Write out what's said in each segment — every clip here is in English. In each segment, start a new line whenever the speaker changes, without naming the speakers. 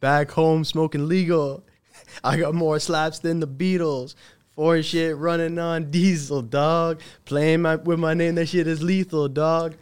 Back home smoking legal. I got more slaps than the Beatles. Foreign shit running on diesel, dog. Playing my with my name, that shit is lethal, dog.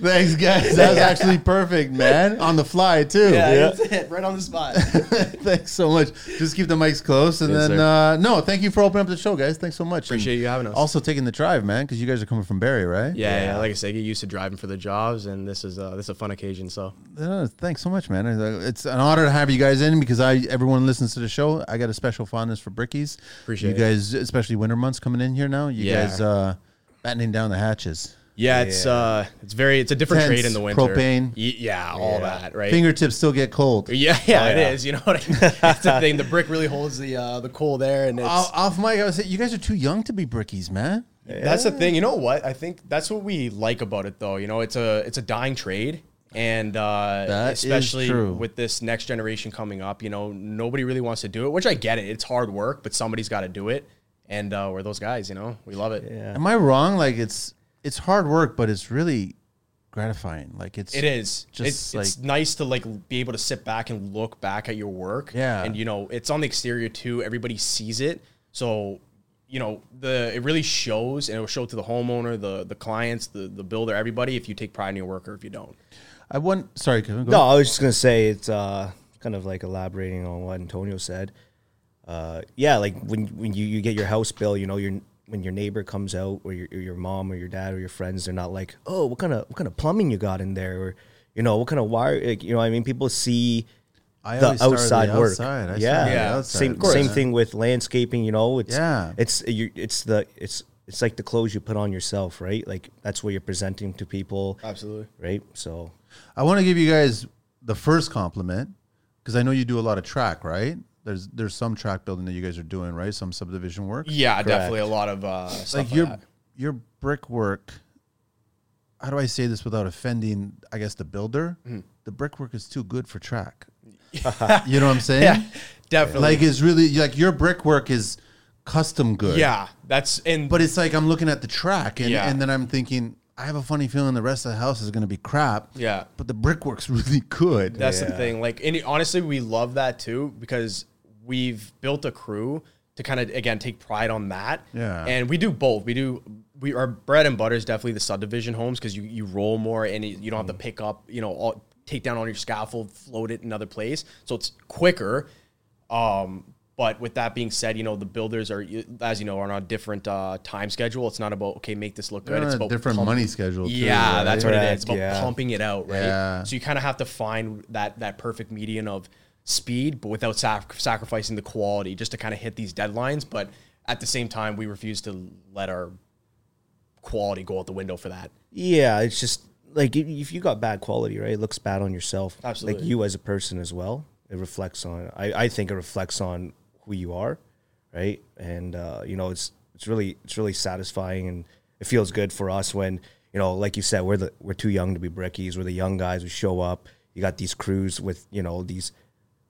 Thanks, guys. That was actually perfect, man. On the fly too.
that's it. Right on the spot.
Thanks so much. Just keep the mics close, and
Yes,
then
sir.
uh, no, thank you for opening up the show, guys. Thanks so much.
Appreciate
And
you having us.
Also taking the drive, man, because you guys are coming from Barry, right?
Yeah, yeah, like I said, get used to driving for the jobs, and this is uh, this is a fun occasion. So
Uh, thanks so much, man. Uh, It's- It's an honor to have you guys in because I everyone listens to the show. I got a special fondness for Brickies.
Appreciate
you
it.
guys, especially winter months coming in here now. You
Yeah.
guys uh, battening down the hatches.
yeah, it's uh, it's very it's a different
Tents,
trade in the winter.
propane.
Y- yeah, all that, right?
Fingertips still get cold.
yeah, yeah, it
yeah.
is. You know what I mean? That's the thing. The brick really holds the uh, the cold air, and it's
Off, off mic, I was saying, you guys are too young to be Brickies, man.
that's the thing. You know what? I think that's what we like about it, though. You know, it's a it's a dying trade. And uh,
That is
especially
true.
with this next generation coming up, you know, nobody really wants to do it, which I get it. It's hard work, but somebody's got to do it. And uh, we're those guys, you know, we love it. Yeah.
Am I wrong? Like it's it's hard work, but it's really gratifying. Like it's
It is.
just
it's, it's
like-
nice to like be able to sit back and look back at your work.
Yeah.
And you know, it's on the exterior too. Everybody sees it. So, you know, the it really shows and it will show to the homeowner, the the clients, the the builder, everybody if you take pride in your work or if you don't.
I want. Sorry, can we go
No, I was just gonna say it's uh, kind of like elaborating on what Antonio said. Uh, yeah, like when when you, you get your house bill, you know your when your neighbor comes out or your or your mom or your dad or your friends, they're not like, oh, what kind of what kind of plumbing you got in there, or you know what kind of wire, like, you know, what I mean, people see
I
the
always start with
outside work.
outside. I start
yeah,
with the
Yeah.
outside.
same same thing with landscaping. You know, it's
Yeah.
it's you, it's the it's it's like the clothes you put on yourself, right? Like that's what you're presenting to people,
Absolutely.
right? So
I want to give you guys the first compliment because I know you do a lot of track, right? There's there's some track building that you guys are doing, right? Some subdivision work.
Yeah, definitely a lot of uh stuff
like
like
your
that.
your brickwork. How do I say this without offending? I guess the builder.
Mm-hmm.
The brickwork is too good for track. you know what I'm saying?
Yeah. Definitely.
Like it's really like your brickwork is custom good.
yeah, that's and
But it's like I'm looking at the track and,
Yeah.
and then I'm thinking, I have a funny feeling the rest of the house is gonna be crap.
Yeah.
But the brickwork's really good.
That's the thing. Like, and honestly, we love that too because we've built a crew to kind of again take pride on that.
Yeah.
And we do both. We do. We our bread and butter is definitely the subdivision homes because you you roll more and you you don't
Mm.
have to pick up you know all, take down all your scaffold, float it another place, so it's quicker. Um, but with that being said, you know the builders are, as you know, are on a different uh, time schedule. It's not about okay, make this look good.
They're on
It's
a
about
different
pump-
money schedule. too,
yeah,
right?
that's what it is.
Correct,
It's about
yeah.
pumping it out, right?
Yeah.
So you kind of have to find that that perfect median of speed, but without sac- sacrificing the quality, just to kind of hit these deadlines. But at the same time, we refuse to let our quality go out the window for that.
Yeah, it's just like if- if you got bad quality, right? It looks bad on yourself.
Absolutely.
Like you as a person as well. It reflects on. I, I think it reflects on who you are, right? And uh, you know, it's it's really it's really satisfying, and it feels good for us when you know, like you said, we're the we're too young to be brickies. We're the young guys. We show up. You got these crews with you know these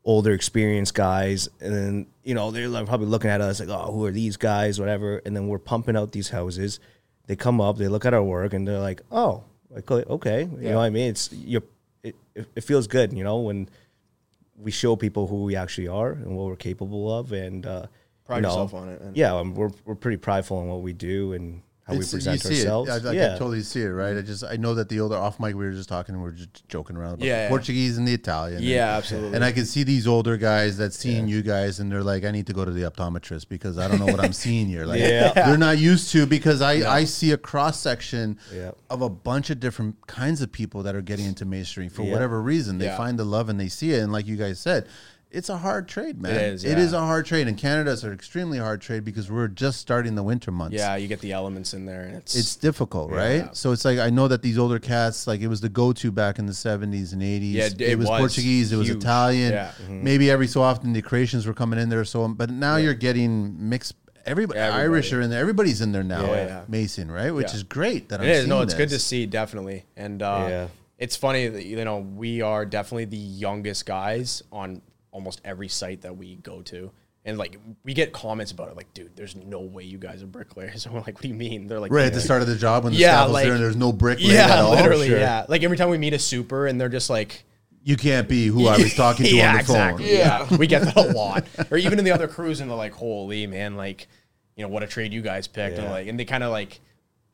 older experienced guys and then you know they're like probably looking at us like oh who are these guys whatever and then we're pumping out these houses they come up they look at our work and they're like oh like okay you know what i mean it's you it, it it feels good you know when we show people who we actually are and what we're capable of and uh
Pride
you know,
yourself on it and-
yeah um, we're, we're pretty prideful in what we do and how
It's-
we present
you see
ourselves
It. I, I
yeah
can totally see it, right? I just I know that the older off mic we were just talking, we were just joking around about
Yeah,
the
yeah.
Portuguese and the Italian.
Yeah,
and,
absolutely.
And I can see these older guys that seeing you guys, and they're like, I need to go to the optometrist because I don't know what I'm seeing here. Like,
Yeah.
they're not used to because I I see a cross section
Yeah.
of a bunch of different kinds of people that are getting into mainstream for
Yeah.
whatever reason. They
Yeah.
find the love and they see it, and like you guys said. It's a hard trade, man.
is, yeah.
It is a hard trade, and Canada's an extremely hard trade because we're just starting the winter months
Yeah, you get the elements in there, and it's,
it's difficult, right? So it's like I know that these older cats, like it was the go-to back in the seventies and eighties.
Yeah,
it,
it
was,
was
Portuguese, it was
huge.
Italian.
Yeah. Mm-hmm.
Maybe every so often the Croatians were coming in there. So, but now you're getting mixed. Everybody,
Everybody.
Irish are in there. Everybody's in there now.
Yeah, yeah.
Mason, right? Which
Yeah.
is great. That I'm
it is. No,
seeing
it's good to
this.
see definitely, and uh,
Yeah.
it's funny that you know we are definitely the youngest guys on almost every site that we go to. And like we get comments about it, like, dude, there's no way you guys are bricklayers. And we're like, what do you mean? They're like,
Right at
"Yeah."
the start of the job when the
Yeah,
scaffold's
like-
there and there's no brick laid at
Yeah,
all.
literally.
Sure.
Yeah. Like every time we meet a super and they're just like,
You can't be who I was talking to
yeah,
on the
exactly.
phone.
Yeah. we get that a lot. Or even in the other crews and they're like, holy man, like, you know, what a trade you guys picked. And
Yeah.
like, and they kind of like,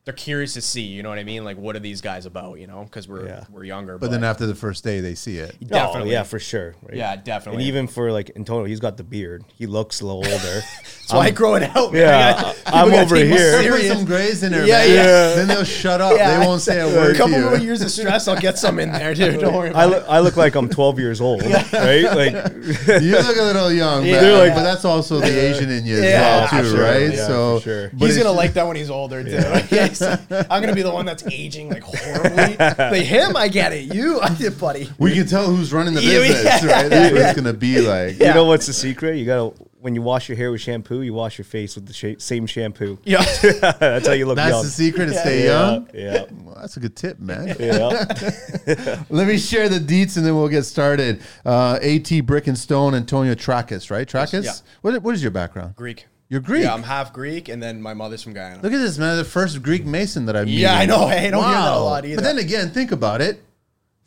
they're curious to see, you know what I mean? Like, what are these guys about, you know? Cause we're,
Yeah.
we're younger.
But then after the first day, they see it.
No,
definitely.
Oh, yeah, for sure. right?
Yeah, definitely.
And even for like Antonio, he's got the beard. He looks a little older.
so I grow it out. man. I
yeah,
gotta-
I'm
gotta
over
take my
here.
There put
Serious.
some grays in there,
Yeah,
man.
yeah.
Then they'll shut up. they won't say a word
A couple
to you.
more years of stress, I'll get some in there, dude. Don't worry. About
I
it.
look, I look like I'm 12 years old, right? Like,
You look a little young,
Yeah.
but,
They're like-
but that's also the Asian in you as
Yeah,
well, too,
sure,
right?
yeah,
so
for sure.
but
he's
it's-
gonna like that when he's older too. Yes. I'm gonna be the one that's aging like horribly. like him, I get it. You, I did, buddy.
We can tell who's running the
Yeah,
business,
yeah.
right? That's what it's gonna be like.
Yeah.
you know what's the secret? You gotta when you wash your hair with shampoo, you wash your face with the sha- same shampoo.
Yeah,
That's how you look
That's
young.
the secret to stay young.
yeah,
Well, that's a good tip, man.
yeah, yeah.
Let me share the deets and then we'll get started. Uh, At Brick and Stone, Antonio Trakis, right? Trakis.
yeah.
What What is your background?
Greek.
You're Greek.
Yeah, I'm half Greek, and then my mother's from Guyana.
Look at this, man. The first Greek Mason that I've met.
Mm. Yeah, I know. Hey, I don't hear that a lot either.
But then again, think about it.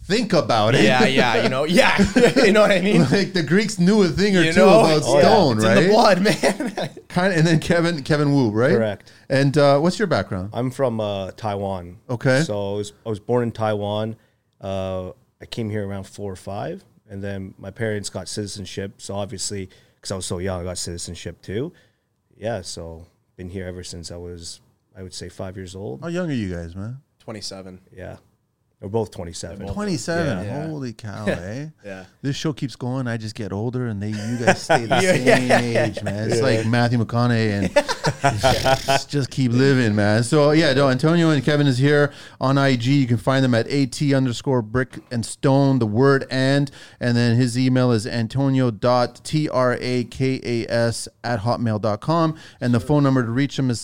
Think about it.
yeah, yeah, you know, yeah, you know what I mean.
like the Greeks knew a thing or
You
two
know,
about
Oh, yeah.
stone,
It's
right?
in the blood, man.
Kind of, and then Kevin Kevin Wu, right?
Correct.
And uh, what's your background?
I'm from uh, Taiwan.
Okay.
So I was I was born in Taiwan. Uh, I came here around four or five, and then my parents got citizenship. So obviously, because I was so young, I got citizenship too. Yeah. So been here ever since I was, I would say, five years old.
How young are you guys, man?
27.
Yeah. We're both 27.
Twenty-seven.
Yeah.
Holy cow, eh?
Yeah.
This show keeps going. I just get older, and they you guys stay the
Yeah,
same
yeah, yeah,
age, man. It's like Matthew McConaughey, and just, just keep living, man. So yeah, no, Antonio and Kevin is here on IG. You can find them at at underscore brick and stone. The word and, and then his email is antonio dot t r a k a s at hotmail.com. and the phone number to reach him is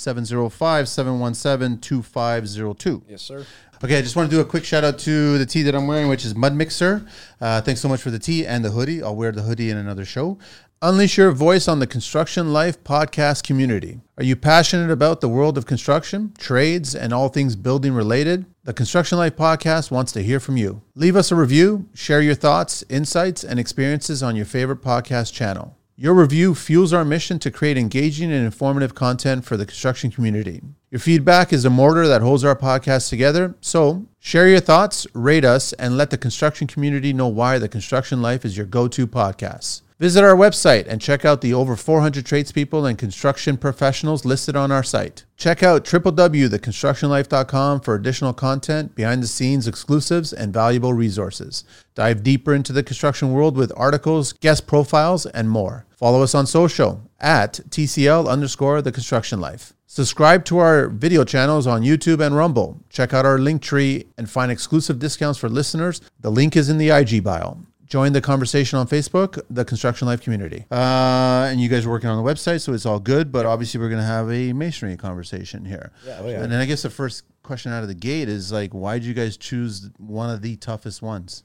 705-717-2502.
Yes, sir.
Okay, I just want to do a quick shout out to the tee that I'm wearing, which is Mud Mixer. Uh, thanks so much for the tee and the hoodie. I'll wear the hoodie in another show. Unleash your voice on the Construction Life podcast community. Are you passionate about the world of construction, trades, and all things building related? The Construction Life podcast wants to hear from you. Leave us a review, share your thoughts, insights, and experiences on your favorite podcast channel. Your review fuels our mission to create engaging and informative content for the construction community. Your feedback is the mortar that holds our podcast together. So, share your thoughts, rate us, and let the construction community know why the construction life is your go to podcast. Visit our website and check out the over 400 tradespeople and construction professionals listed on our site. Check out www.theconstructionlife.com for additional content, behind the scenes exclusives, and valuable resources. Dive deeper into the construction world with articles, guest profiles, and more. Follow us on social at TCL underscore the construction life. Subscribe to our video channels on YouTube and Rumble. Check out our link tree and find exclusive discounts for listeners. The link is in the IG bio join the conversation on Facebook, the Construction Life community. Uh, and you guys are working on the website, so it's all good. But obviously, we're going to have a masonry conversation here. Yeah,
oh yeah.
And then I guess the first question out of the gate is like, why did you guys choose one of the toughest ones?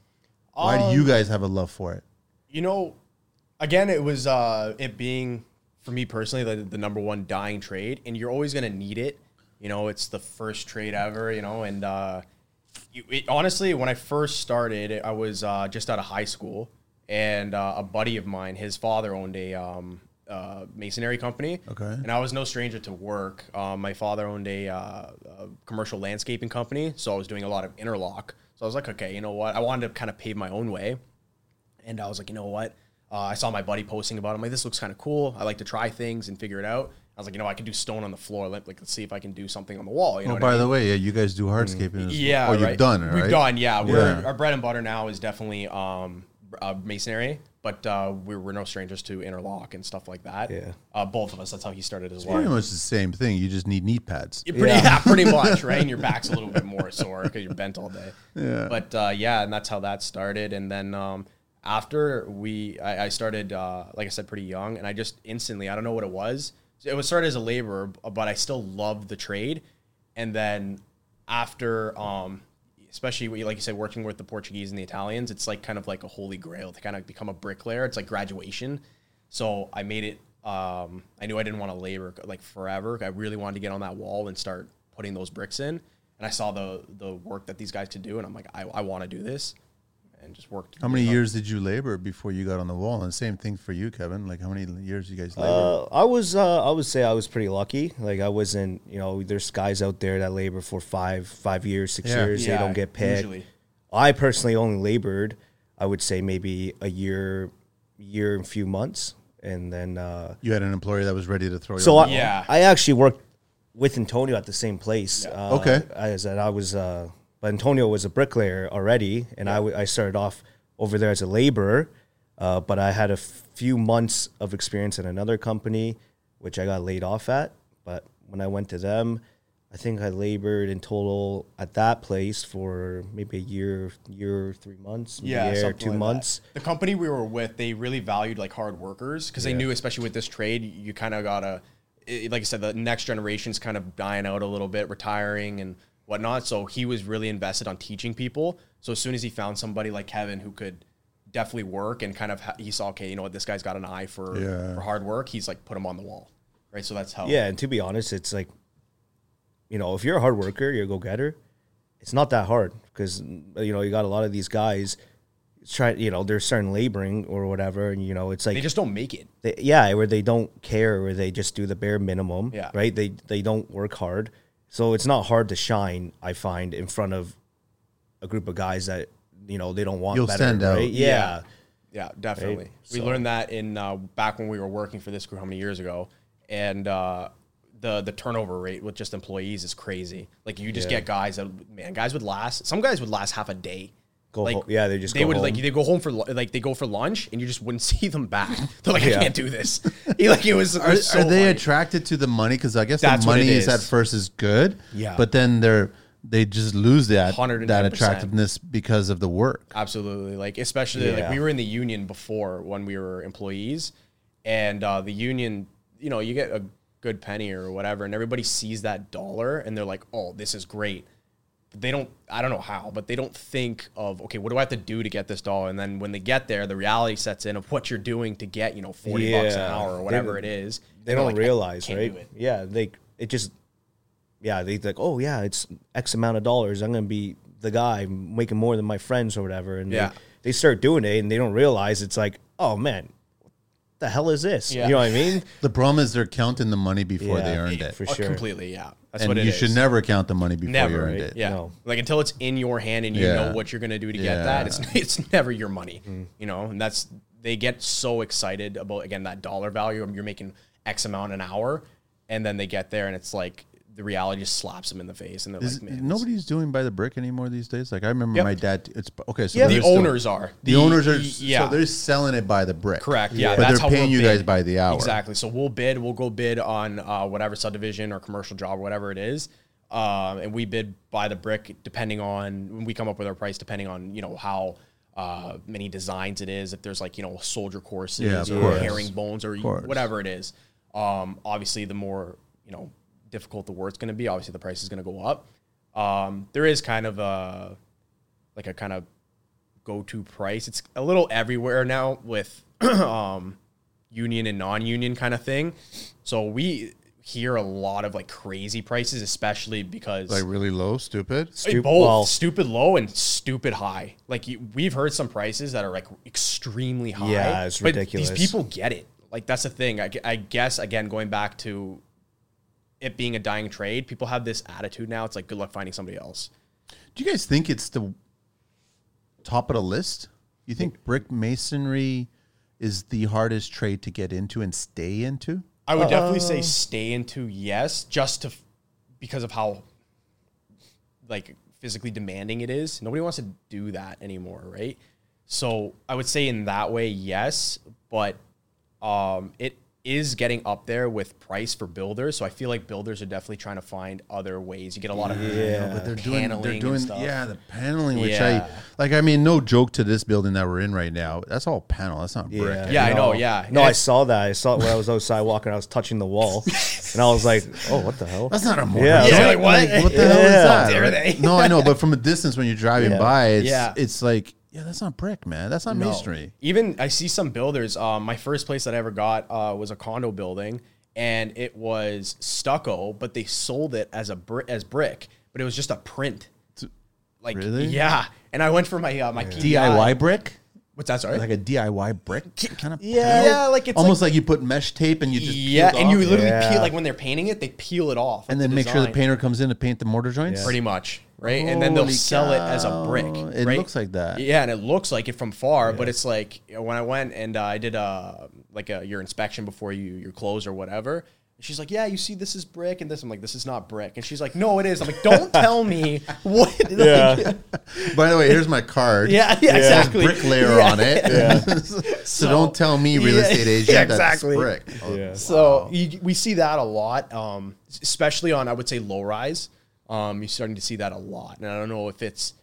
Why
Um,
do you guys have a love for it?
You know, again, it was uh, it being for me personally the, the number one dying trade, and you're always gonna need it. You know, it's the first trade ever. You know, and uh, you, it, honestly, when I first started, I was uh, just out of high school, and uh, a buddy of mine, his father owned a um, uh, masonry company.
Okay.
and I was no stranger to work. Um, my father owned a, uh, a commercial landscaping company, so I was doing a lot of interlock. So I was like, okay, you know what? I wanted to kind of pave my own way. And I was like, you know what? Uh, I saw my buddy posting about it. I'm like, this looks kind of cool. I like to try things and figure it out. I was like, you know, I could do stone on the floor. Let, like, let's see if I can do something on the wall. You know,
Oh,
what
by
I mean?
the way, yeah, you guys do hardscaping.
Mm.
as
yeah,
well. Oh, you've
right.
done it,
We've
right?
done, yeah. We're,
Yeah.
Our bread and butter now is definitely um, uh, masonry, but uh, we're, we're no strangers to interlock and stuff like that.
Yeah.
uh, both of us. That's how he started as well.
Pretty much the same thing. You just need knee pads.
Yeah, pretty, yeah. pretty much, right? And your back's a little bit more sore because you're bent all day. Yeah. But uh, yeah, and that's how that started. And then um, after we, I, I started, uh, like I said, pretty young, and I just instantly, I don't know what it was. It was started as a laborer, but I still loved the trade. And then after, um, especially when you- like you said, working with the Portuguese and the Italians, it's like kind of like a holy grail to kind of become a bricklayer. It's like graduation. So I made it Um, I knew I didn't want to labor like forever. I really wanted to get on that wall and start putting those bricks in. And I saw the the work that these guys could do, and I'm like, I, I want to do this, and just worked.
How many years did you labor before you got on the wall? And same thing for you, Kevin. Like how many years you guys labor?
Uh, I was, uh, I would say I was pretty lucky. Like I wasn't, you know, there's guys out there that labor for five, five years, six
Yeah.
years.
Yeah,
they don't get paid.
usually.
I personally only labored, I would say maybe a year, year and few months, and then. Uh,
you had an employer that was ready to throw you.
so
on
I,
the
Yeah.
I actually worked with Antonio at the same place. Uh,
Okay.
As and I was, uh, but Antonio was a bricklayer already, and I w I I started off over there as a laborer, uh, but I had a few months of experience at another company, which I got laid off at. But when I went to them, I think I labored in total at that place for maybe a year, year, three months, maybe a year,
something
two
like that.
months.
The company we were with, they really valued like hard workers because they knew, especially with this trade, you kind of gotta, it, like I said, the next generation's kind of dying out a little bit, retiring and whatnot. So he was really invested on teaching people. So as soon as he found somebody like Kevin who could definitely work and kind of ha- he saw, okay, you know what, this guy's got an eye for
Yeah.
for hard work. He's like put him on the wall, right? So that's how.
Yeah, and to be honest, it's like, you know, if you're a hard worker, you're a go getter. It's not that hard because you know you got a lot of these guys try. You know, they're starting laboring or whatever, and you know it's like
They just don't make it.
they, yeah, where they don't care, where they just do the bare minimum.
Yeah.
Right. They they don't work hard, so it's not hard to shine. I find in front of a group of guys that you know they don't want.
You'll
better,
stand out.
right? Yeah.
Yeah, definitely.
Right?
We learned that in uh, back when we were working for this group how many years ago, and uh, the the turnover rate with just employees is crazy. Like you just get guys that man, guys would last. Some guys would last half a day.
Go
like,
ho- yeah, they just
they
go
would
home.
like they go home for lu- like they go for lunch and you just wouldn't see them back. They're like,
Yeah.
I can't do this. like it was. it
Are,
was so
are they
funny.
attracted to the money? Because I guess
That's
the
what it
money is.
is.
at first is good.
Yeah.
But then they're they just lose that
110%.
that attractiveness because of the work.
Absolutely. Like, especially like
Yeah.
we were in the union before when we were employees, and uh, the union, you know, you get a good penny or whatever, and everybody sees that dollar and they're like, oh, this is great. But they don't, I don't know how, but they don't think of, okay, what do I have to do to get this dollar? And then when they get there, the reality sets in of what you're doing to get, you know, 40 bucks an
Yeah.
hour or
They-
whatever it is.
they
And they're
don't
like, I
realize,
can't
right?
do it.
Yeah, they it just yeah they like oh yeah it's X amount of dollars. I'm gonna be the guy making more than my friends or whatever, and
Yeah.
they, they start doing it and they don't realize it's like oh man, what the hell is this?
Yeah.
You know what I mean?
The problem is they're counting the money before they
Yeah,
earned it.
for
Oh,
sure.
Completely. Yeah. That's
And
what it is.
you should never count the money before you
Never,
earned
right?
it.
Yeah.
No.
Like until it's in your hand and you
Yeah.
know what you're gonna do to get that, it's it's never your money. You know, and that's they get so excited about again that dollar value. You're making X amount an hour, and then they get there and it's like the reality just slaps them in the face, and they're
Is-
like, man, this-
nobody's doing by the brick anymore these days. Like I remember
Yep.
my dad. It's okay. So
Yeah.
they're
the
still-
owners are
The, owners are.
yeah.
So they're selling it by the brick.
Correct. Yeah,
But
that's
they're
how
paying
we'll
you guys
bid.
by the hour.
Exactly. So we'll bid. We'll go bid on uh, whatever subdivision or commercial job, whatever it is, um, and we bid by the brick depending on when we come up with our price, depending on you know how. Uh, many designs it is if there's like you know soldier courses
Yeah, of
or
course.
herringbones or
course.
whatever it is um, obviously the more you know difficult the word's going to be obviously the price is going to go up um, there is kind of a like a kind of go-to price. It's a little everywhere now with um, union and non-union kind of thing. So we hear a lot of like crazy prices, especially because
Like really low, stupid.
Hey,
Stup-
both
well-
stupid low and stupid high. Like you, we've heard some prices that are like extremely high.
Yeah, it's
but
ridiculous.
These people get it. Like that's the thing. I, gu- I guess again going back to it being a dying trade, people have this attitude now. It's like good luck finding somebody else.
Do you guys think it's the top of the list? You think brick masonry is the hardest trade to get into and stay into?
I would definitely say stay into yes, just to f- because of how like physically demanding it is. Nobody wants to do that anymore, right? So I would say in that way, yes, but um, it is getting up there with price for builders. So I feel like builders are definitely trying to find other ways. You get a lot of
Yeah.
But they're doing,
Uh, Paneling
they're
and
doing,
stuff.
yeah, the paneling, which
Yeah.
I like. I mean, no joke to this building that we're in right now. That's all panel. That's not brick.
Yeah, I know, yeah.
No, I
It's-
saw that. I saw it when I was outside walking. I was touching the wall, and I was like, "Oh, what the hell?"
That's not a mortar.
Yeah,
Yeah, like, what?
What the hell is
Yeah.
that?
How dare
right?
they?
no, I know, but from a distance when you're driving
Yeah.
by, it's
Yeah.
it's like Yeah, that's not brick, man. That's not
No.
masonry.
Even I see some builders. Um, my first place that I ever got uh, was a condo building, and it was stucco, but they sold it as a bri- as brick, but it was just a print. Like
Really?
yeah, and I went for my uh, my PDI.
DIY brick,
What's that? Sorry.
like a DIY brick kind of.
yeah, yeah, like it's
almost like, you put mesh tape and you just
yeah,
peel it
and you
off.
literally
Yeah.
peel like when they're painting it, they peel it off,
and
of
then make sure the
design,
painter comes in to paint the mortar joints.
pretty much right, and then they'll
Holy
sell it as a brick.
cow. It
right?
looks like that.
Yeah, and it looks like it from far, but it's like you know, when I went and uh, I did uh, like a, your inspection before you your clothes or whatever. and She's like, yeah, you see, this is brick, and this. I'm like, this is not brick, and she's like, no, it is. I'm like, don't tell me what. like,
Yeah.
By the way, here's my card.
yeah, yeah,
It says
exactly.
bricklayer
Yeah.
on it. so, don't tell me real
Yeah,
estate agent
yeah,
exactly.
exactly.
that's brick. Oh,
Yeah.
So you, we see that a lot, um, especially on I would say low rise. Um, you're starting to see that a lot, and I don't know if it's.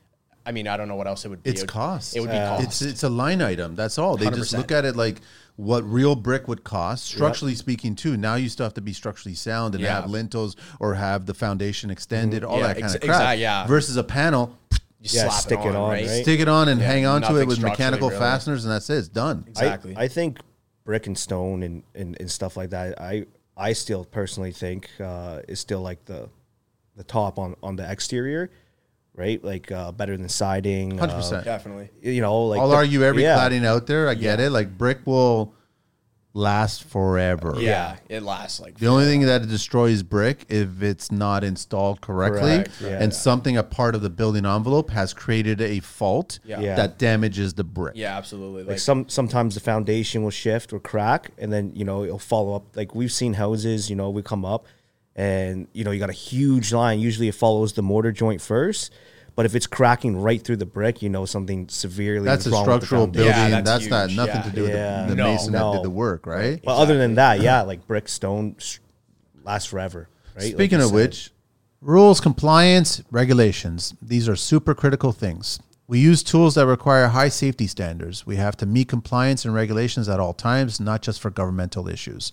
I mean, I don't know what else it would be.
It's
it would,
cost.
It would be cost.
It's it's a line item. That's all. They just
100%.
look at it like what real brick would cost, structurally speaking too. Now you still have to be structurally sound and
Yeah. Mm-hmm.
have lintels or have the foundation extended, all
Yeah,
that kind
ex-
of crap.
exact- yeah.
Versus a panel,
you
Yeah, stick it on, right?
stick it on and hang on to it
nothing
with
structurally,
mechanical
really.
fasteners, and that's it. It's done.
I-
Exactly.
I, think brick and stone and, and, and stuff like that. I I still personally think uh, is still like the the top on on the exterior, right? Like uh, better than siding.
Hundred
uh,
percent.
Definitely.
You know, like
I'll
the-
argue every
yeah.
cladding out there. I get it. Like brick will last forever.
Yeah, it lasts like
The only thing that destroys brick if it's not installed correctly
Correct, yeah.
and something a part of the building envelope has created a fault
Yeah.
Yeah.
that damages the brick.
yeah, absolutely. Like,
Like some sometimes the foundation will shift or crack, and then you know it'll follow up. Like we've seen houses, you know, we come up, and you know you got a huge line. Usually it follows the mortar joint first, but if it's cracking right through the brick, you know something severely.
That's
is
a
wrong with the
structural
foundation.
building.
Yeah, that's
that's not
huge.
nothing
Yeah.
to do with
Yeah.
the, the
No,
mason that
no.
did the work, right?
But other than that, yeah, like brick, stone sh- lasts forever. Right. Like
Speaking
you
of
said.
which, rules, compliance, regulations, these are super critical things. We use tools that require high safety standards. We have to meet compliance and regulations at all times, not just for governmental issues.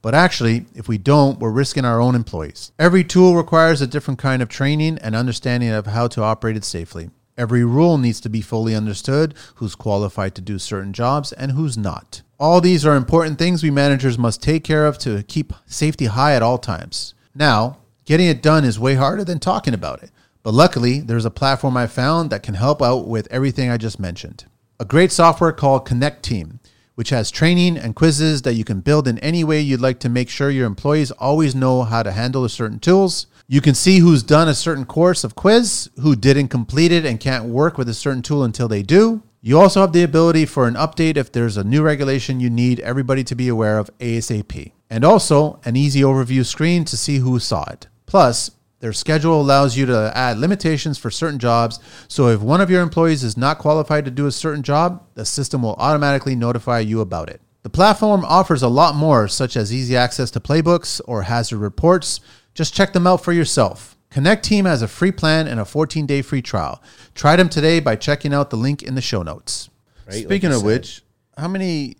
But actually, if we don't, we're risking our own employees. Every tool requires a different kind of training and understanding of how to operate it safely. Every rule needs to be fully understood who's qualified to do certain jobs and who's not. All these are important things we managers must take care of to keep safety high at all times. Now, getting it done is way harder than talking about it. But luckily, there's a platform I found that can help out with everything I just mentioned. A great software called Connect Team, which has training and quizzes that you can build in any way you'd like to make sure your employees always know how to handle the certain tools. You can see who's done a certain course of quiz, who didn't complete it and can't work with a certain tool until they do. You also have the ability for an update if there's a new regulation you need everybody to be aware of ASAP, and also an easy overview screen to see who saw it. Plus, their schedule allows you to add limitations for certain jobs, so if one of your employees is not qualified to do a certain job, the system will automatically notify you about it. The platform offers a lot more, such as easy access to playbooks or hazard reports. Just check them out for yourself. Connect Team has a free plan and a 14 day free trial. Try them today by checking out the link in the show notes.
Right, like
Speaking
you
of
said.
which, how many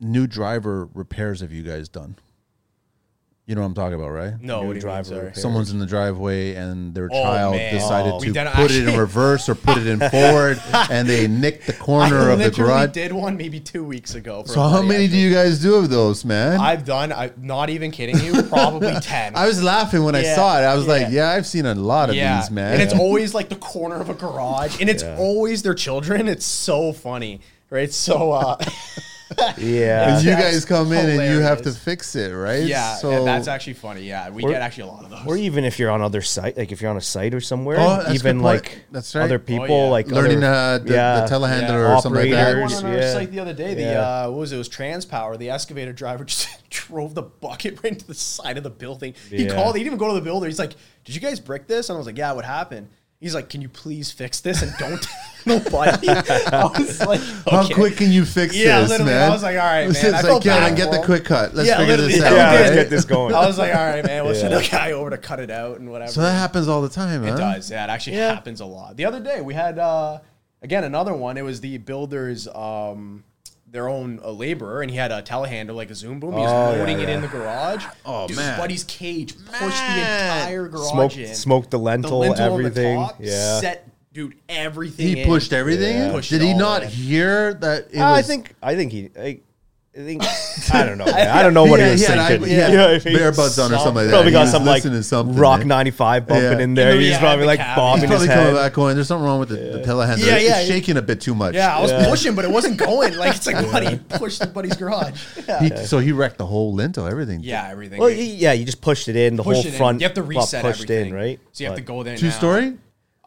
new driver repairs have you guys done? You know what I'm talking about, right?
no what
new
do you mean,
driver
sorry?
repair.
Someone's in the driveway and their
Oh,
child
man.
decided
Oh.
to
We've
put
done-
it in reverse or put it in forward and they nicked the corner
I
of the
literally
garage.
did one maybe two weeks ago. for
So
a
how
buddy,
many do
actually.
you guys do of those, man?
I've done? I not even kidding you. Probably ten.
I was laughing when I
Yeah,
saw it. I was like,
yeah.
yeah, I've seen a lot of
yeah,
these, man.
and it's always like the corner of a garage, and it's always their children. It's so funny, right? So uh,
yeah,
Because you
That's
guys come in and you have to
hilarious.
fix it, right?
yeah,
So
and that's actually funny. Yeah, we get actually a lot of those.
or even if you're on other site, like if you're on a site or somewhere,
Oh, that's a
even
good point.
like
That's right.
other
Oh,
people,
yeah.
like
learning
other,
uh, the,
yeah,
the telehandler
yeah,
or something like
I had one
that.
operators.
on our
yeah.
site the other day. The
Yeah.
uh, what was it? It was Transpower. The excavator driver just drove the bucket right into the side of the building. He
Yeah.
called. He didn't even go to the builder. He's like, "Did you guys brick this?" And I was like, "Yeah, what happened?" He's like, "Can you please fix this and don't tell nobody?" I was like,
How
okay.
quick can you fix
Yeah,
this,
literally.
man?
I was like, all right, man.
It's
I
like,
felt
yeah,
bad
then get
for
the
him.
quick cut. Let's
Yeah,
figure this
literally.
out.
Yeah,
right?
let's
get this going.
I was like, "All right, man. We'll send
Yeah.
a guy over to cut it out and whatever."
So that happens all the time, huh?
It does. Yeah, it actually
Yeah.
happens a lot. The other day we had uh, again another one. It was the builder's um, their own uh, laborer, and he had a telehandler like a zoom boom. He was
Oh, yeah,
loading it in the garage.
Oh,
Dude,
man.
His buddy's cage pushed
Man.
the entire garage
smoke,
in.
smoke the lentil,
on the
everything.
top,
yeah,
Set dude, everything
He
in.
pushed everything. in?
Pushed
Did
it
he
all
not
in.
hear that? It
Ah, I
was,
think I think he. I, I think I don't know. man. I don't know what he,
Yeah,
was
he had-
thinking.
he had
You know what I mean?
bear buds on or something like that.
Probably
He
got
was
some like
listening to something,
rock
man.
ninety five bumping
Yeah.
in there.
In the-
He's
yeah,
probably
the
like
cab.
He's
bobbing his
probably
head.
coming back going. There's something wrong with the, the telehandler.
Yeah, yeah,
it's
yeah.
shaking a bit too much.
Yeah, I was pushing, but it wasn't going. Like it's like buddy pushed the buddy's garage. Yeah,
He- so he wrecked the whole lintel, everything.
everything.
Well, y- yeah, you just pushed it in. The
Push
whole
it in.
front.
You have to
well,
reset
pushed
everything,
in, right?
So you have to
But-
go there.
Two
now.
story.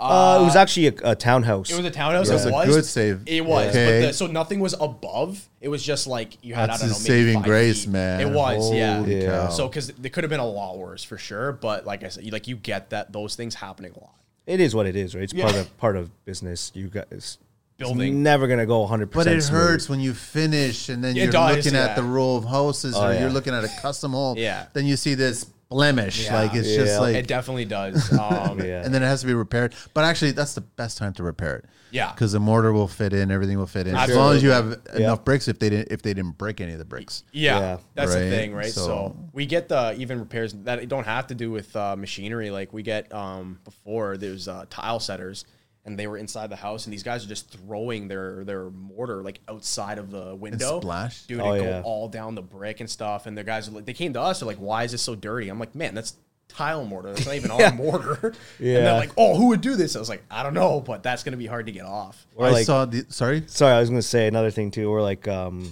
Uh, it was actually a, a townhouse.
It was a townhouse.
That's
it
a
was
good save.
It was.
Okay.
But the, so nothing was above. It was just like you had.
That's
I don't know.
his
Maybe
saving
five
grace,
feet.
man.
It was. yeah.
Holy
Yeah.
cow.
So because it could have been a lot worse for sure, but like I said, you, like you get that those things happening a lot.
it is what it is, right? It's
Yeah.
part of part of business. You guys It's
Building.
never gonna go 100.
But
percent
it hurts when you finish and then
It
you're
does,
looking
yeah. Oh,
at the row of houses or
yeah.
you're looking at a custom home.
Yeah.
Then you see this blemish.
Yeah.
Like it's
Yeah.
just like
It definitely does. Um,
Yeah.
and then it has to be repaired. But actually, that's the best time to repair it.
Yeah.
because the mortar will fit in, everything will fit in, as long as you have
Yeah.
enough bricks. If they didn't, if they didn't break any of the bricks,
Yeah,
Yeah.
that's
Right,
the thing, right? So,
so-
we get the even repairs that don't have to do with uh, machinery. Like we get um, before there's uh, tile setters, and they were inside the house, and these guys are just throwing their their mortar like outside of the window,
splash?
dude,
Oh,
and go
yeah.
all down the brick and stuff. And the guys are like, they came to us, they're like, "Why is this so dirty?" I'm like, "Man, that's." Tile mortar. That's not even our mortar. And
Yeah.
they're like, "Oh, who would do this?" I was like, "I don't know, but that's gonna be hard to get off."
Or
I
like-
saw the sorry.
sorry, I was gonna say another thing too, or like um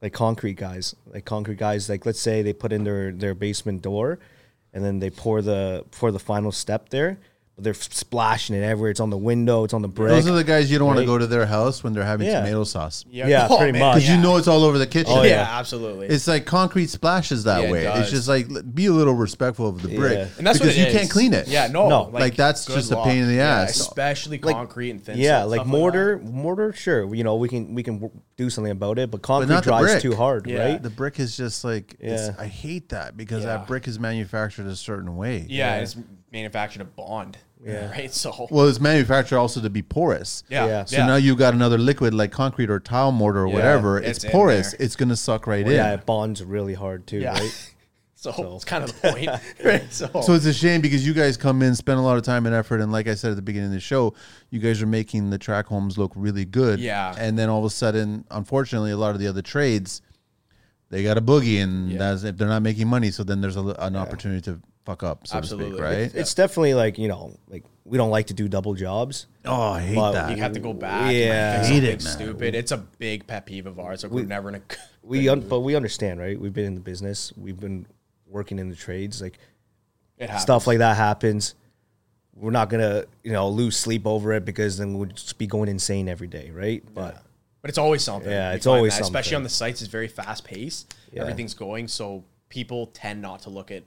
like concrete guys. Like concrete guys, like let's say they put in their, their basement door and then they pour the pour the final step there, but they're splashing it everywhere. It's on the window, it's on the brick.
Those are the guys you don't want to
Right.
go to their house when they're having
Yeah.
tomato sauce because
Yeah, pretty much.
Oh, yeah. Oh,
you know it's all over the kitchen.
yeah.
yeah.
absolutely.
It's like concrete splashes that
Yeah, it
way. it's
does.
just like l- be a little respectful of the brick,
Yeah.
And that's
because
what it
you can't
is.
clean it.
Yeah, no,
No.
Like, that's
good
just a pain in the
Yeah,
ass.
especially
Like,
concrete and thin.
yeah,
stuff,
like
stuff
mortar, mortar. Sure, you know we can we can w- do something about it, but concrete
not the
dries
brick.
too hard,
Yeah.
right?
The brick is just like it's,
Yeah.
I hate that because
Yeah.
that brick is manufactured a certain way.
that. yeah, it's manufactured of bond. Yeah, right. So
Well, it's manufactured also to be porous.
yeah,
yeah.
yeah.
So now you got another liquid like concrete or tile mortar or whatever. It's,
it's in
porous.
there.
It's gonna suck right
yeah,
in.
it bonds really hard too,
Yeah.
right?
so, it's kind of the point, right? So,
So it's a shame because you guys come in, spend a lot of time and effort, and like I said at the beginning of the show, you guys are making the track homes look really good.
Yeah.
And then all of a sudden, unfortunately, a lot of the other trades, they got a boogie, and that's if they're not making money, so then there's a, an opportunity to fuck up, so to
Absolutely.
speak, right?
It's definitely like you know, like we don't like to do double jobs.
oh, I hate
Well,
that.
you have to go back. and, like,
Yeah.
fix
Hate it,
something
man.
Stupid. It's a big pet peeve of ours. Like we, are never in a.
we un- but we understand, right? We've been in the business, we've been working in the trades, like
It happens.
stuff like that happens. We're not gonna, you know, lose sleep over it because then we'll just be going insane every day, right? But
But it's always something.
Yeah,
We
it's
find
always
that, Especially
something.
on the sites, it's very fast paced. Everything's going, so people tend not to look at,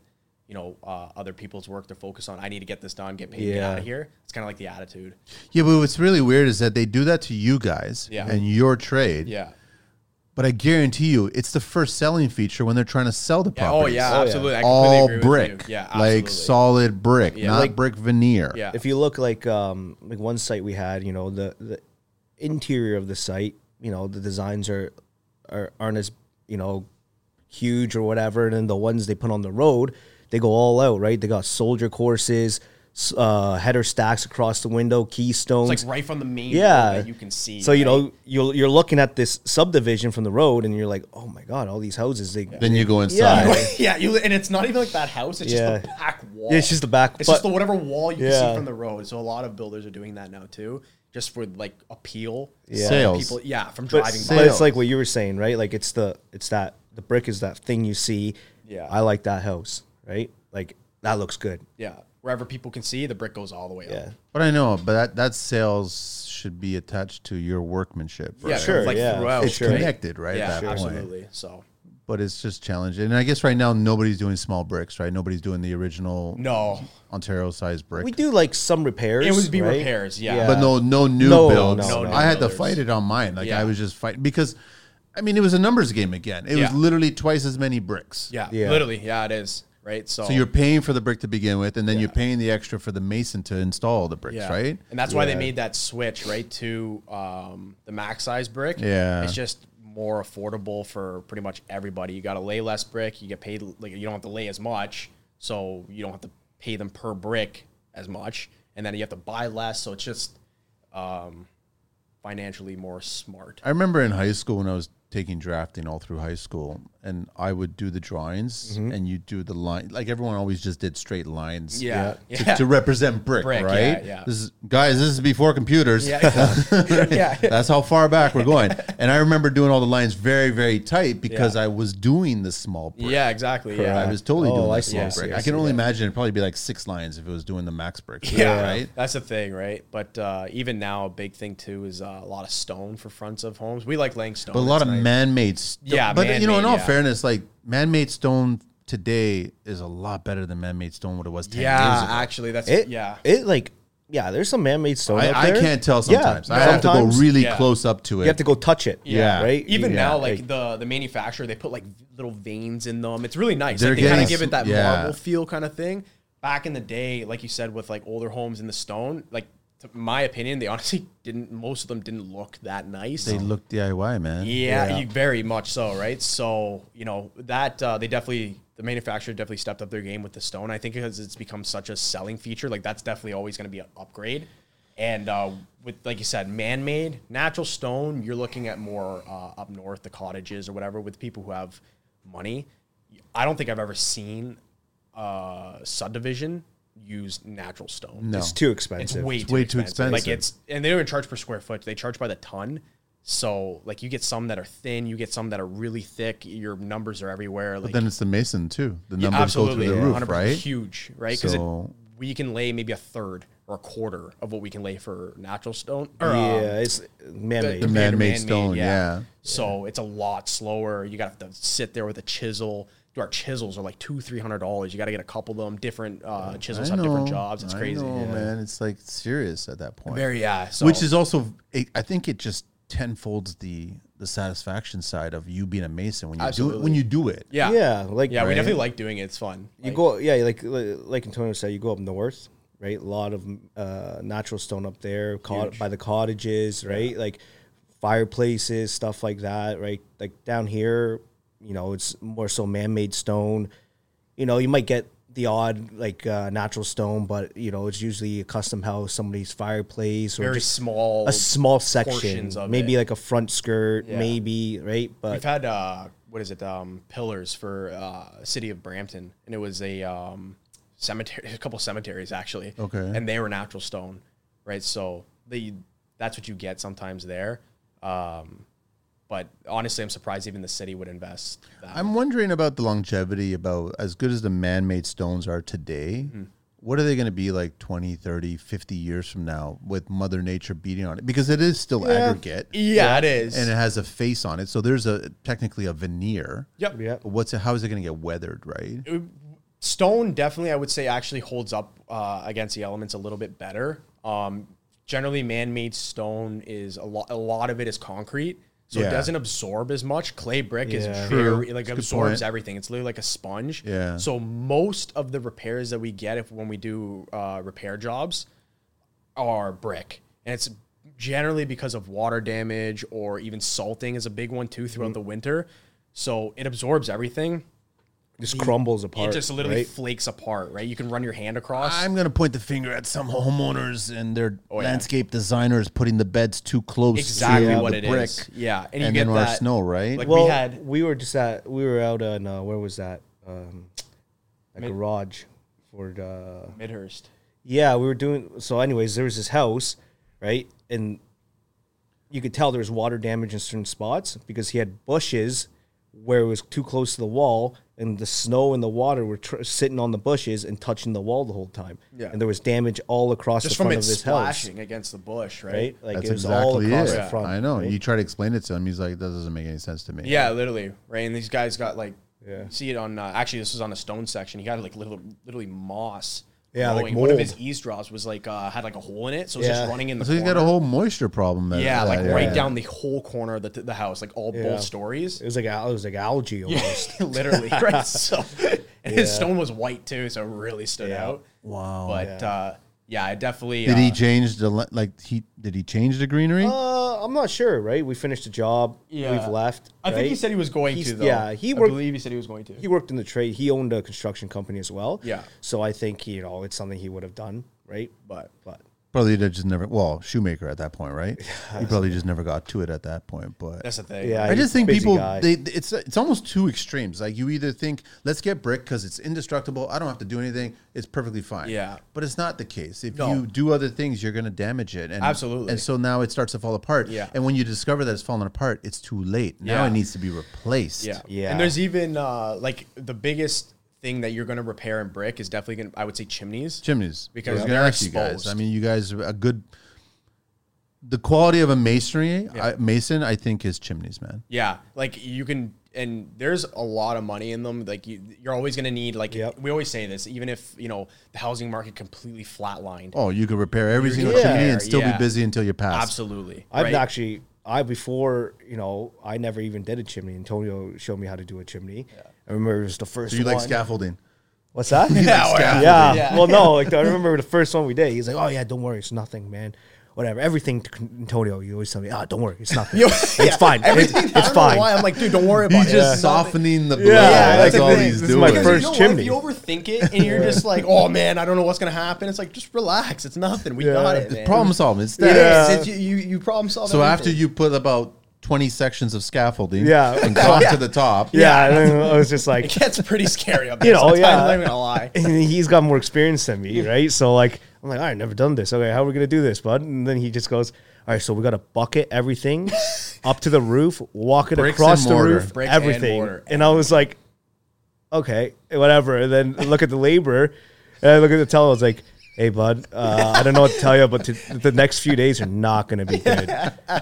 you know, uh, other people's work. They're focused on, I need to get this done, get paid, get
Yeah.
out of here. It's kind of like the attitude.
Yeah, but what's really weird is that they do that to you guys
Yeah.
and your trade.
Yeah.
But I guarantee you, it's the first selling feature when they're trying to sell the
Yeah, oh
property.
yeah,
yeah.
absolutely. I completely
all
agree
brick,
With you. Yeah, absolutely.
like solid brick, not
Like-
brick veneer.
Yeah.
if you look like um like one site we had, you know, the, the interior of the site, you know, the designs are, are aren't as, you know, huge or whatever. And then the ones they put on the road, they go all out, right? They got soldier courses, s- uh, header stacks across the window, keystones.
It's like right from the main
yeah
road that you can see.
so you
right?
know you're, you're looking at this subdivision from the road and you're like oh my god all these houses they
Then you go
Yeah.
inside.
yeah, you and it's not even like that house. It's
Yeah.
just the back wall.
Yeah, it's just the back-
It's
but-
just the whatever wall you can
Yeah.
see from the road. So a lot of builders are doing that now too, just for like appeal.
Yeah.
Sales.
People, yeah, from
but,
driving.
but
by.
it's like what you were saying right like it's the it's that the brick is that thing you see
Yeah.
i like that house right like that looks good
Yeah, wherever people can see, the brick goes all the way up.
yeah
But I know, but that, that sales should be attached to your workmanship.
Yeah,
right?
Sure,
Like
yeah.
throughout,
It's
right?
connected, right? at
Yeah,
that point.
absolutely. So
But it's just challenging. And I guess right now nobody's doing small bricks, right? Nobody's doing the original
no,
Ontario sized brick.
we do like some repairs
It would be
right?
repairs, yeah.
but no, no new
No,
builds.
no, no,
I had to
builders.
fight it on mine. Like
Yeah.
I was just fighting because, I mean, it was a numbers game again. It was
Yeah.
literally twice as many bricks.
yeah,
Yeah.
literally, yeah, it is. Right. So,
So you're paying for the brick to begin with, and then you're paying the extra for the mason to install the bricks,
Yeah.
right?
And that's why they
Yeah.
made that switch, right, to um, the max size brick.
Yeah.
It's just more affordable for pretty much everybody. You got to lay less brick. You get paid, like, you don't have to lay as much. So you don't have to pay them per brick as much. And then you have to buy less. So it's just, um, financially more smart.
I remember in high school when I was taking drafting all through high school, and I would do the drawings,
Mm-hmm.
and you do the line. Like everyone always just did straight lines,
Yeah.
to,
Yeah.
to represent brick,
Brick,
right?
yeah, yeah.
This is, guys, this is before computers.
Yeah, yeah.
That's how far back we're going. And I remember doing all the lines very, very tight because
Yeah.
I was doing the small brick.
yeah, exactly. Yeah,
I was totally
Oh,
doing
I
the
see,
small
I see,
brick.
I
I,
see,
can only imagine it'd probably be like six lines if it was doing the max brick.
Yeah,
Right?
That's the thing, right? But uh, even now, a big thing too is uh, a lot of stone for fronts of homes. We like laying stone,
But a lot
It's
of
nice.
man-made stuff.
Yeah,
but you know, in
man-made,
all
yeah.
fairness, like man-made stone today is a lot better than man-made stone what it was ten years
yeah,
ago.
actually, that's
It
yeah.
It like yeah. There's some man-made stone. up
I, I
there.
can't tell
Yeah,
sometimes. I have to go
sometimes
really
yeah.
close up to it.
You have to go touch it.
Yeah.
Right.
Even
You-
now, like, the the manufacturer, they put like little veins in them. It's really nice.
They're
Like, they kind
getting-
of give it that
yeah.
marble feel kind of thing. Back in the day, like you said, with like older homes in the stone, like to my opinion, they honestly didn't. Most of them didn't look that nice.
they look DIY, man.
Yeah, You, very much so, right? So you know that uh, they definitely the manufacturer definitely stepped up their game with the stone. I think because it's become such a selling feature, like that's definitely always going to be an upgrade. And uh, with like you said, man-made natural stone, you're looking at more uh, up north, the cottages or whatever, with people who have money. I don't think I've ever seen uh, subdivision use natural stone.
No.
It's too
It's
expensive.
way,
It's
too,
way too
expensive. Like
expensive.
it's and they don't even charge per square foot. They charge by the ton. So like you get some that are thin, you get some that are really thick. Your numbers are everywhere. Like
Then it's the mason too. The numbers
absolutely
go through the roof,
100%
right?
huge, right? Because
So-
we can lay maybe a third or a quarter of what we can lay for natural stone. Or, um,
Yeah. It's man-made.
the
man-made
man-made,
stone, yeah.
So it's a lot slower. You got to sit there with a chisel. Our chisels are like two, three hundred dollars. You got to get a couple of them. Different uh, chisels have different jobs. It's
I
crazy.
know, man. It's like serious at that point.
Very yeah. So.
Which is also, it, I think it just tenfolds the the satisfaction side of you being a mason when you do it,
Absolutely.
when you do it.
yeah
Yeah. Like
Yeah, we definitely like doing it. It's fun.
You go, yeah, like like Antonio said, you go up north, right? A lot of uh, natural stone up there, caught by the cottages, right? Like fireplaces, stuff like that, right? Like down here, you know, it's more so man-made stone. You know, you might get the odd like uh, natural stone, but you know, it's usually a custom house, somebody's fireplace, or
very
just
small.
a small section,
portions of
maybe
it.
like a front skirt,
Yeah.
maybe, right? But
We've had uh, what is it? Um, pillars for uh, city of Brampton, and it was a um, cemetery, a couple cemeteries actually.
Okay.
and they were natural stone, right? So they that's what you get sometimes there. Um, but honestly, I'm surprised even the city would invest. That.
I'm wondering about the longevity about as good as the man-made stones are today.
Mm-hmm.
What are they going to be like 20, 30, 50 years from now with mother nature beating on it? Because it is still aggregate
yeah, it is.
and it has a face on it. So there's a technically a veneer.
yep.
yeah,
But What's how is it going to get weathered, right?
stone definitely i would say actually holds up uh, against the elements a little bit better um, generally man-made stone is a lot a lot of it is concrete so
Yeah.
it doesn't absorb as much clay brick
Yeah.
is
True.
very like
That's a good
absorbs
point.
everything it's literally like a sponge
Yeah.
so most of the repairs that we get if when we do uh, repair jobs are brick, and it's generally because of water damage or even salting is a big one too
Mm-hmm.
throughout the winter. So it absorbs everything.
just crumbles apart.
it just literally
right?
flakes apart, right? You can run your hand across.
I'm going to point the finger at some homeowners and their
Oh, yeah.
landscape designers putting the beds too close
exactly
to
what
the
it is.
brick.
Yeah, and you
And
get
then our
that
snow, right?
like-
well, we
we had-
were just at we were out on uh, where was that um, a garage for the
Midhurst.
yeah we were doing so anyways there was this house right and you could tell there was water damage in certain spots because he had bushes where it was too close to the wall and the snow and the water were tr- sitting on the bushes and touching the wall the whole time
Yeah.
and there was damage all across
Just
the
from
front
it
of his
splashing
house
against the bush, right?
right like
That's
it was all
exactly
across
it.
the front
I know.
right?
You try to explain it to him, he's like, "That doesn't make any sense to me."
Yeah, literally, right? And these guys got like,
Yeah.
you see it on. Uh, actually, this was on a stone section. He had like little, literally moss.
Yeah, like
growing. one of
mold.
his eavesdrops was like uh, had like a hole in it, so it was
Yeah.
just running in the.
So he's got a
corner.
whole moisture problem. That,
Yeah, like
that-
right down the whole corner of the, the house, like all
Yeah.
both stories.
it was like al- it was like algae almost.
literally, right? So, and his stone was white too, so it really stood out.
Wow.
But yeah, uh, yeah I definitely.
Did
uh,
he change the le- like he did he change the greenery?
Uh, I'm not sure. Right, we finished the job.
Yeah.
we've left.
I think he
right?
said he was going
He's-
to. Though.
yeah, he
I
worked-
believe he said he was going to.
he worked in the trade. He owned a construction company as well.
Yeah.
So I think you know it's something he would have done. Right,
but
but
Probably just never. Well, shoemaker at that point, right? He probably just never got to it at that point. But
That's the thing.
Yeah.
I just think
Busy
people
guy.
they it's it's almost two extremes. Like you either think let's get brick because it's indestructible, I don't have to do anything, it's perfectly fine.
Yeah.
but it's not the case. If
No.
you do other things, you're going to damage it. And,
Absolutely.
And so now it starts to fall apart.
Yeah.
And when you discover that it's fallen apart, it's too late. Now
Yeah.
it needs to be replaced.
Yeah.
Yeah.
And there's even uh, like the biggest thing that you're going to repair in brick is definitely going to, I would say, chimneys.
chimneys.
Because
I was
they're
gonna ask you guys.
exposed.
I mean, you guys are a good. The quality of a masonry I, mason, I think, is chimneys, man.
Yeah, like you can, and there's a lot of money in them. Like you, you're always gonna need. Like
Yep.
we always say this, even if you know the housing market completely flatlined.
Oh, you could repair every single
Yeah.
chimney and still
Yeah.
be busy until you pass.
Absolutely,
I've
right?
actually, I before, you know, I never even did a chimney. Antonio showed me how to do a chimney. I remember it was the first
Do you
one.
like scaffolding?
What's that?
Yeah, or-
scaffolding.
yeah.
Yeah.
Well, no, like I remember the first one we did. He's like, "Oh yeah, don't worry, it's nothing, man. Whatever, everything." To Antonio, you always tell me, "Ah, don't worry, it's nothing.
Yo,
it's
yeah,
fine. It-
everything- I
it's
don't know
fine."
why I'm like, dude, don't worry about
He's
it.
just
It's nothing.
softening the blow.
Yeah,
that's,
that's the
all
thing.
he's
This is
doing.
my
Because
first
you know
chimney.
What? If you overthink it and you're just like, oh man, I don't know what's gonna happen. It's like just relax. It's nothing. We got it.
It's
Man.
problem solving. It's
It
that.
is. It's- you, you you problem solve.
So after
everything.
you put about twenty sections of scaffolding,
Yeah.
and top to the top,
yeah, and then I was just like,
it gets pretty scary up there.
you know,
sometimes,
yeah.
I'm not gonna lie.
And he's got more experience than me, right? So like, I'm like, all right, never done this. Okay, how are we gonna do this, bud? And then he just goes, all right, so we got to bucket everything up to the roof, walk it
Bricks
across
and
the
mortar.
roof,
Brick and
everything. And,
mortar.
I was like, okay, whatever. And then I look at the laborer, and I look at the towel. I was like. Hey bud, uh, I don't know what to tell you, but t- the next few days are not going to be good. And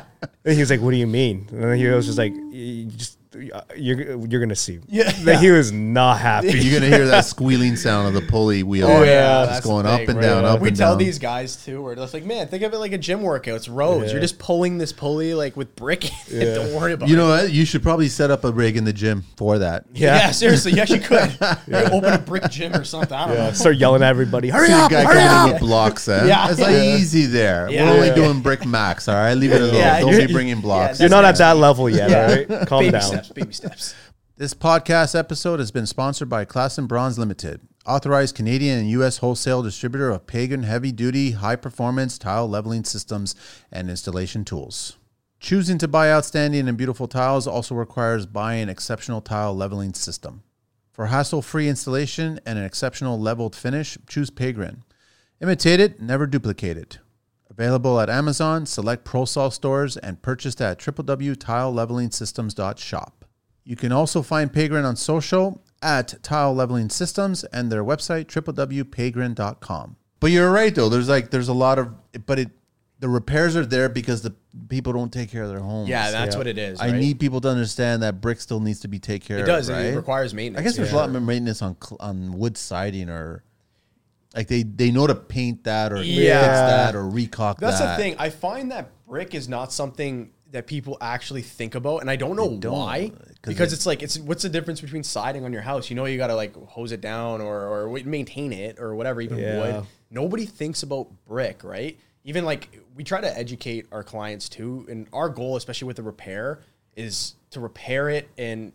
he was like, "What do you mean?" And then he was just like, "Y- you "Just you're you're gonna see."
Yeah.
Like, he was not happy.
you're gonna hear that squealing sound of the pulley wheel.
Oh, yeah,
It's
that's
going
the
up
thing,
and
right?
down, up
we
and
tell
down.
these guys too, we're just like, man, think of it like a gym workout. It's rows.
Yeah.
You're just pulling this pulley like with brick. in it. Don't worry about
you
it.
know what? You should probably set up a rig in the gym for that.
Yeah.
Yeah.
seriously, you actually could. Like, open a brick gym or something. I don't
Yeah,
know.
Uh, start yelling at everybody. Hurry
See a
up!
guy
Hurry
coming
up!
in with blocks. Eh?
Yeah.
It's like
Yeah.
easy there.
Yeah.
We're only
Yeah.
doing brick max. All right, leave it alone.
Yeah,
Don't
you're-
be bringing blocks.
yeah,
You're not at that level yet. All right, calm
baby
down.
steps, baby steps.
This podcast episode has been sponsored by Class and Bronze Limited, authorized Canadian and U.S. wholesale distributor of Pagan heavy duty, high performance tile leveling systems and installation tools. Choosing to buy outstanding and beautiful tiles also requires buying an exceptional tile leveling system. For hassle free installation and an exceptional leveled finish, choose Pagrin. Imitate it, never duplicate it. Available at Amazon, select ProSol stores, and purchased at www.tilelevelingssystems.shop. You can also find Pagrin on social at Tile Leveling Systems and their website www.pagrin.com. But you're right though. There's like there's a lot of but it the repairs are there because the people don't take care of their homes.
Yeah, that's
Yeah.
what it is.
I
right?
need people to understand that brick still needs to be taken care
It
of.
does.
right?
It requires maintenance.
I guess there's
yeah.
a lot of maintenance on cl- on wood siding or like they they know to paint that or
Yeah.
fix that or recock
That's
that.
the thing. I find that brick is not something that people actually think about, and I don't know
don't,
why.
'cause
Because
it-
it's like, it's what's the difference between siding on your house? You know, you gotta like hose it down or or wait- maintain it or whatever. Even
Yeah.
wood. Nobody thinks about brick, right? Even like we try to educate our clients too, and our goal, especially with the repair, is to repair it and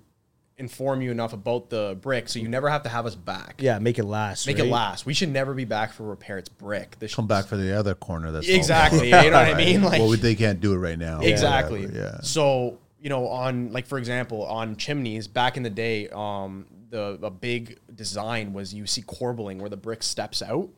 inform you enough about the brick so you never have to have us back.
Yeah, make it last.
Make it
right?
last. We should never be back for repair. It's brick. This
Come back for the other corner. That's all
Exactly.
about.
you know what I mean? Like
well, they can't do it right now.
exactly.
Whatever, Yeah.
So you know, on like for example, on chimneys back in the day, um, the a big design was you see corbelling where the brick steps out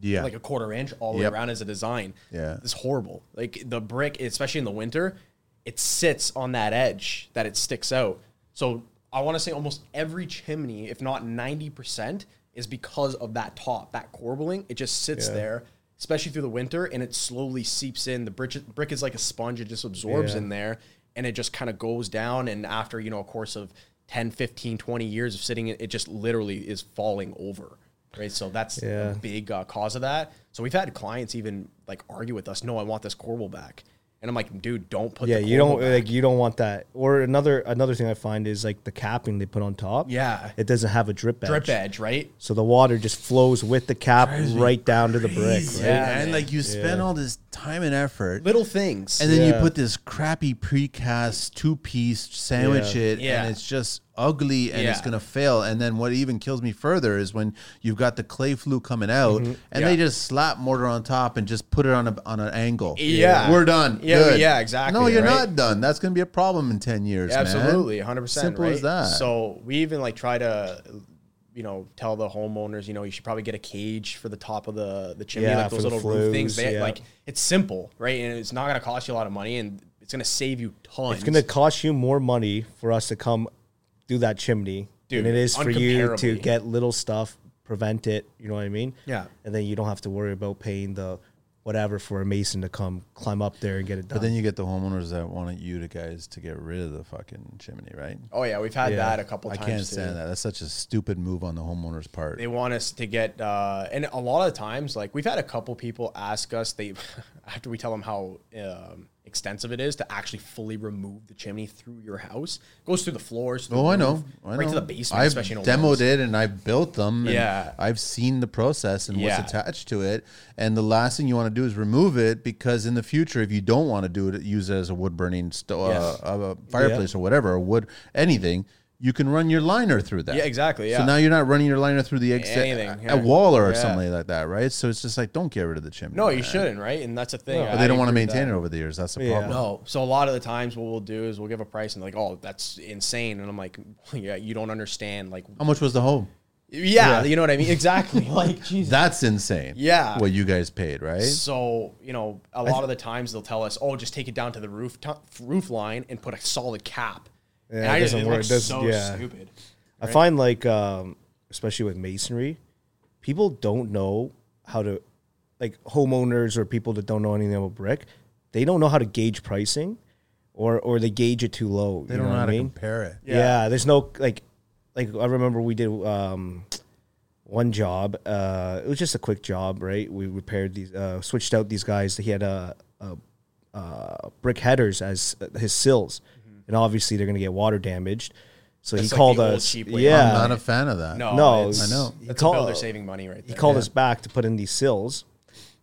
Yeah.
like a quarter inch all the
Yep.
way around as a design.
Yeah.
it's horrible. Like the brick, especially in the winter, it sits on that edge that it sticks out. So I want to say almost every chimney, if not ninety percent, is because of that top, that corbelling. It just sits there, especially through the winter, and it slowly seeps in. The brick, brick is like a sponge; it just absorbs
Yeah.
in there, and it just kind of goes down. And after you know a course of 10, 15, 20 years of sitting, it it just literally is falling over. Right, so that's
Yeah.
a big uh, cause of that. So we've had clients even like argue with us. No, I want this corbel back, and I'm like, dude, don't put.
Yeah,
the
you
corbel
don't
back."
like you don't want that. Or another another thing I find is like the capping they put on top.
Yeah.
it doesn't have a drip edge.
drip edge, right?
So the water just flows with the cap right down to the brick.
Crazy,
right?
Yeah,
and
man.
like you spend all this time and effort.
Little things.
and then you
Yeah.
put this crappy precast two piece sandwich
Yeah.
it,
Yeah.
and it's just ugly and it's
Yeah.
gonna fail. And then what even kills me further is when you've got the clay flue coming out
Mm-hmm.
and they
Yeah.
just slap mortar on top and just put it on a on an angle.
Yeah.
we're done.
Yeah,
Good.
yeah, exactly,
No, you're
right?
not done. That's gonna be a problem in ten years. man.
Absolutely, hundred percent.
Simple as that.
So we even like try to, you know, tell the homeowners, you know, you should probably get a cage for the top of the the chimney,
Yeah,
like
for
those
the
little
flues,
roof things. They,
yeah.
Like it's simple, right? And it's not gonna cost you a lot of money, and it's gonna save you tons.
It's gonna cost you more money for us to come do that chimney
Dude,
than it is for you to
uncomparably.
get little stuff, prevent it. You know what I mean?
Yeah.
And then you don't have to worry about paying the whatever for a mason to come climb up there and get it done.
But then you get the homeowners that wanted you to guys to get rid of the fucking chimney, right?
Oh yeah, we've had
Yeah.
that a couple
I
times.
can't
too.
stand that. That's such a stupid move on the homeowner's part.
They want us to get, uh, and a lot of times, like we've had a couple people ask us. They after we tell them how um, extensive it is to actually fully remove the chimney through your house, goes through the floors. through the
Oh, I
roof,
know. I
right to
know.
the basement.
I've
especially in old
demoed
homes.
it and I've built them. and
Yeah.
I've seen the process and
Yeah.
what's attached to it. And the last thing you want to do is remove it because in the future, if you don't want to do it, use it as a wood burning sto-
Yeah.
uh, a fireplace or whatever, or wood anything. You can run your liner through that.
Yeah, exactly,
So
yeah.
now you're not running your liner through the exit,
Anything,
a-
yeah.
a wall or
Yeah.
something like that, right? So it's just like don't get rid of the chimney.
No, you
man.
shouldn't, right? And that's the thing.
But they don't want to maintain it over the years. That's the
Yeah.
problem.
No. So a lot of the times, what we'll do is we'll give a price and like, oh, that's insane, and I'm like, yeah, you don't understand, like,
How much was the home?
yeah, you know what I mean? Exactly. like, Jesus.
That's insane.
Yeah.
What you guys paid, right?
So you know, a lot of the times they'll tell us, "Oh, just take it down to the roof to- roof line and put a solid cap." and
it
I just
doesn't
it
work.
looks
It doesn't-
so
yeah.
stupid.
I find like um, especially with masonry, people don't know how to like homeowners or people that don't know anything about brick, they don't know how to gauge pricing or or they gauge it too low.
They don't know, how to compare it.
Yeah. there's no like like I remember we did um one job. Uh it was just a quick job, right? We repaired these uh switched out these guys. He had a, a uh brick headers as his sills. And obviously they're going to get water damaged. So
That's
he
Mm-hmm. like
called
the old
us.
cheap way.
yeah.
I'm not a fan of that.
No,
No,
it's-
I know.
That's
He
a
call-
builder saving money right there.
he called us back to put in these sills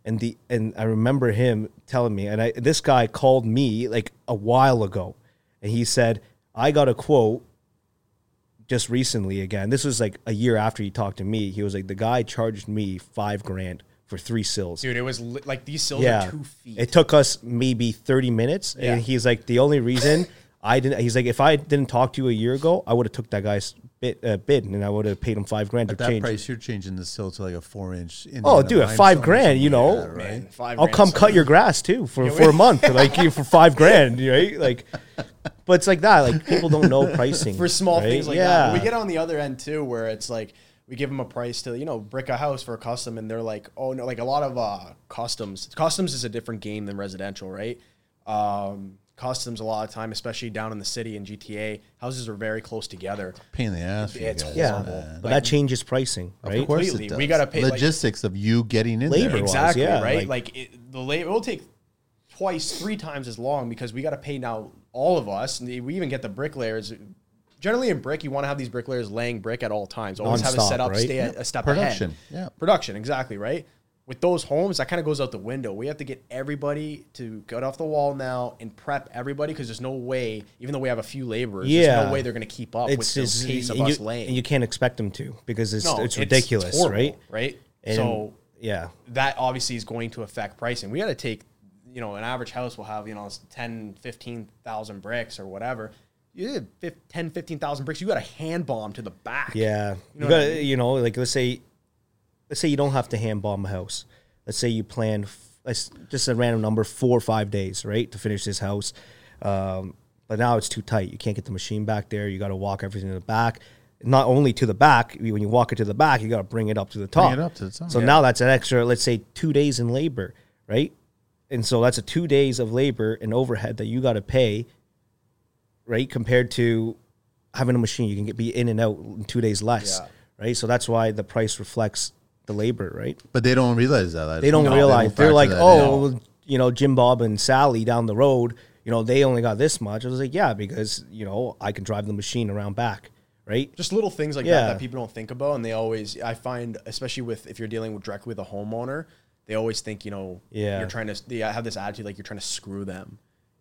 and the and i remember him telling me and i this guy called me like a while ago and he said i got a quote just recently again this was like a year after he talked to me he was like the guy charged me five grand for three sills
dude. It was li- like these sills
yeah
are two feet.
it took us maybe 30 minutes
Yeah.
and he's like the only reason i didn't he's like if i didn't talk to you a year ago i would have took that guy's bid, uh, bid and i would have paid him five grand
At
to
that
change
price, you're changing the sill to like a four inch.
Oh, dude, at five grand, you know,
right?
Man, five
I'll
grand
come
sills.
cut your grass too for, for a month, like you for five grand, right? Like, but it's like that. Like people don't know pricing
for small
right?
things like
yeah.
that. We get on the other end too, where it's like we give them a price to you know brick a house for a custom, and they're like, oh no, like a lot of uh, customs. Customs is a different game than residential, right? Um, customs a lot of time, especially down in the city in GTA, houses are very close together.
Pain in the ass. for you
It's
guys.
horrible.
yeah,
man.
but that changes pricing, right?
Of course, it
Completely.
does.
We gotta pay, like-
logistics of you getting in
Labor.
there.
Exact-
exactly
yeah,
right.
like-
Like, it, the labor will take twice, three times as long because we got to pay now all of us. And we even get the bricklayers. Generally, in brick, you want to have these bricklayers laying brick at all times. Always have it
Nonstop,
set up,
right?
stay a, a step
Production,
ahead.
yeah.
production, exactly right. With those homes, that kind of goes out the window. We have to get everybody to cut off the wall now and prep everybody because there's no way, even though we have a few laborers, there's
Yeah.
no way they're going to keep up
It's
with the
just
pace of
and
us
you,
laying.
and you can't expect them to because it's
No,
it's ridiculous,
horrible,
right?
Right.
And
so
yeah,
that obviously is going to affect pricing. We got to take, you know, an average house will have, you know, 10, 15,000 bricks or whatever. You did fif- 10, 15,000 bricks. You got a hand bomb to the back.
Yeah, you,
know what
got
I
you know, like let's say, let's say you don't have to hand bomb a house. Let's say you plan, f- let's just a random number, four or five days, right, to finish this house. Um, but now it's too tight. You can't get the machine back there. You got to walk everything to the back. Not only to the back, you- when you walk it to the back, you got to bring it up to the top.
it up to the top.
So
Yeah.
now that's an extra, let's say, two days in labor, right? And so that's a two days of labor and overhead that you got to pay right? Compared to having a machine, you can get be in and out in two days less,
Yeah.
right? So that's why the price reflects the labor, right?
But they don't realize that.
They don't realize they are like,
factor
oh, you know, Jim Bob and Sally down the road, you know, they only got this much. I was like, yeah, because you know, I can drive the machine around back, right?
Just little things like
Yeah.
that that people don't think about. And they always, I find, especially with if you're dealing with directly with a homeowner, they always think, you know,
Yeah.
you're trying to, they have this attitude like you're trying to screw them.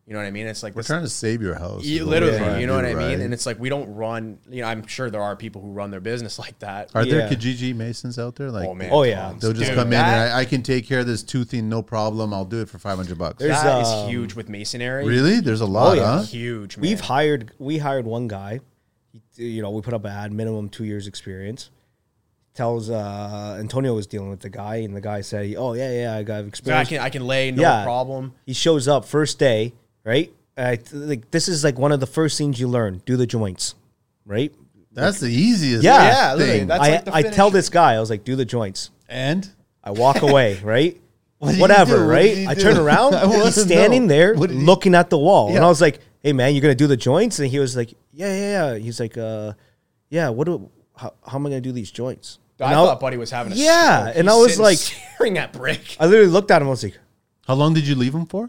You know what I mean? It's like
We're
this-
trying to save your house.
you-
is what we're
literally,
trying to
you know
do,
what I
right?
mean? And it's like we don't run. You know, I'm sure there are people who run their business like that.
Are there
Yeah.
Kijiji Masons out there? Like,
oh man,
Oh, yeah.
tons.
they'll just
Dude,
come in
that-
and I, I can take care of this toothing, no problem. I'll do it for 500 bucks.
There's-
that is
um,
huge with masonry.
Really? There's a lot,
Oh, yeah.
huh?
huge. Man.
We've hired we hired one guy. He- You know, we put up an ad, minimum two years experience. Tells uh, Antonio was dealing with the guy, and the guy said, "Oh yeah, yeah, I got
So I
experience."
can I can lay no
Yeah.
problem.
He shows up first day, right? I, like this is like one of the first things you learn: do the joints, right?
That's the easiest
Yeah.
Yeah, literally,
thing.
that's-
I
like the
I tell
finish.
this guy, I was like, "Do the joints."
and?
I walk away, right?
did he
Whatever,
do? What
right?
did he
I
do?
turn around,
I wanna
he's standing
know.
there
What did he-
looking at the wall. And
Yeah.
I was like, hey, man, you're going to do the joints? And he was like, yeah, yeah, yeah. He's like, uh, yeah, what do, how, how am I going to do these joints?
I
And
thought Buddy was having a
Yeah,
stroke.
and
He's
I was
sitting
like-
staring at brick.
I literally looked at him. I was like,
How long did you leave him for?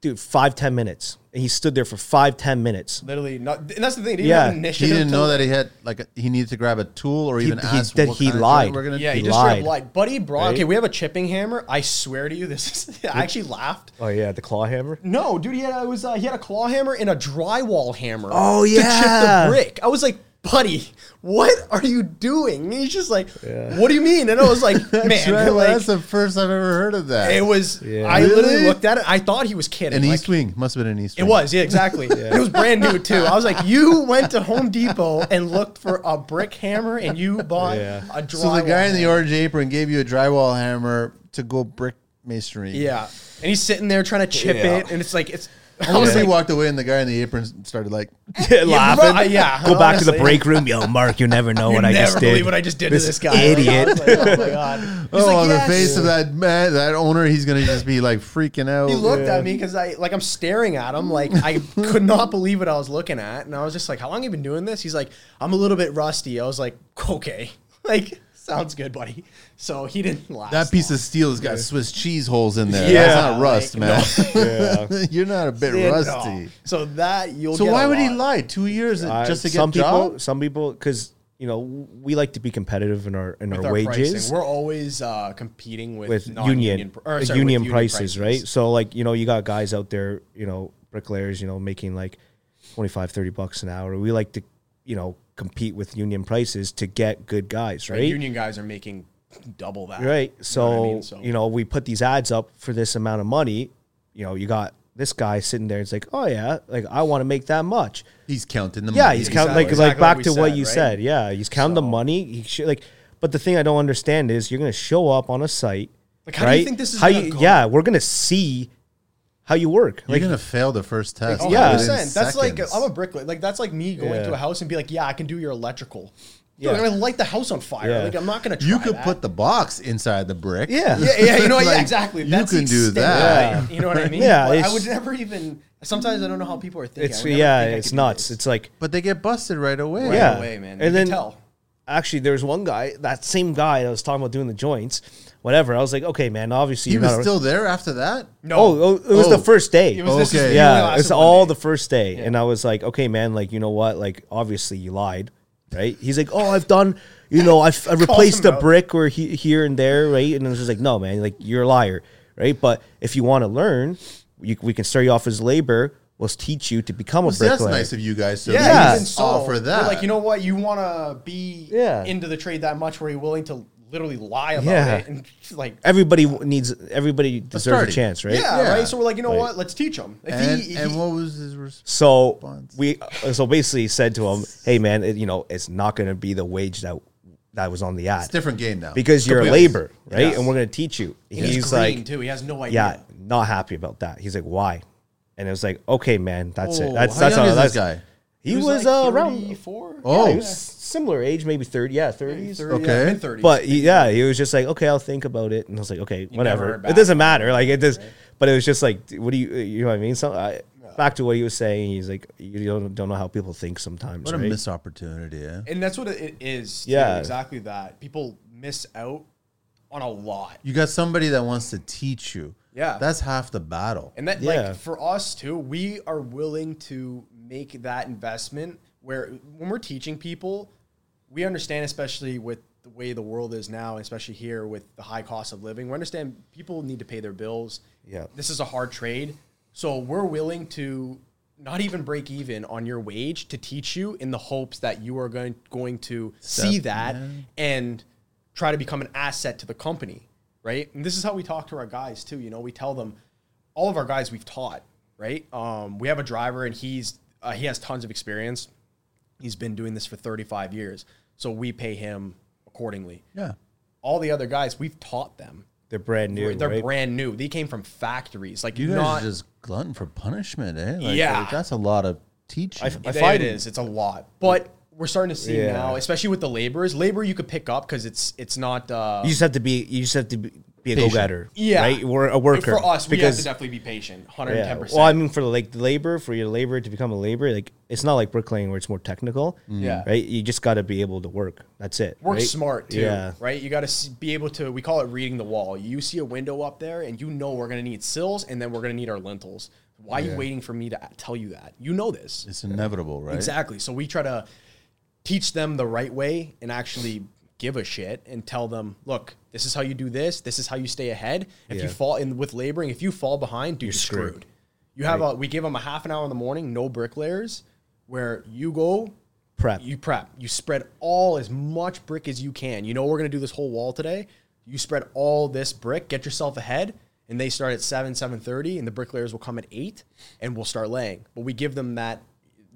dude, five, 10 minutes. And he stood there for five, 10 minutes.
Literally, not, and that's the thing. He didn't
Yeah.
have an
He
He
initiative.
didn't
to-
know that he had, like, a, he needed to grab a tool or even
he
ask
did-
what
he
kind of
lied.
joint we're gonna
Yeah,
do.
he
He
just straight
lied.
up lied. Buddy brought.
Right?
Okay, we have a chipping hammer. I swear to you, this is. I actually laughed.
Oh, yeah, the claw hammer.
No, dude, he had it was uh, he had a claw hammer and a drywall hammer.
Oh,
to
yeah.
chip the brick. I was like, buddy, what are you doing? And he's just like, what do you mean? And I was like, man,
Well,
like,
that's the first I've ever heard of that.
it was. I
Really?
literally looked at it. I thought he was kidding.
an
like,
East Wing. Must have been an East
It
Wing.
was, yeah, exactly. It was brand new too. I was like, you went to Home Depot and looked for a brick hammer, and you bought
Yeah.
a drywall.
So the guy in the
hammer.
orange apron gave you a drywall hammer to go brick masonry.
yeah, and he's sitting there trying to chip
Yeah.
it, and it's like it's.
I want to say he walked away and the guy in the apron started like,
Laughing.
right, yeah,
Go back to the
honestly.
break room. Yo, Mark, you never know what I
never
just
believe
did.
what I just did to this guy. Like, I
idiot.
was like, oh my god. He's
oh,
like,
on
"Yes."
the face of that man, that owner, he's gonna just be like freaking out.
He looked at me because I like I'm staring at him like I could not believe what I was looking at, and I was just like, "How long you been doing this?" He's like, "I'm a little bit rusty." I was like, "Okay, like sounds good, buddy." So he didn't last.
that piece of steel has got Swiss cheese holes in there.
Yeah.
That's not rust,
Like,
man.
Yeah.
You're not a bit
long. And,
rusty.
oh, So that you'll.
So
get
why
a
would he
lot.
lie? Two years
I-
just to get
some
a job?
people some people because you know we like to be competitive in our in our,
With our
wages
pricing, we're always uh, competing with,
with
non-union
union
pr- or,
uh,
sorry, with
union prices, right so like you know you got guys out there you know bricklayers you know making like 25 30 bucks an hour we like to you know compete with union prices to get good guys right
Like, Union guys are making double that.
right so
what I
you,
mean? So-
know we put these ads up for this amount of money you know you got this guy sitting there it's like oh yeah like i want to make that much
He's counting the
Yeah,
money.
he's
Exactly-
counting like
exactly
like
what
back
we
to what
said,
you
right?
said. Yeah, he's counting the money. He should like, but the thing I don't understand is you're gonna show up on a site.
Like, how do
right?
you think this is
How
gonna
you-
go?
Yeah, we're gonna see how you work.
You're
Like,
gonna fail the first test.
Oh,
Yeah.
yeah,
within
That's like
seconds.
I'm a bricklayer. Like that's like me going
Yeah.
to a house and be like, yeah, I can do your electrical.
Yeah.
Yeah, I'm gonna light the house on fire.
Yeah.
Like I'm not gonna. Try
you could
that.
put the box inside the brick.
yeah,
Yeah, yeah, you know, what?
Like,
yeah, exactly.
you
That's
can
the
do
extent of
that.
it, You know what I mean?
Yeah,
But I
it's-
would never even. Sometimes I don't know how people are thinking.
it's
I would never
yeah,
think I
it's
could do
nuts.
this.
It's like
But they get busted right away.
Right
yeah,
away, man.
and
You can
then
tell.
actually there's one guy, that same guy that was talking about doing the joints, whatever. I was like, okay, man, obviously
He
you're
was
not a-
still there after that?
no.
Oh, oh, it was
Oh.
the first day.
It was- this is-
Okay.
it only
yeah,
lasted
it's
one
all
day.
the first day, and I was like, okay, man, like you know what, like obviously you lied, right? He's like, oh, I've done, you know, I've I replaced
him
a
out.
brick or he, here and there, right? And I was just like, no, man, like you're a liar, right? But if you want to learn, you, we can start you off as labor. We'll teach you to become a
So that's
bricklayer.
nice of you guys to
Yeah,
yeah.
even so,
offer that.
But like, you know what? You want to be
Yeah.
into the trade that much where you're willing to literally lie about
Yeah.
it and like.
Everybody w- needs. Everybody deserves a
starting.
chance, right?
Yeah,
Yeah.
right. So we're like, you know
Like-
what? Let's teach them. If
and,
he,
and
he-
what was his response?
So we so basically said to him, hey, man, it, you know, it's not going to be the wage that that was on the ad.
It's a different game now.
because you're a
Completely.
labor, right?
Yeah.
And we're going to teach you.
he's,
He's
green
like,
too. He has no idea.
yeah, not happy about that. He's like, why? And it was like, okay, man, that's
Oh,
it. That's
how
that's
young
all.
is
that's
this guy?
He, was, uh, around.
four.
Oh.
yeah, he was similar age, maybe thirty. Yeah, thirties. Oh,
Okay.
mid thirties.
But he- yeah, he was just like, okay, I'll think about it. And I was like, okay,
never
whatever.
heard
It
back
doesn't matter. Like it does. But it was just like, dude, what do you? You know what I mean? So I, back to what he was saying. He's like, you don't don't know how people think sometimes.
What a
right?
missed opportunity, eh?
and that's what it is. too,
Yeah.
exactly that. People miss out on a lot,
You got somebody that wants to teach you.
Yeah.
That's half the battle.
and that
Yeah.
like for us too, we are willing to make that investment. Where when we're teaching people, we understand, especially with the way the world is now, and especially here with the high cost of living, we understand people need to pay their bills.
Yeah.
this is a hard trade. So we're willing to not even break even on your wage to teach you in the hopes that you are going going to see that and try to become an asset to the company, right? And this is how we talk to our guys too. You know, we tell them all of our guys we've taught, right? Um, we have a driver and he's uh, he has tons of experience. He's been doing this for 35 years, so we pay him accordingly.
Yeah.
All the other guys we've taught them.
They're brand new.
They're
right?
brand new. They came from factories. Like
You guys
not
are just glutton for punishment, eh? Like,
Yeah.
that's a lot of teaching.
I
They-
find-
it is. It's a lot, but we're starting to see
Yeah.
now, especially with the laborers. Labor you could pick up because it's it's not. Uh,
You just have to be. You just have to be, be a
Patient.
go getter.
yeah,
right. We're a worker.
for us. we have to
because
definitely be patient, hundred and
yeah.
ten
Well, I
percent.
mean, for like the labor, for your labor to become a labor, like it's not like bricklaying where it's more technical.
Yeah.
Right. You just got to be able to work. That's it.
Mm-hmm. Work
right?
smart too,
Yeah.
right? You got to be able to. We call it reading the wall. You see a window up there, and you know we're gonna need sills, and then we're gonna need our lentils. Why are you waiting for me to tell you that? You know this
it's inevitable, right?
exactly. So we try to teach them the right way and actually give a shit and tell them, look, this is how you do this. This is how you stay ahead. If you
Yeah.
fall in with laboring, if you fall behind, dude, you're, screwed.
screwed.
You have a, we give them a half an hour in the morning, no bricklayers, where you go
Prep.
you prep. You spread all as much brick as you can. You know we're gonna do this whole wall today. You spread all this brick. Get yourself ahead, and they start at seven, seven thirty, and the bricklayers will come at eight, and we'll start laying. But we give them that,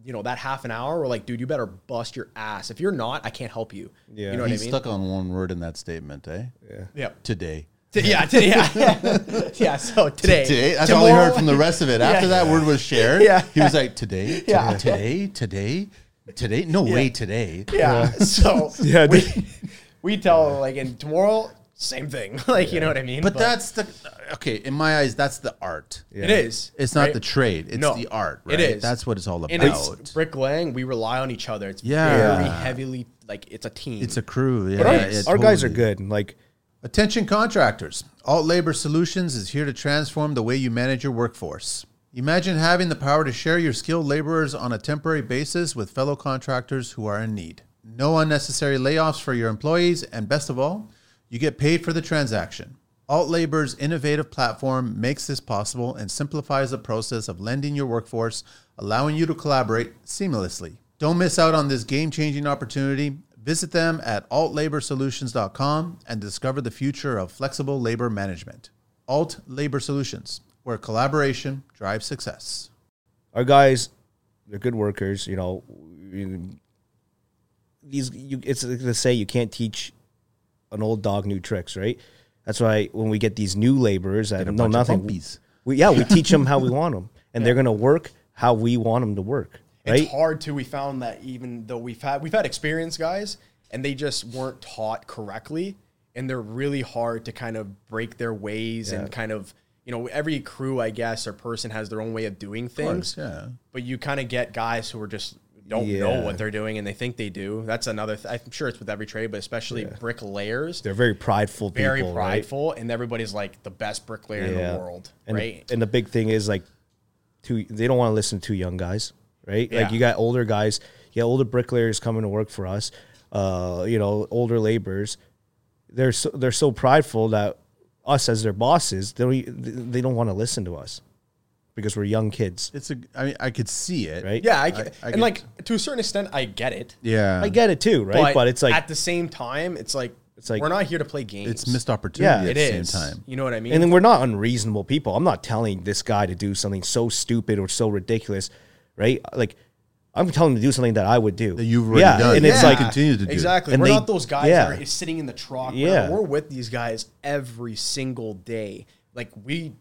you know, that half an hour. We're like, dude, you better bust your ass. If you're not, I can't help you.
Yeah.
you know what
He's
I mean.
stuck on one word in that statement, eh?
yeah.
Today.
T- yeah, today, yeah, yeah. So today,
Today. That's all he heard
Tomorrow-
from the rest of it. After that word was shared,
Yeah.
he was like, today, today,
Yeah.
today, today, today. No way today.
Yeah. So
Yeah,
we, we tell like, and tomorrow, same thing. Like, you know what I mean?
But, that's the okay. In my eyes, that's the art.
it is.
It's not
right?
the trade. It's
No.
the art.
It
Right?
is.
That's what it's all
And
about.
it's bricklaying. We rely on each other. It's
Yeah.
very heavily like it's a team.
It's a crew. Yeah,
Our,
yeah,
our guys are
totally.
good. Like
Attention contractors. Alt Labor Solutions is here to transform the way you manage your workforce. Imagine having the power to share your skilled laborers on a temporary basis with fellow contractors who are in need. No unnecessary layoffs for your employees, and best of all, you get paid for the transaction. Alt Labor's innovative platform makes this possible and simplifies the process of lending your workforce, allowing you to collaborate seamlessly. Don't miss out on this game changing opportunity. Visit them at altlaborsolutions.com and discover the future of flexible labor management. Alt Labor Solutions, where collaboration drives success.
our guys, they're good workers. You know, you- these you, it's like they say you can't teach an old dog new tricks, right? That's why when we get these new laborers that know
bunch of
nothing,
puppies.
we, yeah, we teach them how we want them, and they're gonna work how we want them to work, right?
It's hard too. We found that even though we've had we've had experienced guys and they just weren't taught correctly, and they're really hard to kind of break their ways and kind of you know every crew I guess or person has their own way of doing things.
yeah.
But you kind of get guys who are just don't know
Yeah.
what they're doing and they think they do. That's another. Th- I'm sure it's with every trade, but especially bricklayers.
They're very prideful,
very
people, right?
prideful, and everybody's like the best bricklayer in the world,
And
right?
The, and the big thing is like, too they don't want to listen to young guys, right?
Yeah.
Like you got older guys, you got older bricklayers coming to work for us, uh, you know, older laborers. They're so, they're so prideful that us as their bosses, they don't, e, they don't want to listen to us because we're young kids,
It's a, I mean, I could see it.
right?
yeah, I, get-
I
and
get-
like to a certain extent, I get it.
Yeah.
I get it too, right? But, it's like
at the same time, it's like it's like
like-
we're not here to play games.
It's missed opportunity
Yeah,
at
It
the
is.
same time.
You know what I mean?
And then we're not unreasonable people. I'm not telling this guy to do something so stupid or so ridiculous, right? Like, I'm telling him to do something that I would do.
That you've already
yeah,
done.
And it's
Yeah.
like,
continue to do.
Exactly.
And
we're
they-
not those guys
yeah.
that are sitting in the truck.
Yeah.
We're, we're with these guys every single day. Like we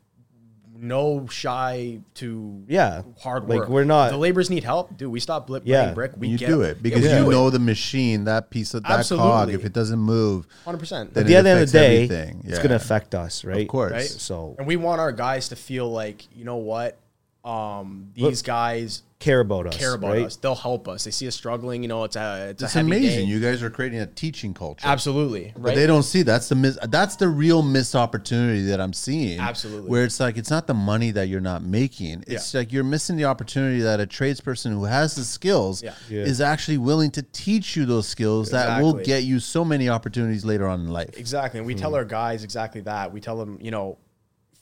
no shy to
Yeah.
hard
Like,
work.
we're not-
the laborers need help, dude. We stop blip
Yeah.
brick. We
you
get
do it because
Yeah, we
you
do it.
know the machine, that piece of that cog.
Absolutely.
If it doesn't move,
100%.
then
at the
it
end of the
affects
day,
everything.
it's
Yeah.
going to affect us, right?
of course.
Right?
So
and we want our guys to feel like you know what um these guys
care about us.
care about
right?
us they'll help us they see us struggling you know it's a it's,
It's
a heavy day.
amazing. You guys are creating a teaching culture.
absolutely right
But they don't see that's the mis- that's the real missed opportunity that I'm seeing.
Absolutely.
where it's like it's not the money that you're not making; it's like you're missing the opportunity that a tradesperson who has the skills
Yeah.
Yeah.
is actually willing to teach you those skills that will
Exactly.
get you so many opportunities later on in life.
Hmm.
Exactly. And we tell our guys exactly that. We tell them, you know,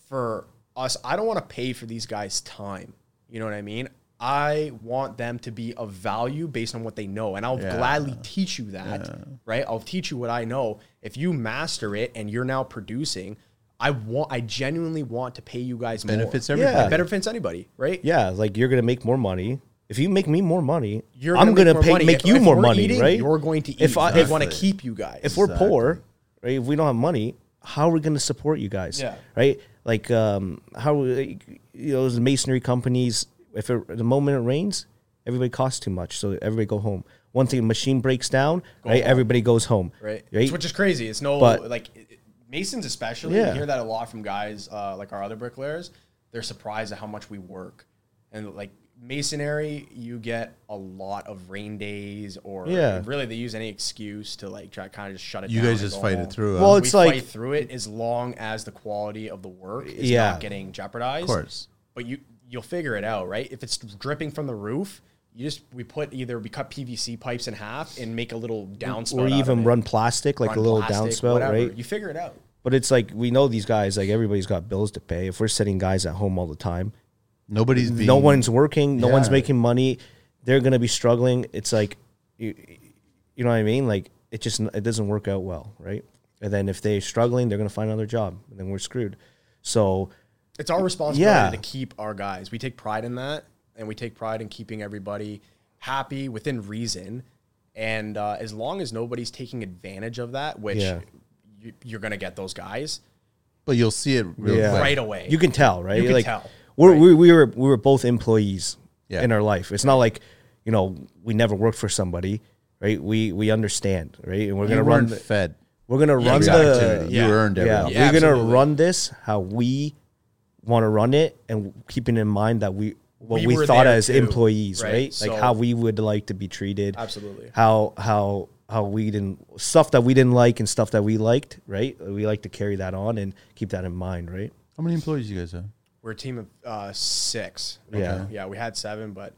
for us, I don't want to pay for these guys' time. You know what I mean? I want them to be of value based on what they know. And I'll gladly teach you that, right? I'll teach you what I know. If you master it and you're now producing, I want I genuinely want to pay you guys
Benefits
more.
everybody.
It benefits anybody, right?
Yeah, like you're gonna make more money. If you make me more money,
You're
I'm
gonna make
gonna,
more
pay,
money.
make
If-
you
if
more
we're
money,
eating,
right?
You're going to eat.
If
If
I-
I,
if-
want to keep you guys.
if we're poor, right? If we don't have money, how are we going to support you guys?
Yeah.
Right. Like, um, how like, you know, those masonry companies. If it, the moment it rains, everybody costs too much, so everybody go home. One thing, machine breaks down, right? Everybody goes home,
right?
Right.
Which is crazy. It's no
But-
like it- it- Masons especially.
Yeah.
You hear that a lot from guys uh, like our other bricklayers. They're surprised at how much we work, and like masonry, you get a lot of rain days, or
Yeah.
really they use any excuse to like try kind of just shut it.
You
down
guys
and go
just fight
home.
it through.
Well,
huh?
We
It's like-
fight through it as long as the quality of the work is
Yeah.
not getting jeopardized. Of
course.
but you you'll figure it out, right? If it's dripping from the roof. You just we put either we cut PVC pipes in half and make a little downspout,
or
out of
even
it
run plastic, like a
run
little
plastic,
downspout,
whatever.
right?
You figure it out.
But it's like we know these guys. Like everybody's got bills to pay. If we're sitting guys at home all the time,
Nobody's being,
no one's working, no one's
Yeah.
making money. They're gonna be struggling. It's like, you, you know what I mean? Like it just it doesn't work out well, right? And then if they're struggling, they're gonna find another job, and then we're screwed. So
It's our responsibility
Yeah.
to keep our guys. We take pride in that, and we take pride in keeping everybody happy within reason. And uh, as long as nobody's taking advantage of that, which
Yeah.
you, you're going to get those guys
but you'll see it real
Yeah.
quick.
right away.
you can tell, right?
You can
like
tell,
We're, we we were we were both employees
Yeah.
in our life. It's not like you know we never worked for somebody, right? We we understand, right? And we're
You
gonna run.
weren't
the-
fed.
We're gonna
Yeah,
run
exactly.
the
Opportunity.
yeah.
You earned
Yeah,
everything.
Yeah,
we're gonna
absolutely.
run this how we want to run it, and keeping in mind that we what
We
we,
were
thought
there
as
too,
employees, right?
right?
Like
So-
how we would like to be treated,
Absolutely.
How how how we didn't stuff that we didn't like and stuff that we liked, right? We like to carry that on and keep that in mind, right?
How many employees you guys have?
We're a team of uh, six.
Yeah.
yeah, we had seven, but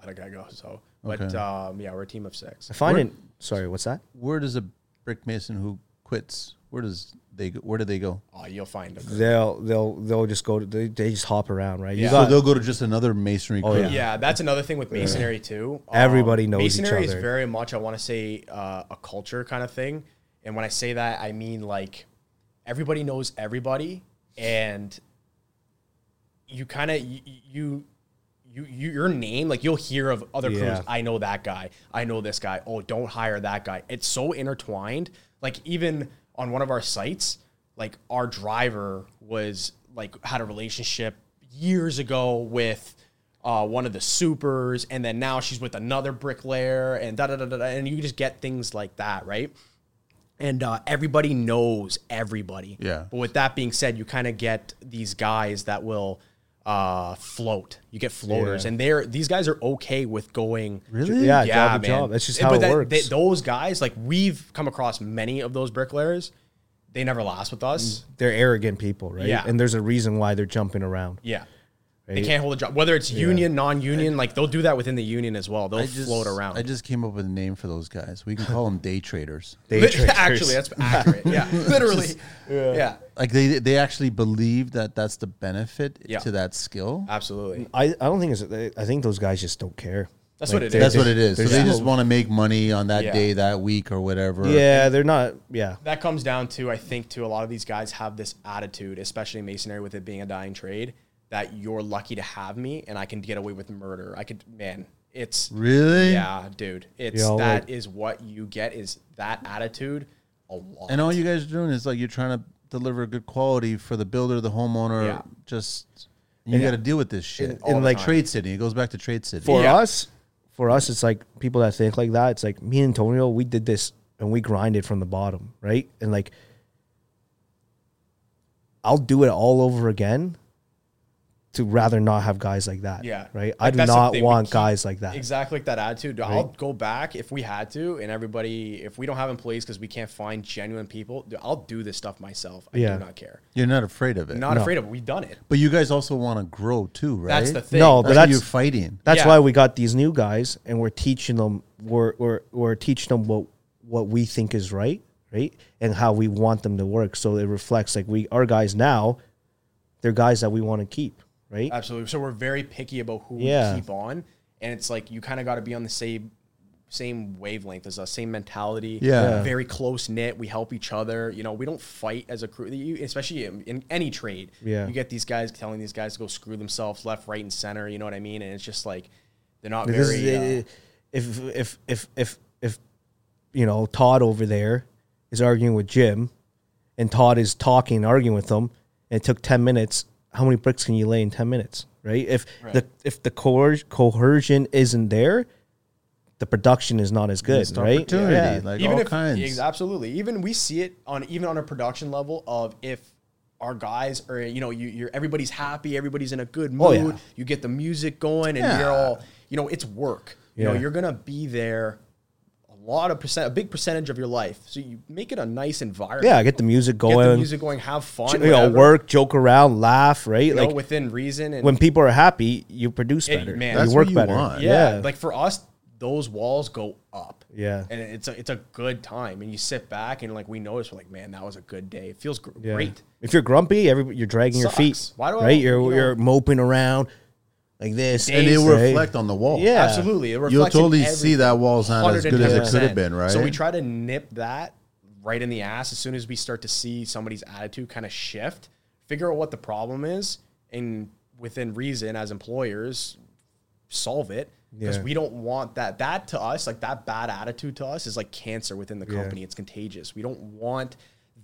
let a guy go. So, but
Okay.
um, yeah, we're a team of six.
I find
We're-
it. Sorry, what's that?
Where does a brick mason who quits? Where does they? go- Where do they go?
Oh, you'll find them.
They'll they'll they'll just go to they, they just hop around, right? You
Yeah.
So
got
they'll go Oh, to just another masonry. crew.
yeah.
Yeah, that's another thing with masonry too. Um,
Everybody knows each
masonry
other.
is very much I want to say uh, a culture kind of thing, and when I say that, I mean like everybody knows everybody, and you kind of you. you you, you, your name, like you'll hear of other crews.
Yeah.
I know that guy. I know this guy. Oh, don't hire that guy. It's so intertwined. Like even on one of our sites, like our driver was like had a relationship years ago with uh, one of the supers, and then now she's with another bricklayer, and da da da da. da, And you just get things like that, right? and uh, everybody knows everybody.
Yeah.
But with that being said, you kind of get these guys that will uh, float. You get floaters,
Yeah.
and they're these guys are okay with going.
Really?
Yeah, job to job. That's just how it works.
those guys, like we've come across many of those bricklayers, they never last with us.
they're arrogant people, right?
Yeah.
and there's a reason why they're jumping around.
Yeah. They can't hold a job, whether it's union, non-union. Like they'll do that within the union as well. They'll
I just-
float around.
I just came up with a name for those guys. We can call them day traders.
They
Lit-
traders.
actually, that's accurate. Yeah, literally. yeah.
Like they they actually believe that that's the benefit
Yeah.
to that skill.
Uh,
absolutely.
I, I don't think it's. I think those guys just don't care.
That's
Like,
what it
they-
is.
That's what it is. So
There's
they
no-
just want to make money on that
Yeah.
day, that week, or whatever.
Yeah, they're not. Yeah,
that comes down to I think to a lot of these guys have this attitude, especially in masonry with it being a dying trade, that you're lucky to have me and I can get away with murder. I could man, it's
Really?
yeah, dude. It's
Yeah,
that
I'll
is
like-
what you get is that attitude a lot.
And all you guys are doing is like you're trying to deliver good quality for the builder, the homeowner.
Yeah.
Just you got to deal with this shit.
all the
like
time.
trade city, it goes back to trade city.
for
Yeah.
us, for us, it's like people that think like that. It's like me and Antonio, we did this and we grinded from the bottom, right? And like, I'll do it all over again. To rather not have guys like that,
Yeah.
right.
Like,
I do
that's the
not
thing, we
want
keep-
guys like that.
exactly like that attitude. I'll go back if we had to, and everybody if we don't have employees because we can't find genuine people, dude, I'll do this stuff myself. I
Yeah.
do not care.
You're not afraid of it.
Not afraid of it. We've done it.
but you guys also want to grow too, right?
That's the thing.
That's,
No, But
what
that's-
you're fighting.
That's
Yeah.
why we got these new guys, and we're teaching them. We're we're we're teaching them what what we think is right, right, and how we want them to work. So it reflects like we our guys now. they're guys that we want to keep, right?
Absolutely. So we're very picky about who
Yeah.
we keep on, and it's like you kind of got to be on the same same wavelength as us, same mentality.
Yeah. Yeah.
Very close knit. We help each other. You know, we don't fight as a crew, you, especially in, in any trade.
Yeah.
You get these guys telling these guys to go screw themselves left, right, and center. You know what I mean? And it's just like they're not
This
very.
is-
uh,
if if if if if you know Todd over there is arguing with Jim, and Todd is talking, arguing with him, and it took ten minutes. How many bricks can you lay in ten minutes, right? If the if the coer- coercion isn't there, the production is not as good,
Missed
right?
opportunity,
Yeah.
like all
if,
kinds.
ex- Absolutely. Even we see it on even on a production level of if our guys are you know you, you're everybody's happy, everybody's in a good mood.
Oh, yeah.
You get the music going, and
Yeah.
you're all you know it's work. You know
Yeah.
you're gonna be there a lot of percent, a big percentage of your life. So you make it a nice environment.
yeah, get the music
get
going.
the music going, have fun,
you know,
whatever,
work, joke around, laugh, right?
you know,
like
within reason. And
when people are happy, you produce
It-
better.
man.
you
That's
what
work
you
better.
want.
Uh, yeah, like for us, those walls go up.
Yeah.
and it's a it's a good time, and you sit back and like we notice, we're like, man, that was a good day. It feels gr-
Yeah.
great.
If you're grumpy, every, you're dragging your feet.
Sucks. Why do I-
Right? You're
you know-
you're moping around like this,
and it
days,
will
right?
reflect on the wall.
Yeah.
Absolutely. It
You'll
reflects in
totally
everything.
see that wall's not as good as it could have
110%.
been, right?
So we try to nip that right in the ass as soon as we start to see somebody's attitude kind of shift, figure out what the problem is, and within reason as employers, solve it. Because
Yeah.
we don't want that. That to us, like that bad attitude to us is like cancer within the company. It's contagious. We don't want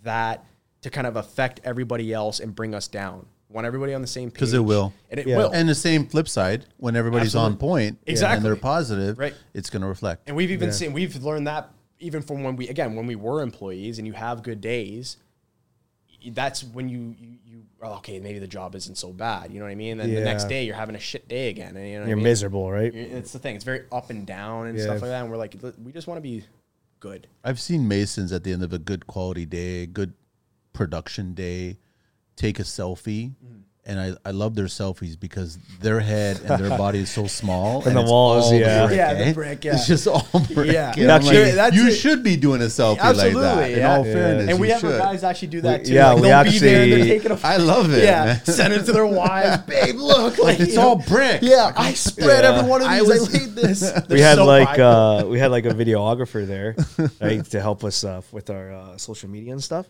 that to kind of affect everybody else and bring us down. We want everybody on the same page.
'Cause it will.
And it
Yeah.
will.
And the same flip side, when everybody's on
Absolutely.
point and
Exactly.
they're positive,
Right.
it's going to reflect.
And we've even seen we've learned that even from when we again when we were employees and you have good days, that's when you you, you oh, okay maybe the job isn't so bad. You know what I mean? And then the next
Yeah.
day you're having a shit day again. And you know what I
You're
mean?
miserable, right?
You're- It's the thing. It's very up and down and
Yeah.
stuff like that. And we're like, "Look, we just want to be good.
I've seen Masons at the end of a good quality day, good production day, take a selfie.
Mm.
And I, I love their selfies because their head and their body is so small. And,
the
it's
walls,
all
yeah.
brick,
Yeah, the
eh?
brick,
It's
yeah.
just all brick.
Yeah.
And I'm
Actually,
like,
that's
you
it.
should be doing a selfie like that.
Absolutely,
In
yeah.
all
Yeah.
fairness.
And we
you
have our
should.
guys actually do that too.
yeah,
like,
we
they'll be there and they're
actually-
taking a
I love it.
yeah,
man.
send it to their wives. Babe, look, like
It's
you know,
all brick.
Yeah, I spread
Yeah.
every one of
I
these. I,
was-
laid this.
We
They're
had
so
like
high.
uh, we had like a videographer there, right, to help us uh, with our uh, social media and stuff.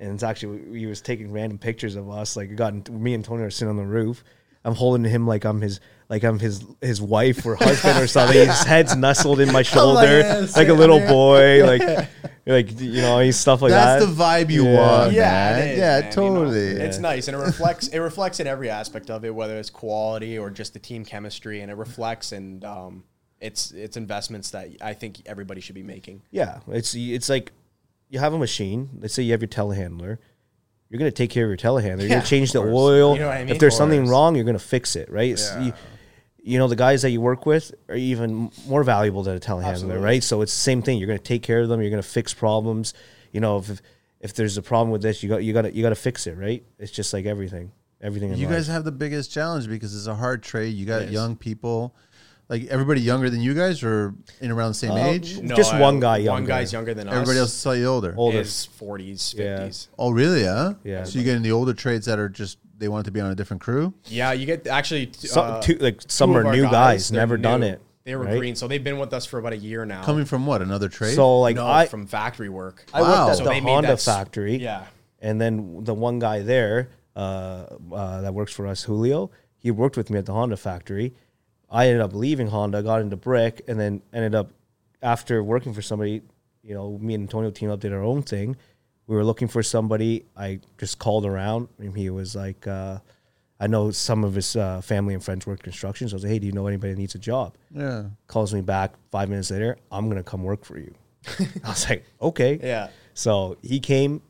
And it's actually we, we was taking random pictures of us. Like, we got me and Tony are sitting on the roof. I'm holding him like I'm his like I'm his his wife or husband or something. His head's nestled in my shoulder,
"Yeah,
like
sit
a little
there."
boy, like like you know, and stuff like
That's the
that.
vibe you
Yeah.
want,
yeah,
man.
it is,
yeah,
man, you know?
totally.
It's nice, and it reflects. It reflects in every aspect of it, whether it's quality or just the team chemistry, and it reflects and um, it's it's investments that I think everybody should be making.
Yeah, it's it's like you have a machine. Let's say you have your telehandler. You're gonna take care of your telehandler. you're
Yeah,
gonna change the
of course.
oil.
You know what I mean?
If there's
Of
something
course.
wrong, you're gonna fix it, right? It's- you, you know the guys that you work with are even more valuable than a telehandler,
Absolutely.
right? So it's the same thing. You're gonna take care of them. You're gonna fix problems. You know if if there's a problem with this, you got you got to you got to fix it, right? It's just like everything, everything. In
You
life.
guys have the biggest challenge because it's a hard trade. You got
is.
young people, like everybody younger than you guys, or in around the
Uh,
same age.
Just one guy
One
younger.
guy's younger than us.
Everybody else is slightly older.
Older.
is forties,
Yeah.
fifties.
Oh, really? Huh?
Yeah.
So you're getting the older trades that are just they want to be on a different crew.
Yeah. you get actually t-
some,
uh,
two, like some
two of
are
our
new guys,
they're
never done
new.
it.
They were
right?
green, so they've been with us for about a year now.
Coming from what? Another trade?
So like
no,
I
from factory work.
I worked
Wow.
at
So
the
they made
Honda
that s-
factory.
yeah.
And then the one guy there uh, uh, that works for us, Julio, he worked with me at the Honda factory. I ended up leaving Honda, got into Brick, and then ended up after working for somebody. You know, me and Antonio teamed up, did our own thing. We were looking for somebody. I just called around, and he was like, uh, "I know some of his uh, family and friends work construction." So I was like, "Hey, do you know anybody that needs a job?"
yeah.
calls me back five minutes later. I'm gonna come work for you. I was like, okay,
Yeah.
So he came.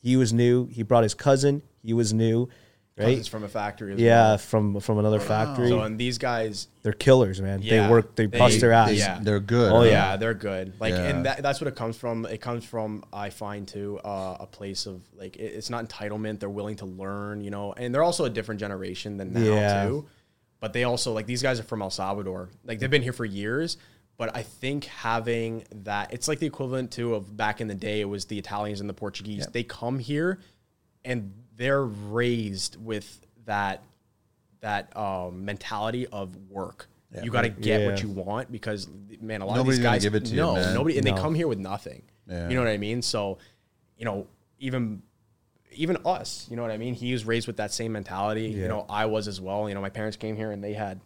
He was new. He brought his cousin. He was new, right?
It's from a factory. As
yeah, from from another factory.
Well. So and these guys,
they're killers, man.
Yeah.
they work. They,
They-
bust their ass.
They,
Yeah.
They're good.
Oh,
huh?
yeah, they're good. Like,
Yeah.
and that, that's what it comes from. It comes from I find too uh, a place of like it, it's not entitlement. They're willing to learn, you know, and they're also a different generation than now
Yeah.
too. But they also like these guys are from El Salvador. Like they've been here for years. But I think having that, it's like the equivalent too of back in the day. It was the Italians and the Portuguese. They come here, and they're raised with that that um, mentality of work. you got to get what
Yeah.
you want because man, a lot
Nobody's
of these
gonna
guys
give it to you,
no,
man.
nobody, and
No.
they come here with nothing.
Yeah.
You know what I mean? So, you know, even even us, you know what I mean? He was raised with that same mentality. You know, I was as well. You know, my parents came here and they had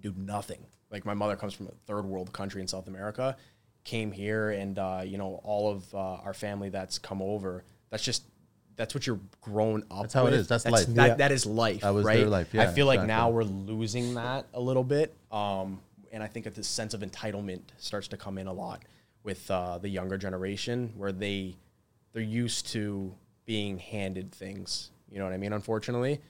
do nothing. Like my mother comes from a third world country in South America, came here, and uh, you know all of uh, our family that's come over. That's just that's what you're grown up.
That's how it
with.
is. That's life.
That,
Yeah.
that is life.
That was
right?
their life.
I
Yeah,
feel like
exactly.
now we're losing that a little bit, um, and I think that this sense of entitlement starts to come in a lot with uh, the younger generation, where they they're used to being handed things. You know what I mean? Unfortunately,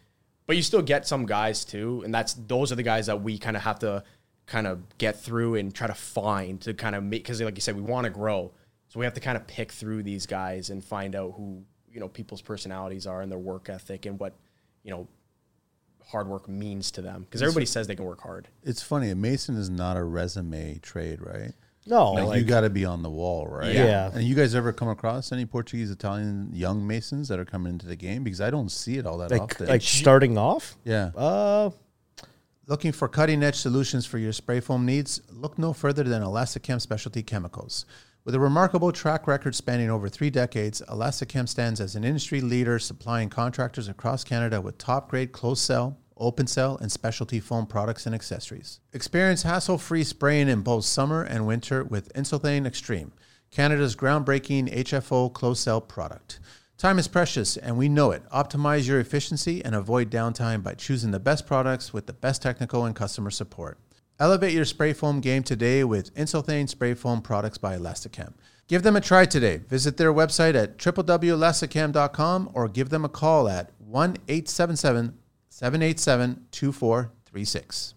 but you still get some guys too, and that's those are the guys that we kind of have to kind of get through and try to find to kind of make because like you said, we want to grow, so we have to kind of pick through these guys and find out who you know people's personalities are and their work ethic and what you know hard work means to them because everybody says they can work hard.
It's funny. Mason is not a resume trade, right?
No,
Like,
Oh, like,
you got to be on the wall, right?
Yeah.
Yeah.
And you guys ever come across any Portuguese, Italian young Masons that are coming into the game? Because I don't see it all that
like,
often.
like starting off.
yeah.
Uh,
Looking for cutting edge solutions for your spray foam needs? Look no further than Elasticam Specialty Chemicals. With a remarkable track record spanning over three decades, Elasticam stands as an industry leader supplying contractors across Canada with top grade closed cell, open cell, and specialty foam products and accessories. Experience hassle free spraying in both summer and winter with Insulthane Extreme, Canada's groundbreaking HFO closed cell product. Time is precious, and we know it. Optimize your efficiency and avoid downtime by choosing the best products with the best technical and customer support. Elevate your spray foam game today with Insulthane spray foam products by Elasticam. Give them a try today. Visit their website at www.elasticam.com or give them a call at 1 877 787 2436.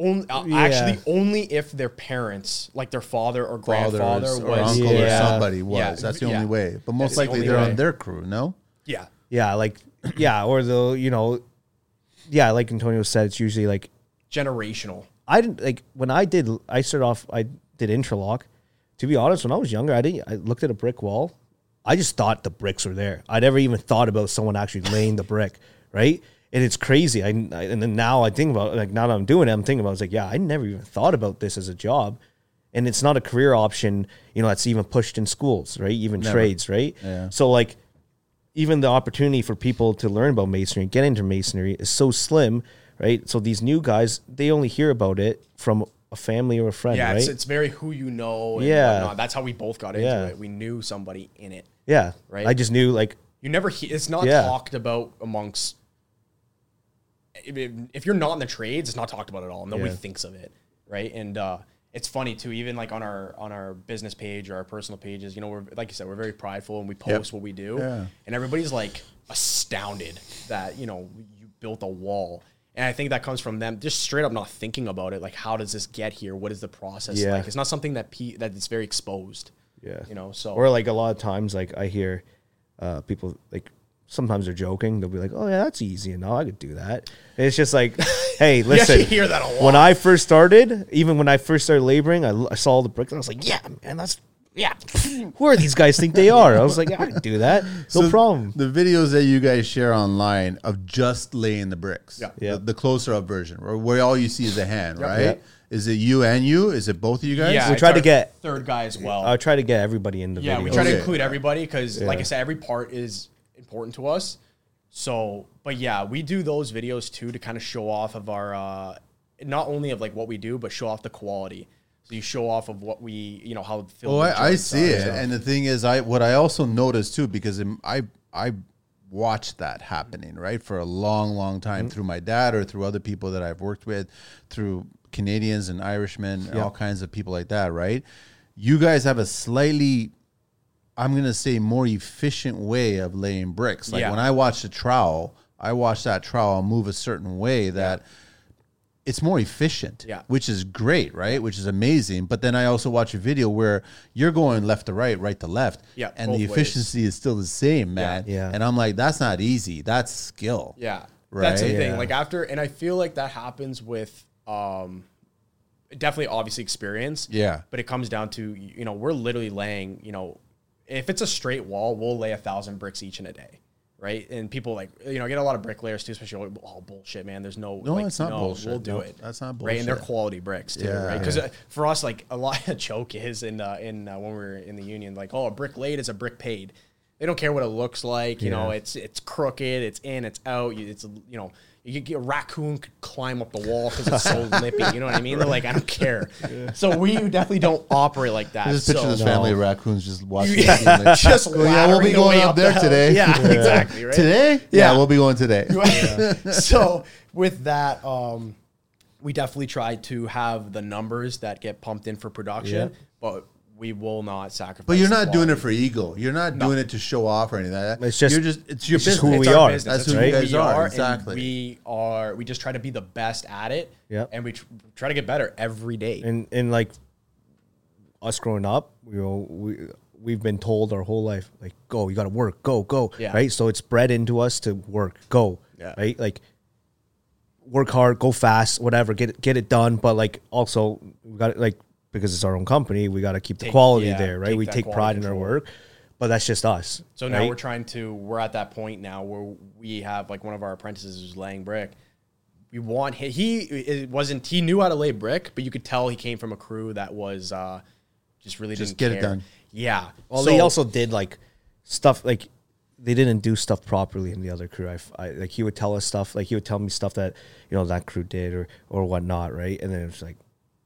Only, uh,
Yeah.
Actually, only if their parents, like their father or grandfather, was
or uncle or
Yeah.
somebody was.
Yeah.
That's the only
Yeah.
way. But most
That's the
likely
only
they're
way.
on their crew, no?
yeah,
yeah, like yeah, or the you know, yeah, like Antonio said, it's usually like
generational.
I didn't like when I did. I started off. I did interlock. To be honest, when I was younger, I didn't. I looked at a brick wall. I just thought the bricks were there. I never even thought about someone actually laying the brick, right? And it's crazy. I, I- and then now I think about like now that I'm doing it, I'm thinking about it's like yeah, I never even thought about this as a job, and it's not a career option. You know, that's even pushed in schools, right? Even trades, right?
Yeah.
So like even the opportunity for people to learn about masonry, get into masonry, is so slim, right? So these new guys, they only hear about it from a family or a friend,
Yeah,
right?
it's, it's very who you know. And
Yeah.
whatnot. that's how we both got into
Yeah.
it. We knew somebody in it.
yeah,
Right.
I just knew like,
You never hear. It's not
Yeah.
talked about amongst. I mean, If you're not in the trades, it's not talked about at all. Nobody
Yeah.
thinks of it, right? And uh, it's funny too. Even like on our on our business page or our personal pages, you know, we're like you said, we're very prideful and we post what we do,
Yeah.
and everybody's like astounded that you know you built a wall. And I think that comes from them just straight up not thinking about it. Like, how does this get here? What is the process
Yeah.
like? It's not something that pe- that it's very exposed.
yeah,
you know. So
or like a lot of times, like I hear uh, people like sometimes they're joking. They'll be like, "Oh yeah, that's easy enough. I could do that." And it's just like, hey, listen.
you hear that a lot.
When I first started, even when I first started laboring, I, l- I saw all the bricks and I was like, "Yeah, man, that's." Yeah, who are these guys think they are? I was like, I could do that, no
So
problem.
The videos that you guys share online of just laying the bricks,
Yeah.
Yeah.
The, the closer up version, where, where all you see is a hand, right?
Yeah.
Is it you and you? Is it both of you guys?
yeah,
we
it's
tried to
our
get-
third guy as well.
I try to get everybody in the
Yeah,
video.
we try
Okay.
to include everybody because, like I said, every part is important to us. So, but yeah, we do those videos too to kind of show off of our, uh, not only of like what we do, but show off the quality. So you show off of what we, you know, how. filled
Oh,
the
I, I
joints
see
are.
it. And the thing is, I what I also noticed too, because in- I I watched that happening right for a long, long time through my dad or through other people that I've worked with, through Canadians and Irishmen and all kinds of people like that. Right? You guys have a slightly I'm gonna say more efficient way of laying bricks. Like
Yeah.
when I watch a trowel, I watch that trowel move a certain way that it's more efficient,
Yeah.
which is great, right? Which is amazing. But then I also watch a video where you're going left to right, right to left,
Yeah,
and the
both ways.
efficiency is still the same, man.
Yeah.
And I'm like, that's not easy. That's skill.
Yeah. That's the
Right?
thing.
Yeah.
Like after and I feel like that happens with um definitely obviously experience.
Yeah.
But it comes down to you know, we're literally laying, you know, if it's a straight wall, we'll lay a thousand bricks each in a day. right? And people like you know I get a lot of bricklayers too, especially oh, oh bullshit, man. There's no
No,
like,
it's not
no,
bullshit.
We'll do
No,
it.
that's not
Right, and they're
bullshit.
quality bricks too,
Yeah.
right? Because uh, for us, like a lot of joke is in uh, in uh, when we were in the union, like oh a brick laid is a brick paid. They don't care what it looks like. You know, it's it's crooked, it's in, it's out. You, it's you know. You get a raccoon could climb up the wall because it's so lippy. You know what I mean? They're like, I don't care. So we definitely don't operate like that.
I just picture
so,
this family of raccoons just watching.
Yeah.
this and like,
Just
"Oh, yeah, we'll
lathering
be going
away
up
up the
there
hill."
today.
Yeah, exactly, right?
Today? Yeah.
Yeah.
we'll be going today.
so with that, um, we definitely try to have the numbers that get pumped in for production, but we will not sacrifice.
But you're not doing it for ego. You're not doing it to show off or anything. Like that.
It's just-
you're just it's your
it's just
business.
who we
it's our
are.
Business.
That's
That's,
who
who
you
we
guys are,
are. and
exactly.
we are. We just try to be the best at it.
Yeah.
And we tr- try to get better every day.
and and like us growing up, you know, we we've been told our whole life like go, you got to work, go, go,
Yeah.
right? So it's bred into us to work, go,
Yeah.
right? Like work hard, go fast, whatever, get it- get it done, but like also we got like because it's our own company, we got to keep the
Take-
quality
yeah,
there, right?
take
we
that
take
quality
pride in our
control.
work, but that's just us.
So now
right?
we're trying to, we're at that point now where we have like one of our apprentices who's laying brick. We want, he, he it wasn't, he knew how to lay brick, but you could tell he came from a crew that was uh, just really
Just
didn't
get it
care.
done.
Yeah.
Well, they also did like stuff like they didn't do stuff properly in the other crew. I, f- I- like he would tell us stuff like he would tell me stuff that you know that crew did or or whatnot, right? And then it's like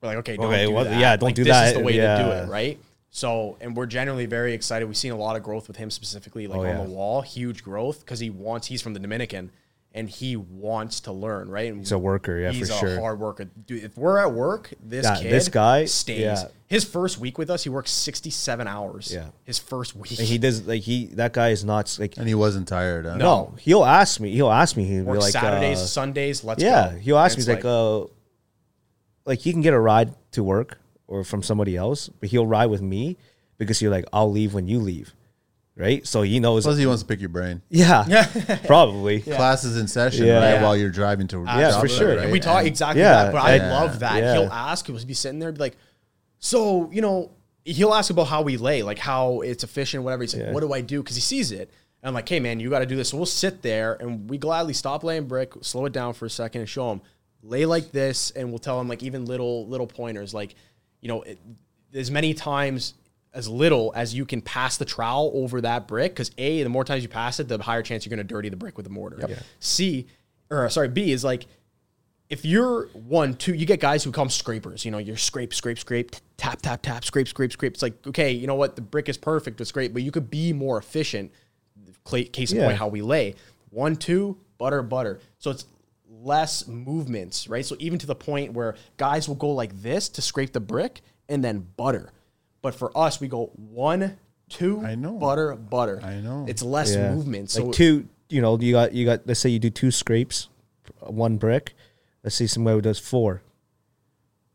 we're like, okay, don't
Okay,
do
what-
that.
yeah, don't
Like,
do
this is
that.
the way to do
Yeah.
it, right? So, and we're generally very excited. We've seen a lot of growth with him specifically, like
Oh,
on
yeah.
the wall, huge growth because he wants. He's from the Dominican, and he wants to learn, right? And
he's a worker, yeah,
he's
for
a
sure.
hard worker. Dude, if we're at work, this
Yeah,
kid,
this guy,
stays.
yeah.
His first week with us, he worked sixty-seven hours.
Yeah.
his first week.
and he does like he that guy is not like
and he wasn't tired. Huh?
no. He'll ask me. He'll ask me. He'll be
works
like
Saturdays,
uh,
Sundays. Let's
yeah.
go.
He'll ask
And
me
it's
he's like uh like he can get a ride to work or from somebody else, but he'll ride with me because you're like I'll leave when you leave, right? So he knows.
Plus, he wants to pick your brain.
Yeah, probably.
Classes in session,
Yeah.
right?
Yeah.
While you're driving to
Yeah,
job
for
site,
sure.
right?
Ah, And we talk
And-
exactly
Yeah,
that. But I
yeah,
love that.
yeah.
He'll ask, he'll be sitting there, be like, so, you know, he'll ask about how we lay, like how it's efficient, whatever. He's like, what do I do? Because he sees it. And I'm like, hey, man, you got to do this. So we'll sit there and we gladly stop laying brick, slow it down for a second and show him, lay like this. And we'll tell him, like, even little, little pointers, like, you know, it, as many times as little as you can pass the trowel over that brick because a the more times you pass it the higher chance you're going to dirty the brick with the mortar c or sorry b is like if you're one, two, you get guys who come scrapers. You know, you're scrape, scrape, scrape, t- tap, tap, tap, scrape, scrape, scrape. It's like, okay, you know what? The brick is perfect. It's great, but you could be more efficient. Cla- Case in
Yeah.
point, how we lay one, two, butter, butter. So it's less movements, right? So even to the point where guys will go like this to scrape the brick and then butter. But for us, we go one, two,
I know.
butter, butter. I
know.
It's less
Yeah.
movement. So
like two, you know, you got you got. Let's say you do two scrapes, one brick. Let's say somebody who does four.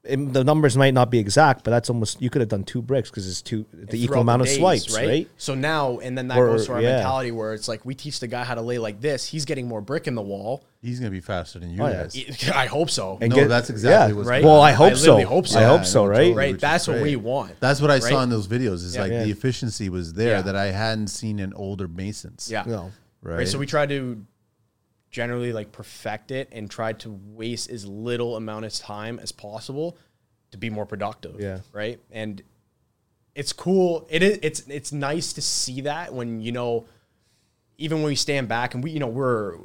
And the numbers might not be exact, but that's almost you could have done two bricks because it's two the equal
throughout
amount
days,
of swipes, right?
So now and then that
Or-
goes to our
yeah.
mentality where it's like we teach the guy how to lay like this. He's getting more brick in the wall.
He's gonna be faster than you
Oh, yeah.
guys.
I hope so.
And
No, that's exactly what's
Right?
Well, I hope
I
so.
literally hope so.
I
Yeah,
hope so,
no,
right?
totally.
right,
which
that's
is
what
great.
we want.
That's what I saw
right?
in those videos. Is like
Yeah.
the efficiency was there
Yeah.
that I hadn't seen in older masons.
yeah.
No.
Right.
Right.
So we try to generally like perfect it and try to waste as little amount of time as possible to be more productive.
Yeah.
Right. And it's cool. It is it's it's nice to see that when you know even when we stand back and we you know we're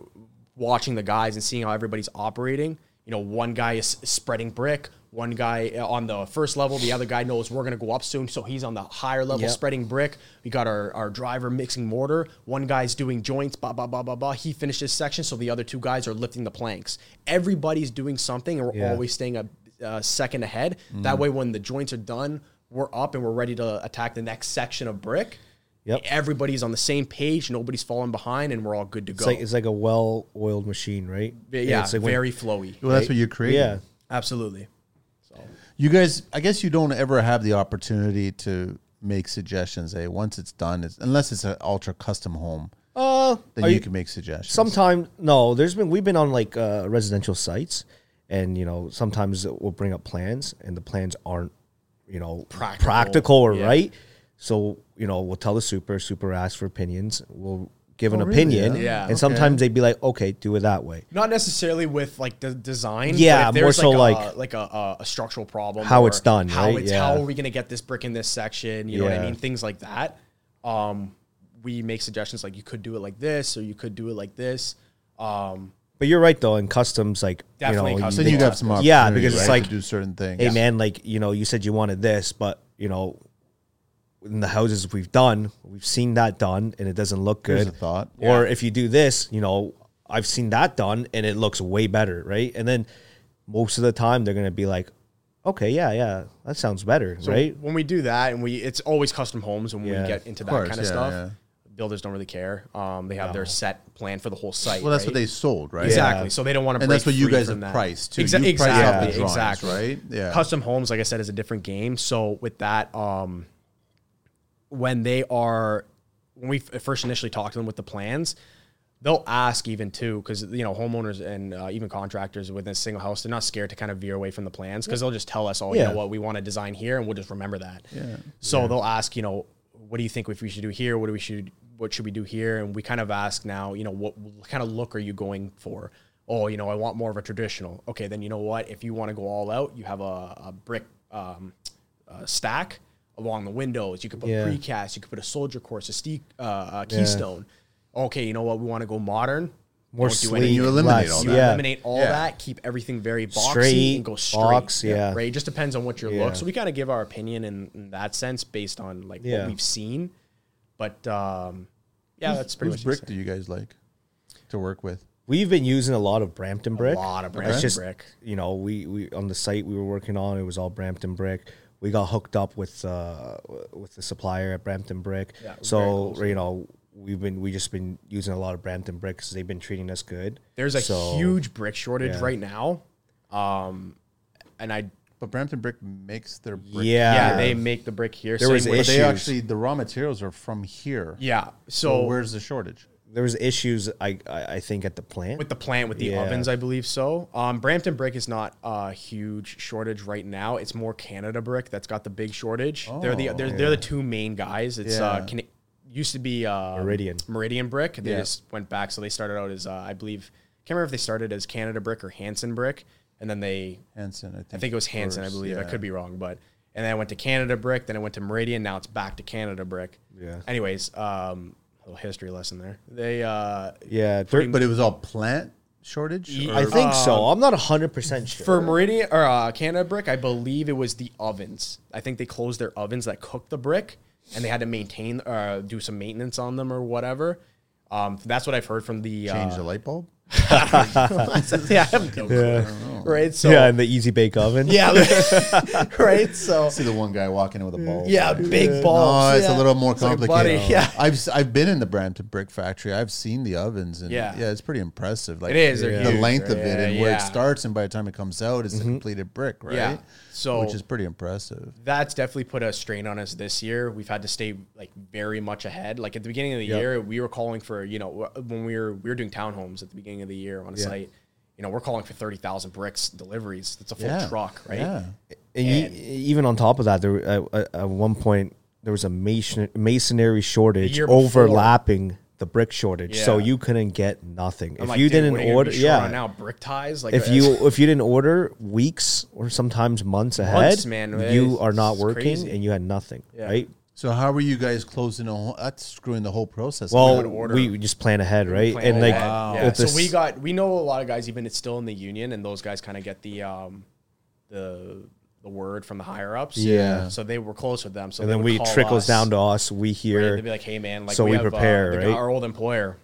watching the guys and seeing how everybody's operating you know one guy is spreading brick one guy uh, on the first level the other guy knows we're going to go up soon so he's on the higher level
Yep.
spreading brick we got our, our driver mixing mortar one guy's doing joints blah blah blah blah blah he finished his section so the other two guys are lifting the planks everybody's doing something and we're
Yeah. Mm.
always staying a uh, second ahead that way when the joints are done we're up and we're ready to attack the next section of brick
Yep.
everybody's on the same page, nobody's falling behind, and we're all good to go.
It's like it's like a well-oiled machine, right?
yeah,
And it's like when-
very flowy.
Well, that's what you're creating.
yeah.
Absolutely. So
You guys, I guess you don't ever have the opportunity to make suggestions. Eh? Once it's done, it's, unless it's an ultra custom home,
Uh,
then
are
you,
you-
can make suggestions.
Sometimes no, there's been we've been on like uh, residential sites, and you know sometimes we'll bring up plans, and the plans aren't you know
Practical,
practical or
yeah.
right. So you know we'll tell the super, super asks for opinions. We'll give an
Oh, really?
opinion.
Yeah.
Yeah.
And sometimes they'd be like, okay, do it that way.
Not necessarily with like the design.
Yeah,
but if
more
there's,
so
a, like a, a, a structural problem.
How
or
it's done,
How
right?
it's
Yeah.
how are we gonna get this brick in this section? You know what
Yeah.
I mean? Things like that. Um, we make suggestions like you could do it like this, or you could do it like this. Um,
But you're right though, in customs, like
Definitely
you know, you-
customs.
Then you
Yeah.
got some opportunities,
Yeah, because it's
right,
like-
to do certain things.
hey man, like you know, you said you wanted this, but you know, in the houses we've done, we've seen that done, and it doesn't look good.
Here's a thought.
Or if you do this, you know, I've seen that done, and it looks way better, right? And then most of the time, they're gonna be like, okay, yeah, yeah, that sounds better, right?
when we do that, and we it's always custom homes when
Yeah.
we get into that
course,
kind of
yeah,
stuff.
yeah.
Builders don't really care. Um, they have their set plan for the whole site.
Well, that's
right?
what they sold, right?
Exactly. So they don't want to.
And
break
that's what you
free
guys
from that.
have priced, too.
Exa-
You priced
exactly.
off the drawings,
exactly.
right? Yeah.
Custom homes, like I said, is a different game. So with that, um, when they are, when we f- first initially talk to them with the plans, they'll ask even too, because you know homeowners and uh, even contractors within a single house, they're not scared to kind of veer away from the plans because they'll just tell us, oh, you
Yeah.
know what, we want to design here, and we'll just remember that. Yeah. So they'll ask, you know, what do you think if we should do here? What do we should what should we do here? And we kind of ask now, you know, what kind of look are you going for? Oh, you know, I want more of a traditional. Okay, then you know what? If you want to go all out, you have a, a brick um, uh, stack along the windows. You could put
Yeah.
precast. You could put a soldier course, a, ste- uh, a keystone. Okay, you know what? We want to go modern.
More
Don't do
sleek,
anything.
You eliminate all
You
that.
yeah.
eliminate all
Yeah.
that. Keep everything very boxy
Straight,
and go straight.
box, yeah.
Right. It just depends on what your
Yeah.
look. So we kind of give our opinion in, in that sense based on like
Yeah.
what we've seen. But um, yeah, that's pretty
Whose
much
brick do you guys like to work with?
We've been using a lot of Brampton
a
brick.
lot of
It's
brand
just
brick.
you know we we on the site we were working on it was all Brampton brick. We got hooked up with uh with the supplier at Brampton brick.
Yeah, we're very
so
close.
you know we've been we just been using a lot of Brampton brick because they've been treating us good.
There's a
So-
huge brick shortage
yeah.
right now. Um, and I
But Brampton Brick makes their brick.
yeah,
yeah, they make the brick here.
There
Same
was
with-
But they
Issues.
actually the raw materials are from here.
yeah.
So
So
where's the shortage?
there was issues I I, I think at the plant.
with the plant with the
Yeah.
ovens i believe so um, brampton brick is not a huge shortage right now it's more canada brick that's got the big shortage they're the
Oh.
they're, they're the two main guys it's
Yeah.
uh can used to be uh
Meridian.
meridian brick they
Yeah.
just went back so they started out as uh, i believe can't remember if they started as canada brick or hanson brick and then they
Hanson, I think.
i think it was hanson i
first,
believe i
yeah.
could be wrong but and then i went to canada brick then i went to meridian now it's back to canada brick
Yeah.
anyways um little history lesson there they uh
yeah, there-
But it was all plant shortage.
Ye-
Or-
I think so. I'm not hundred percent
Uh,
sure.
For Meridian or uh, Canada Brick, I believe it was the ovens. I think they closed their ovens that cooked the brick, and they had to maintain uh, do some maintenance on them or whatever. Um, that's what I've heard from the.
change
Uh,
the light bulb.
yeah, I have no clue. Right. So
yeah,
yeah.
in the easy bake oven.
right. So
See the one guy walking in with a bulb.
yeah, big balls.
No, it's
yeah.
a little more
like a
complicated.
buddy, yeah.
I've s- I've been in the Brampton Brick Factory. I've seen the ovens and yeah,
Yeah.
it's pretty impressive. Like
It is, they're
the
huge,
length of it
yeah,
and where
yeah. Mm-hmm.
it starts and by the time it comes out, it's a completed brick, right?
Yeah. So-
which is pretty impressive.
that's definitely put a strain on us this year. We've had to stay like very much ahead. Like at the beginning of the year, we were calling for you know wh- when we were we were doing townhomes at the beginning of the year on a site. You know, we're calling for thirty thousand bricks deliveries. That's a full
Yeah.
truck, right?
Yeah.
And, you, even on top of that, there uh, uh, at one point there was a mason, masonry shortage
The year before.
overlapping the brick shortage, so
Yeah.
you couldn't get nothing
I'm
if
like,
you
"Dude, what are you
didn't
gonna be
order.
short
Yeah,
on now brick ties. Like
if you if you didn't order weeks or sometimes months ahead,
man,
you
it's-
are not
it's
working
crazy.
and you had nothing,
Yeah.
right?
So how were you guys closing the whole? That's screwing the whole process. up.
Well,
would order.
we just plan ahead, right?
plan
and like,
ahead. Yeah.
with
so
this-
we got we know a lot of guys even it's still in the union, and those guys kind of get the um the the word from the higher ups.
Yeah.
So they were close with them. So
and
they
then
would
we
call
trickles
us.
down to us. We hear
They'd be like, "Hey, man, like
So we
have, uh,
prepare,
the guy-
right?
Our old employer,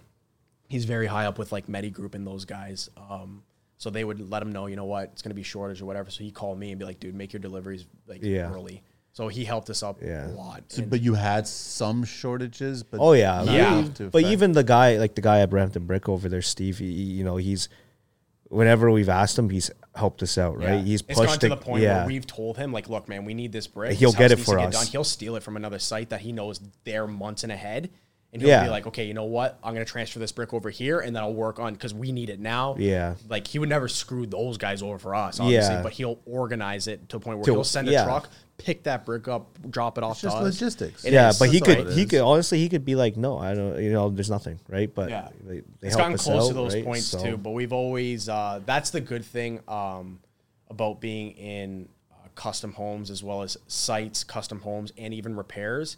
he's very high up with like Medi Group and those guys. Um, so they would let him know, you know what, it's gonna be shortage or whatever. So he called me and be like, "Dude, make your deliveries like
Yeah.
early." So he helped us up
Yeah.
a lot.
So-
And
but you had some shortages. But
Oh yeah,
not
Yeah.
enough to
But
affect-
even the guy, like the guy at Brampton Brick over there, Steve. He, he- you know, he's whenever we've asked him, he's helped us out, right?
yeah.
He's
it's gone
pushed
to the point
yeah,
where we've told him, like, "Look, man, we need this brick.
He'll
This house
get it
needs to
for us."
He'll steal it from another site that he knows they're months and ahead." and he'll
Yeah.
be like, okay, you know what? I'm gonna transfer this brick over here, and then I'll work on because we need it now.
Yeah.
like he would never screw those guys over for us, obviously,
Yeah.
but he'll organize it to a point where
To-
he'll send a
yeah.
truck, pick that brick up, drop it off.
just
to us.
logistics.
It
yeah,
is.
but he
That's all
could
it
he
is.
could honestly he could be like, no, I don't, you know, there's nothing, right? But
Yeah.
they, they
it's
help
gotten
us
close to
out,
those
right?
points
So-
too but we've always uh, that's the good thing um, about being in uh, custom homes as well as sites custom homes and even repairs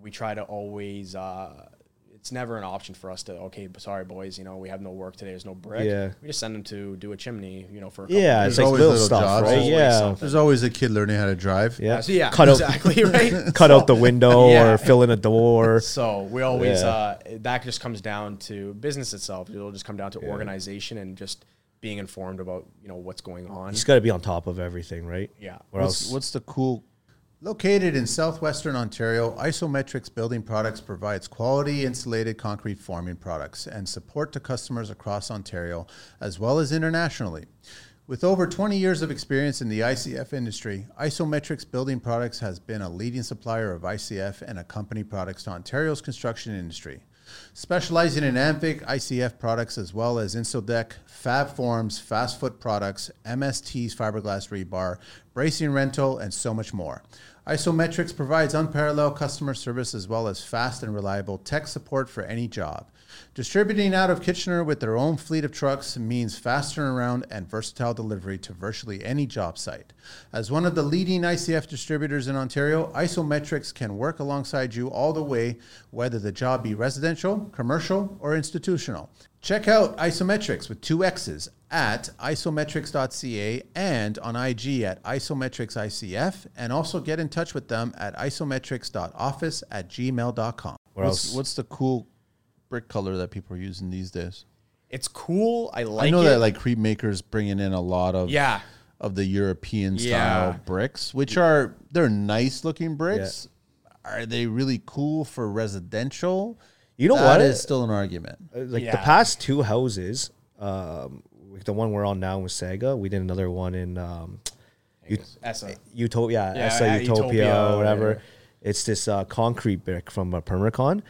we try to always uh, it's never an option for us to okay sorry boys you know we have no work today there's no brick
Yeah.
we just send them to do a chimney you know for a couple
Yeah,
days.
it's like
always
little,
little
stuff,
jobs.
right?
Always
Yeah,
something.
There's always a kid learning how to drive.
yeah.
So, yeah
cut out
exactly right
cut
So-
out the window
Yeah.
or fill in a door.
So we always
Yeah.
uh, that just comes down to business itself. It'll just come down to organization and just being informed about you know what's going on.
He's got to be on top of everything, right?
Yeah.
Or
What's,
else,
what's the cool?
Located in southwestern Ontario, Isometrics Building Products provides quality insulated concrete forming products and support to customers across Ontario as well as internationally. With over 20 years of experience in the ICF industry, Isometrics Building Products has been a leading supplier of ICF and accompany products to Ontario's construction industry. Specializing in Amphic ICF products as well as Insodeck, Fab Forms, Fast Foot products, MST's fiberglass rebar, bracing rental, and so much more. Isometrics provides unparalleled customer service as well as fast and reliable tech support for any job. Distributing out of Kitchener with their own fleet of trucks means fast turnaround and versatile delivery to virtually any job site. As one of the leading ICF distributors in Ontario, Isometrics can work alongside you all the way, whether the job be residential, commercial, or institutional. Check out Isometrics with two X's at isometrics.ca and on IG at isometricsicf, and also get in touch with them at isometrics.office at gmail.com.
or
What's,
else
what's the cool brick color that people are using these days?
It's cool. I like
I know
it.
that like creep makers bringing in a lot of
Yeah.
of the European
Yeah.
style bricks, which are they're nice looking bricks. Are they really cool for residential?
you know
That
what?
is still an argument.
uh, like the
Yeah.
past two houses, um, like the one we're on now with Sega, we did another one in um,
That's a-
Utopia,
Yeah,
yeah, Essa
yeah,
Utopia,
Utopia,
or whatever. It's this uh, concrete brick from uh, Permacon.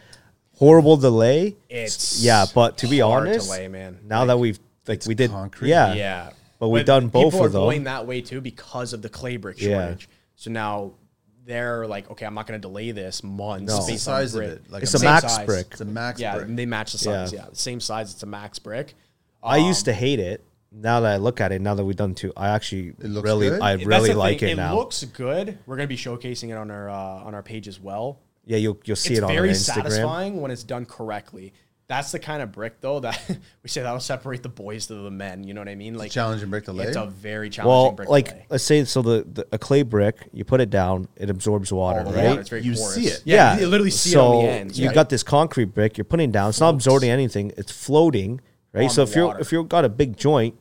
Horrible delay.
It's
yeah, but to be
hard
honest,
delay, man.
now that we've like we did
concrete.
yeah,
yeah.
but we've done both
people
of
are
them.
going that way too because of the clay brick
Yeah.
shortage. So now they're like, okay, I'm not going to delay this months. based
No.
the
on
size of
brick.
it. Like
it's
a
a
same
max
size.
brick.
It's a max
yeah,
brick.
they match the
Yeah.
size. Yeah. same size. It's a max brick. Uh,
I used to hate it. Now that I look at it, now that we've done two, I actually
looks
really,
good?
I
That's
really
the
like
thing.
it now.
looks good. We're going to be showcasing it on our uh, on our page as well.
yeah, you'll you'll see
it's
it on our
very
Instagram.
satisfying when it's done correctly. That's the kind of brick though that we say that'll separate the boys to the men. You know what I mean? Like
challenging brick to lay?
It's a very challenging
Well,
brick.
like
to lay.
let's say so the, the a clay brick, you put it down, it absorbs water,
All the
right?
water, it's very
You
porous.
see it.
Yeah, you literally see
so
it on the ends.
You
right?
got this concrete brick you're putting down. It's not absorbing anything. It's floating, right?
On
so
the
if you're
water.
if you've got a big joint,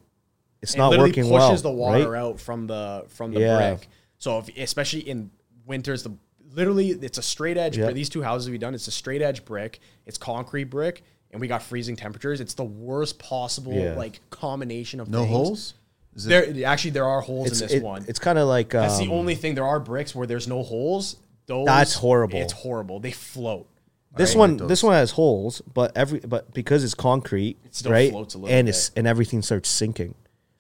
it's
It
not
literally
working
pushes the
well.
water
right?
out from the from the
Yeah.
brick. So if, especially in winters, the literally it's a straight edge.
Yeah.
brick. These two houses we done, it's a straight edge brick. It's concrete brick, and we got freezing temperatures. It's the worst possible
Yeah.
like combination of
No
things.
holes? Is it-
There actually there are holes
It's
in this
it-
one.
it's kind of like um,
That's the only thing. There are bricks where there's no holes. Those,
That's horrible.
It's horrible. They float.
this one. This one has holes, but every but because it's concrete,
still
right?
floats a little
and it's and everything starts sinking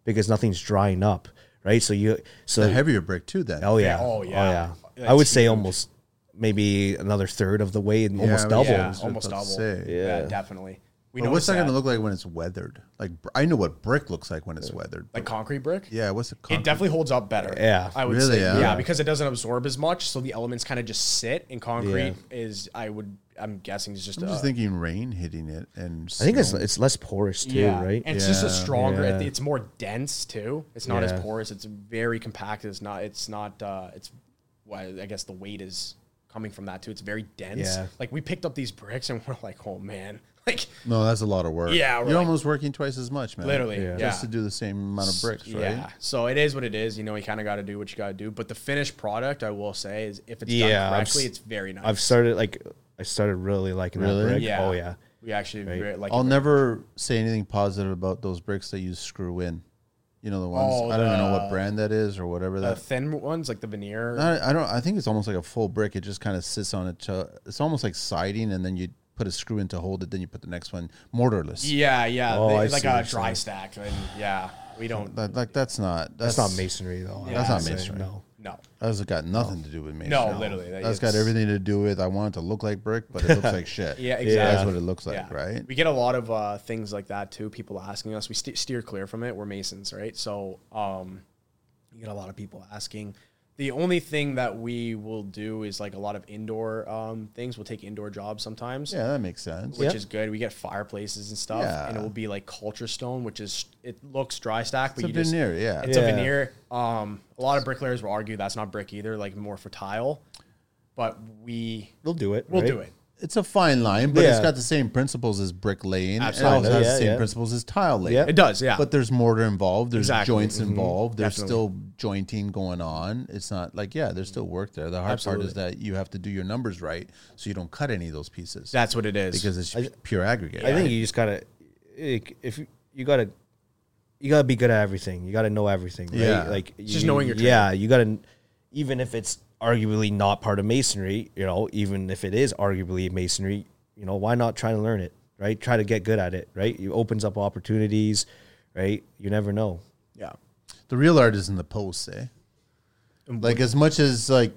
because nothing's drying up, right? So you so
the heavier brick too then.
Oh yeah.
oh,
Oh
yeah.
yeah. I
That's
would say almost maybe another third of the way, and almost
I was-
double.
Yeah,
was
almost
about to
double.
say.
Yeah. definitely. We
But
know
what's that
that
going to look like when it's weathered? Like br- I know what brick looks like when it's weathered.
like concrete brick.
yeah, what's it
It
called?
definitely holds up better.
Yeah.
I would
Really,
say.
yeah?
Yeah. because it doesn't absorb as much, so the elements kind of just sit. And concrete is, I would, I'm guessing, is just.
I'm
a,
just thinking rain hitting it and
I think it's
snow.
it's less porous too,
yeah,
right?
And it's just a
Yeah,
stronger. it-
yeah.
It's more dense too. It's not
Yeah.
as porous. It's very compact. It's not. It's not. Uh, it's. Well, I guess the weight is coming from that too. It's very dense.
Yeah.
Like we picked up these bricks and we're like, oh man, like
no, that's a lot of work.
Yeah, we're
you're
like-
almost working twice as much, man.
literally, yeah.
just to do the same amount of bricks, right?
Yeah. So it is what it is. You know, you kind of got to do what you got to do. But the finished product, I will say, is if it's
Yeah,
done
I've
correctly,
s-
it's very nice.
I've started like I started really liking
Really?
that brick.
yeah.
Oh yeah.
We actually very, like.
I'll never say anything positive about those bricks that you screw in. You know the ones
Oh,
I don't even know
the-
what brand that is or whatever
the
that.
thin ones, like the veneer.
I, I don't. I think it's almost like a full brick. It just kind of sits on it. To, it's almost like siding, and then you put a screw in to hold it, then you put the next one mortarless.
Yeah, yeah.
Oh,
they-
I
like
see what
a
you're
dry
saying.
stack. And yeah, we don't.
That, like that's not
That's not masonry though.
That's not
I'd say,
masonry.
No.
No,
That's got nothing to do with masonry.
no, literally.
That's got
it's-
everything to do with I want it to look like brick, but it looks like shit.
Yeah,
That's
exactly.
what it looks like,
Yeah.
right?
We get a lot of uh, things like that too. People asking us, we ste steer clear from it. We're masons, right? So um, you get a lot of people asking. The only thing that we will do is like a lot of indoor um, things. We'll take indoor jobs sometimes,
Yeah, that makes sense.
which
Yep.
is good. We get fireplaces and stuff,
Yeah.
and it will be like culture stone, which is it looks dry stack,
It's
but
a
you just
veneer, yeah.
it's a
Yeah.
veneer. Um, a lot of bricklayers will argue that's not brick either, like more for tile, but we
They'll do it.
we'll
right?
do it.
It's a fine line, but it's
Yeah.
got the same principles as brick laying.
Absolutely.
It also has
Yeah,
the same
yeah.
principles as tile laying.
Yep. Mm-hmm.
It does, yeah.
But there's mortar involved. There's
Exactly.
joints involved. There's
Definitely.
still jointing going on. It's not like yeah, there's still work there. The hard part is that you have to do your numbers right, so you don't cut any of those pieces
that's what it is.
because it's pure aggregate.
I think you just gotta like, if you- you gotta you gotta be good at everything. You gotta know everything. Right?
Yeah.
like
It's just
you-
knowing your trade.
Yeah, you gotta even if it's arguably not part of masonry, you know, even if it is arguably masonry, you know, why not try to learn it? Right, try to get good at it. Right, it opens up opportunities. Right, you never know.
yeah.
the real art is in the posts, eh? Like as much as like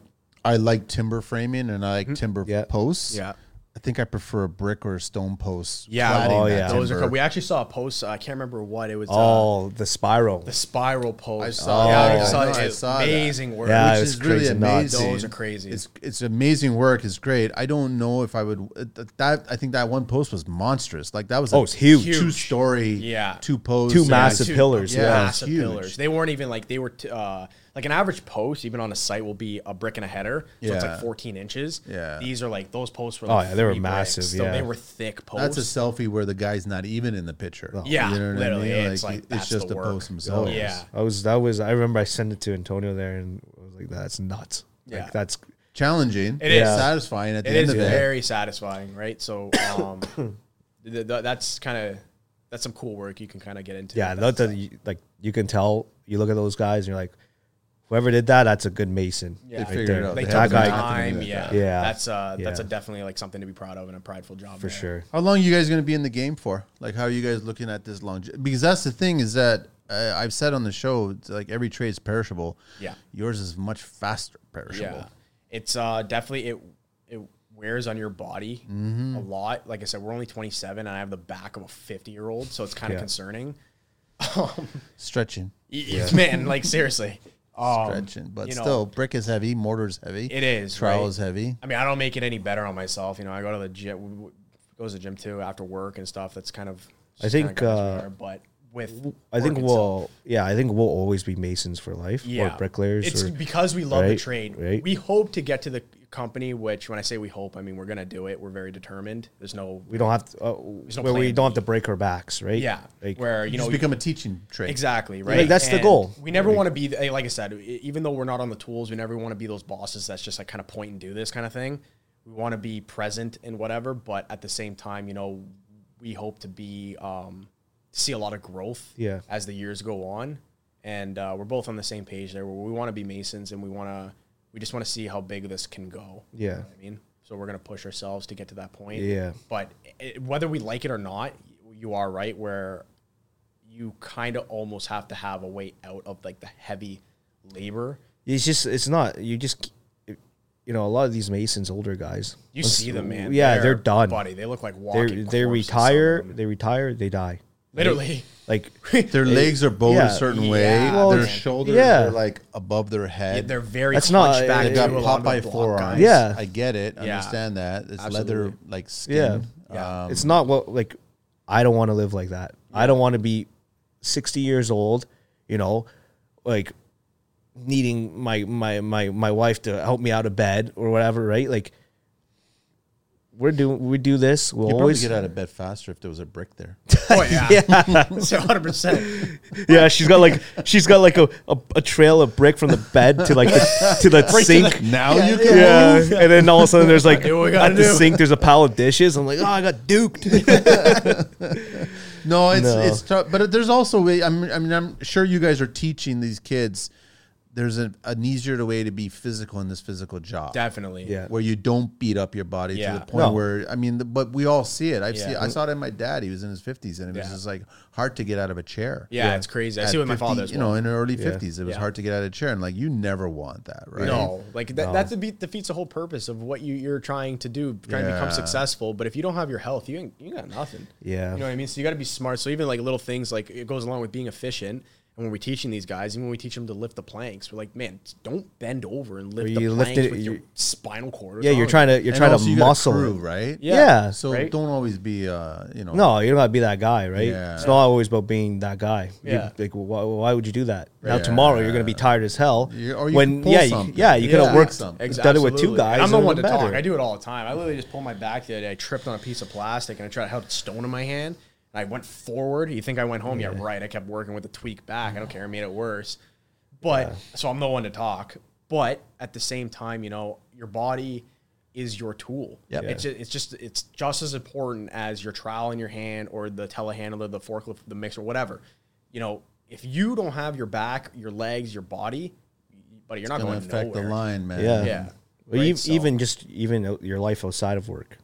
I like timber framing and I like timber
Yeah.
posts.
Hmm? Yeah.
I think I prefer a brick or a stone post.
Yeah,
Oh,
that
yeah.
Those are
timber.
cool. We actually saw a post. Uh, I can't remember what it was. uh,
Oh, the spiral.
the spiral post. I
saw
Yeah,
that.
I saw,
I know,
it.
I saw that.
amazing work.
Yeah,
which
it
is
was
really
Ah, crazy nuts.
amazing.
Those are crazy.
It's it's amazing work. It's great. I don't know if I would uh, that. I think that one post was monstrous. Like that was
Oh, it's huge.
two story,
Yeah.
two posts,
Two
Yeah.
massive pillars, yeah.
massive
Huge.
pillars. They weren't even like they were t- uh, like an average post, even on a site, will be a brick and a header. So it's
Yeah.
like 14 inches.
Yeah.
these are like those posts were.
Oh,
Like
yeah, they were
three bricks.
massive,
So
yeah.
they were thick posts.
That's a selfie where the guy's not even in the picture.
Oh.
Yeah,
what
literally,
Like,
it's like,
it-
that's
just
the work. Oh,
post himself.
yeah,
I was that was I remember I sent it to Antonio there and I was like that's nuts.
Yeah.
Like that's
challenging.
It is.
satisfying at the
it
end
is
of it.
very satisfying, right? So, um, th- th- that's kind of that's some cool work you can kind of get into.
yeah,
That's-
that's a, you- like you can tell you look at those guys and you're like whoever did that that's a good mason.
Yeah. They
figured it out.
they
They
took
have
the
the
time.
time.
Yeah,
Yeah.
That's uh, that's a
Yeah.
definitely like something to be proud of and a prideful job
for sure.
How long are you guys going to be in the game for? Like, how are you guys looking at this long? Because that's the thing is that uh, I've said on the show, it's like every trade's perishable.
Yeah.
yours is much faster perishable.
Yeah, it's uh, definitely it it wears on your body a lot. Like I said, we're only 27, and I have the back of a 50 year old, so it's kind of
Yeah.
concerning.
Stretching,
Y- Man, like seriously, um,
stretching, but
you know,
still, brick is heavy, mortar is heavy,
It is,
trowel
right?
is heavy.
I mean, I don't make it any better on myself. You know, I go to the gym, w- w- goes to the gym too after work and stuff. That's kind of
I think,
kinda goes
uh,
there, but with
I think
work
we'll
itself,
yeah, I think we'll always be masons for life or bricklayers
It's
or
because we love the
right,
trade.
right.
We hope to get to the company, which when I say we hope, I mean we're gonna do it. We're very determined. There's no
we don't have to, uh,
no
where we
plan
don't have to break our backs, right?
yeah,
Like,
where
You
you
just
know
become a teaching trade.
exactly right.
Like, that's the goal.
We never want to be the- like I said. e- Even though we're not on the tools, we never want to be those bosses that's just like kind of point and do this kind of thing. We want to be present and whatever, but at the same time, you know, we hope to be um, see a lot of growth
Yeah.
as the years go on. And uh, we're both on the same page there. Where we want to be masons, and we want to we just want to see how big this can go. You
Yeah.
know what I mean, so we're gonna push ourselves to get to that point.
Yeah.
but it, whether we like it or not, you are right. Where you kind of almost have to have a way out of like the heavy labor.
it's just it's not you just you know a lot of these masons older guys
You
once-
see them, man.
yeah they're, done
Buddy, they look like walking.
they they
corpses, some of
retire
them.
they retire they die
Literally.
like
Their legs are bowed
yeah.
a certain way.
Yeah, Well,
their
man.
shoulders
yeah.
are like above their head.
They're very.
That's not-
hunched back
They've
They've
got
too, a lot of the
Popeye
block
forearms.
guys.
Yeah.
I get it.
Yeah.
Understand that. It's leather
Absolutely.
like skin. Uh,
yeah,
Um,
Yeah.
it's not what like i don't want to live like that i don't want to be 60 years old you know like needing my my my my wife to help me out of bed or whatever right like we're doing we do this we'll
You probably
always
get out of bed faster if there was a brick there.
Oh yeah, yeah. hundred percent.
Yeah, she's got like she's got like a, a, a trail of brick from the bed to like the, to the sink.
Now you can.
Yeah, and then all of a sudden there's like
Do what we
at
gotta
the
do.
sink there's a pile of dishes. I'm like, oh, I got duked.
No, it's
No.
it's tough. But there's also way- I'm I mean I'm sure you guys are teaching these kids there's a, an easier way to be physical in this physical job.
Definitely.
Yeah.
Where you don't beat up your body
Yeah.
to the point
No.
where I mean, the, but we all see it. I've
Yeah.
seen, I saw it in my dad. He was in his fifties, and it was
Yeah.
just like hard to get out of a chair.
Yeah, it's crazy. I
At
see what my
50
father is.
You know, in the early
Yeah.
fifties, it was
Yeah.
hard to get out of a chair, and like you never want that, right?
No, like that, that defeat, defeats the whole purpose of what you, you're trying to do, trying to become
Yeah.
successful. But if you don't have your health, you ain't, you got nothing.
Yeah.
you know what I mean. So you got to be smart. So even like little things, like it goes along with being efficient. And when we're teaching these guys, even when we teach them to lift the planks, we're like, man, don't bend over and lift
Well,
the
you
planks
lift it-
with your
you-
spinal cord.
Yeah, you're trying to you're
And
trying
also
to
you got a
muscle
crew,
it.
right?
Yeah.
Yeah.
So
right?
don't always be, uh, you know,
No, you don't gotta be that guy, right?
Yeah.
It's not always about being that guy. You-
Yeah.
like, why, why would you do that? Now
Yeah.
tomorrow you're gonna be tired as hell.
You- or you
when
can pull
yeah, you,
something.
yeah, you could
Yeah.
have worked
Something.
Ex-
done it with two
absolutely.
guys.
And I'm the
it
one to
would've been
talk.
better.
I do it all the time. I literally just pulled my back the other day. I tripped on a piece of plastic and I tried to held a stone in my hand. And I went forward. You think I went home? Yeah, right. I kept working with the tweak back. I don't care. I made it worse. But so I'm the one to talk. But at the same time, you know, your body is your tool.
Yep.
It's just, it's just it's just as important as your trowel in your hand or the telehandler, the forklift, the mixer, whatever. You know, if you don't have your back, your legs, your body, buddy, you're not
going
going
to affect
nowhere.
the line, man.
Yeah.
Yeah.
Well,
Right,
ev-
so-
even just even o- your life outside of work,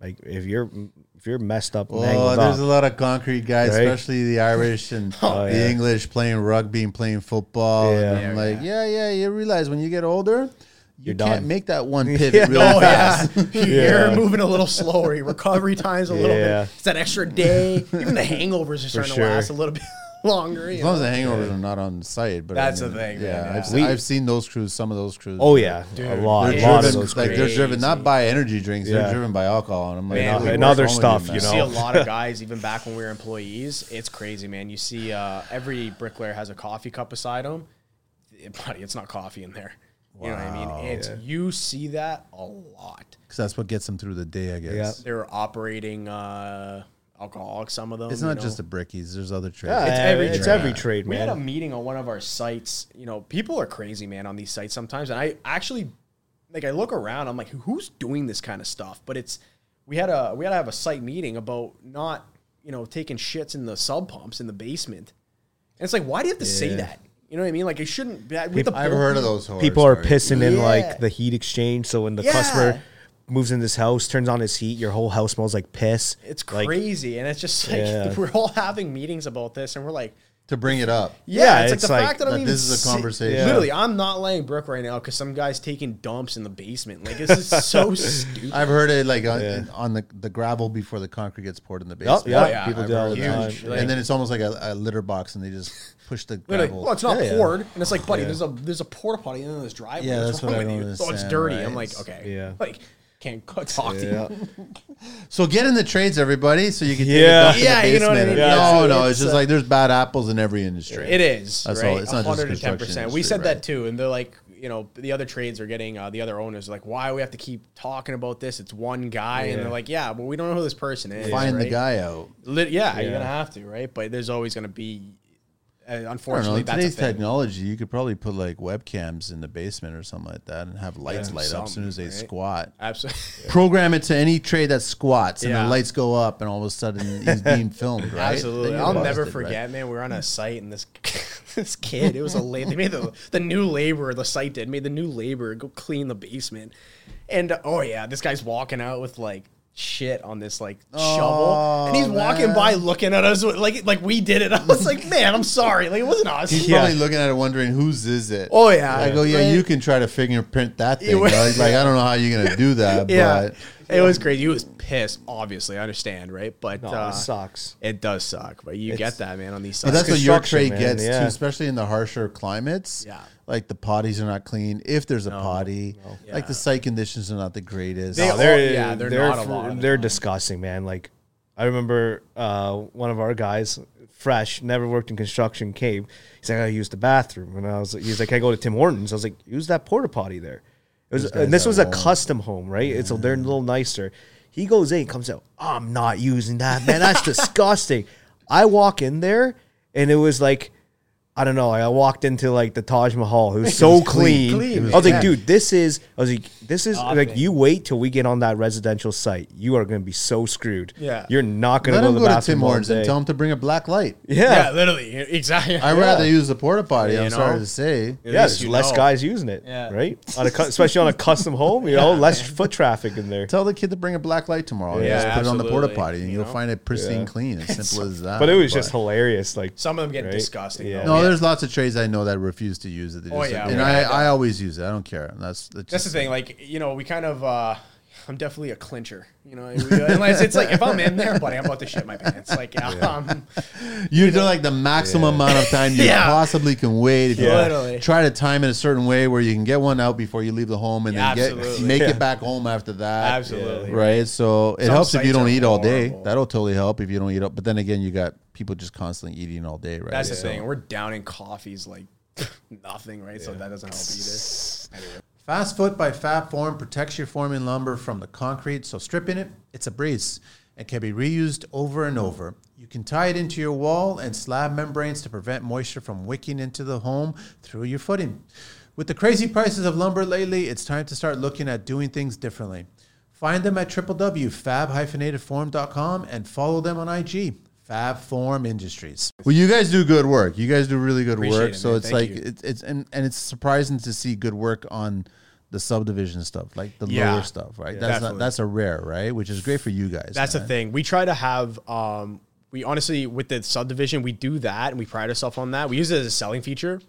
like if you're if you're messed up, and
Oh,
mangled
there's
up,
a lot of concrete guys,
Right? Oh,
especially the Irish and the
yeah.
English playing rugby and playing football.
Yeah.
And I'm like, yeah, yeah, you realize when you get older, you
You're
can't
done.
make that one pivot really
Oh
fast.
yeah. you're moving a little slower. Your recovery time's a little
Yeah.
bit. It's that extra day. Even the hangovers are starting
sure.
to last a little bit longer. you
As long as
know?
the hangovers are not on site, but
That's
I
the
mean,
thing,
Yeah,
man,
I've,
yeah.
se-
We-
I've seen those crews. Some of those crews.
oh yeah, a lot,
they're
a lot of
driven,
those
like
creators.
they're driven not by energy drinks. They're
Yeah.
driven by alcohol, and I'm like,
Man,
I'm like,
and
what's
other
wrong with
stuff, you
You
man?
know?
see a lot of guys, even back when we were employees, it's crazy, man. You see, uh, every bricklayer has a coffee cup beside them. Buddy, it's not coffee in there. You know what I mean? It's you see that a lot.
'Cause that's what gets them through the day, I guess.
Yeah.
They're operating uh, alcoholics. Some of them.
It's
you
not
know?
just the brickies. There's other trades.
Yeah,
It's every
it's
trade.
every trade,
We had a
man.
meeting on one of our sites. You know, people are crazy, man, on these sites sometimes. And I actually, like, I look around. I'm like, who's doing this kind of stuff? But it's we had a we had to have a site meeting about not you know taking shits in the sub pumps in the basement. And it's like, why do you have to say that? You know what I mean? Like, it shouldn't. That, with the
I've heard of those. horror
People are
stories.
pissing in
Yeah.
like the heat exchange, so when the
Yeah.
customer moves in this house, turns on his heat, your whole house smells like piss.
It's
Like,
crazy, and it's just like
Yeah.
we're all having meetings about this, and we're like,
to bring it up.
Yeah, it's,
it's
like the
like
fact that I'm
that
even
this is a
si-
conversation.
Literally, I'm not laying brick right now because some guy's taking dumps in the basement. Like this is so stupid.
I've heard it like on, on the, the gravel before the concrete gets poured in the
Oh,
basement.
yeah,
Oh, yeah,
people
I've
do all
heard
the time.
that. Huge. Like-
and then it's almost like a, a litter box, and they just push the
Literally,
gravel.
well, it's not
Yeah, yeah.
poured, and it's like, buddy, there's a there's a porta potty in this driveway.
Yeah,
What's
that's what
wrong
I
with you?
don't
Oh, it's
understand,
dirty.
right?
I'm like,
It's-
okay,
yeah.
like can't co- talk to you.
so get in the trades, everybody, so you can take
Yeah.
it back in the
Yeah, you know what I
basement.
mean?
No,
Yeah.
no, it's,
It's,
just
uh,
like there's bad apples in every industry.
It is
That's
right.
all. It's not just
110%.
construction
we said
industry,
that
right?
too, and they're like, you know, the other trades are getting uh, the other owners are like, why we have to keep talking about this? It's one guy, and they're like, yeah, but we don't know who this person is.
Find the
right?
guy out.
Lit- yeah, you're
Yeah.
gonna have to, right? But there's always gonna be, uh,
I don't know.
unfortunately, that's a
Today's
thing.
technology, you could probably put like webcams in the basement or something like that, and have lights light up as soon as they
something, right?
squat.
Absolutely.
Program it to any trade that squats, and
Yeah.
the lights go up, and all of a sudden he's being filmed. Right?
Absolutely,
Then you're
I'll never
busted, right?
forget, man. We were on a site, and this this kid, it was a late. They made the the new laborer, the site did made the new laborer go clean the basement, and uh, oh yeah, this guy's walking out with like shit on this like shovel, and he's walking
Oh, man.
by looking at us with, like like we did it. I was like, man, I'm sorry, like it wasn't us.
He's probably looking at it, wondering whose is it.
Oh, yeah.
I go, yeah,
Right.
you can try to fingerprint that thing.
was-
dog. Like I don't know how you're gonna do that,
yeah,
but
it was crazy. He was pissed, obviously. I understand, right? But
No,
uh,
it sucks.
It does suck, but you get that, man, on these
but
sites.
that's what your
construction,
trade
man,
gets
yeah.
too, especially in the harsher climates.
Yeah.
Like the potties are not clean. If there's a potty, like
Yeah.
the site conditions are not the greatest.
They
No,
all-
they're,
yeah, they're
they're
not a
fr-
lot of
They're
them.
disgusting, man. Like, I remember uh, one of our guys, fresh, never worked in construction, came. He's like, I use the bathroom, and I was, he's like, I go to Tim Hortons. I was like, use that porta potty there. It was,
guys
and this
are
was a
wild.
custom home, right? It's a, they're a little nicer. He goes in, comes out. I'm not using that, man. That's disgusting. I walk in there, and it was like I don't know. I walked into like the Taj Mahal. It was so clean.
clean. It was
I was like,
clean.
dude, this is. I was like, this is
Stop
like
it.
you wait till we get on that residential site. You are going to be so screwed.
Yeah.
you're not going
Let
to go
him
to the
go to
bathroom
Tim
all
Hortons
day.
and tell him to bring a black light.
Yeah,
yeah,
literally, exactly.
I'd rather use the porta potty.
You
I'm sorry
know?
to say.
yeah. There's less guys using it,
Yeah.
right? On a, cu- especially on a custom home, you know, less foot traffic in there.
Tell the kid to bring a black light tomorrow.
Yeah,
Yeah, just put it on the porta
absolutely,
potty, and
you
you will
know?
find it pristine clean. As simple as that.
But it was just hilarious. Like
Some of them get
Right?
disgusting.
Yeah.
though.
No, there's lots of trades I know that refuse to use it. They
Oh,
just-
yeah,
and
we
I,
had
I always use it. I don't care. That's that's,
That's
just-
the thing. Like, you know, we kind of, uh, I'm definitely a clincher. You know, uh, unless it's like if I'm in there, buddy, I'm about to shit my pants. Like, um,
you do like the maximum amount of time you
Yeah.
possibly can wait. If
Yeah.
you
Totally.
try to time it a certain way where you can get one out before you leave the home, and
Yeah,
then get,
absolutely.
make it back home after that.
absolutely.
Right, so it
Some
helps if you
sites
don't
are
eat all day.
horrible.
That'll totally help if you don't eat up. But then again, you got people just constantly eating all day, right?
That's the
So-
thing. We're downing coffees like nothing, right? So that doesn't help either. Anyway.
Fast Foot by Fab Form protects your forming lumber from the concrete, so stripping it, it's a breeze and can be reused over and over. You can tie it into your wall and slab membranes to prevent moisture from wicking into the home through your footing. With the crazy prices of lumber lately, it's time to start looking at doing things differently. Find them at www.fab-form.com and follow them on IG, Fab Form Industries.
Well, you guys do good work. You guys do really good
Appreciate
work.
it,
so
man.
it's
Thank
like
you.
it's it's and, and it's surprising to see good work on the subdivision stuff, like the
Yeah.
lower stuff, right? that's not
Definitely.
that's a rare, right? Which is great for you guys. Uh,
That's the thing. We try to have um we honestly with the subdivision, we do that and we pride ourselves on that. We use it as a selling feature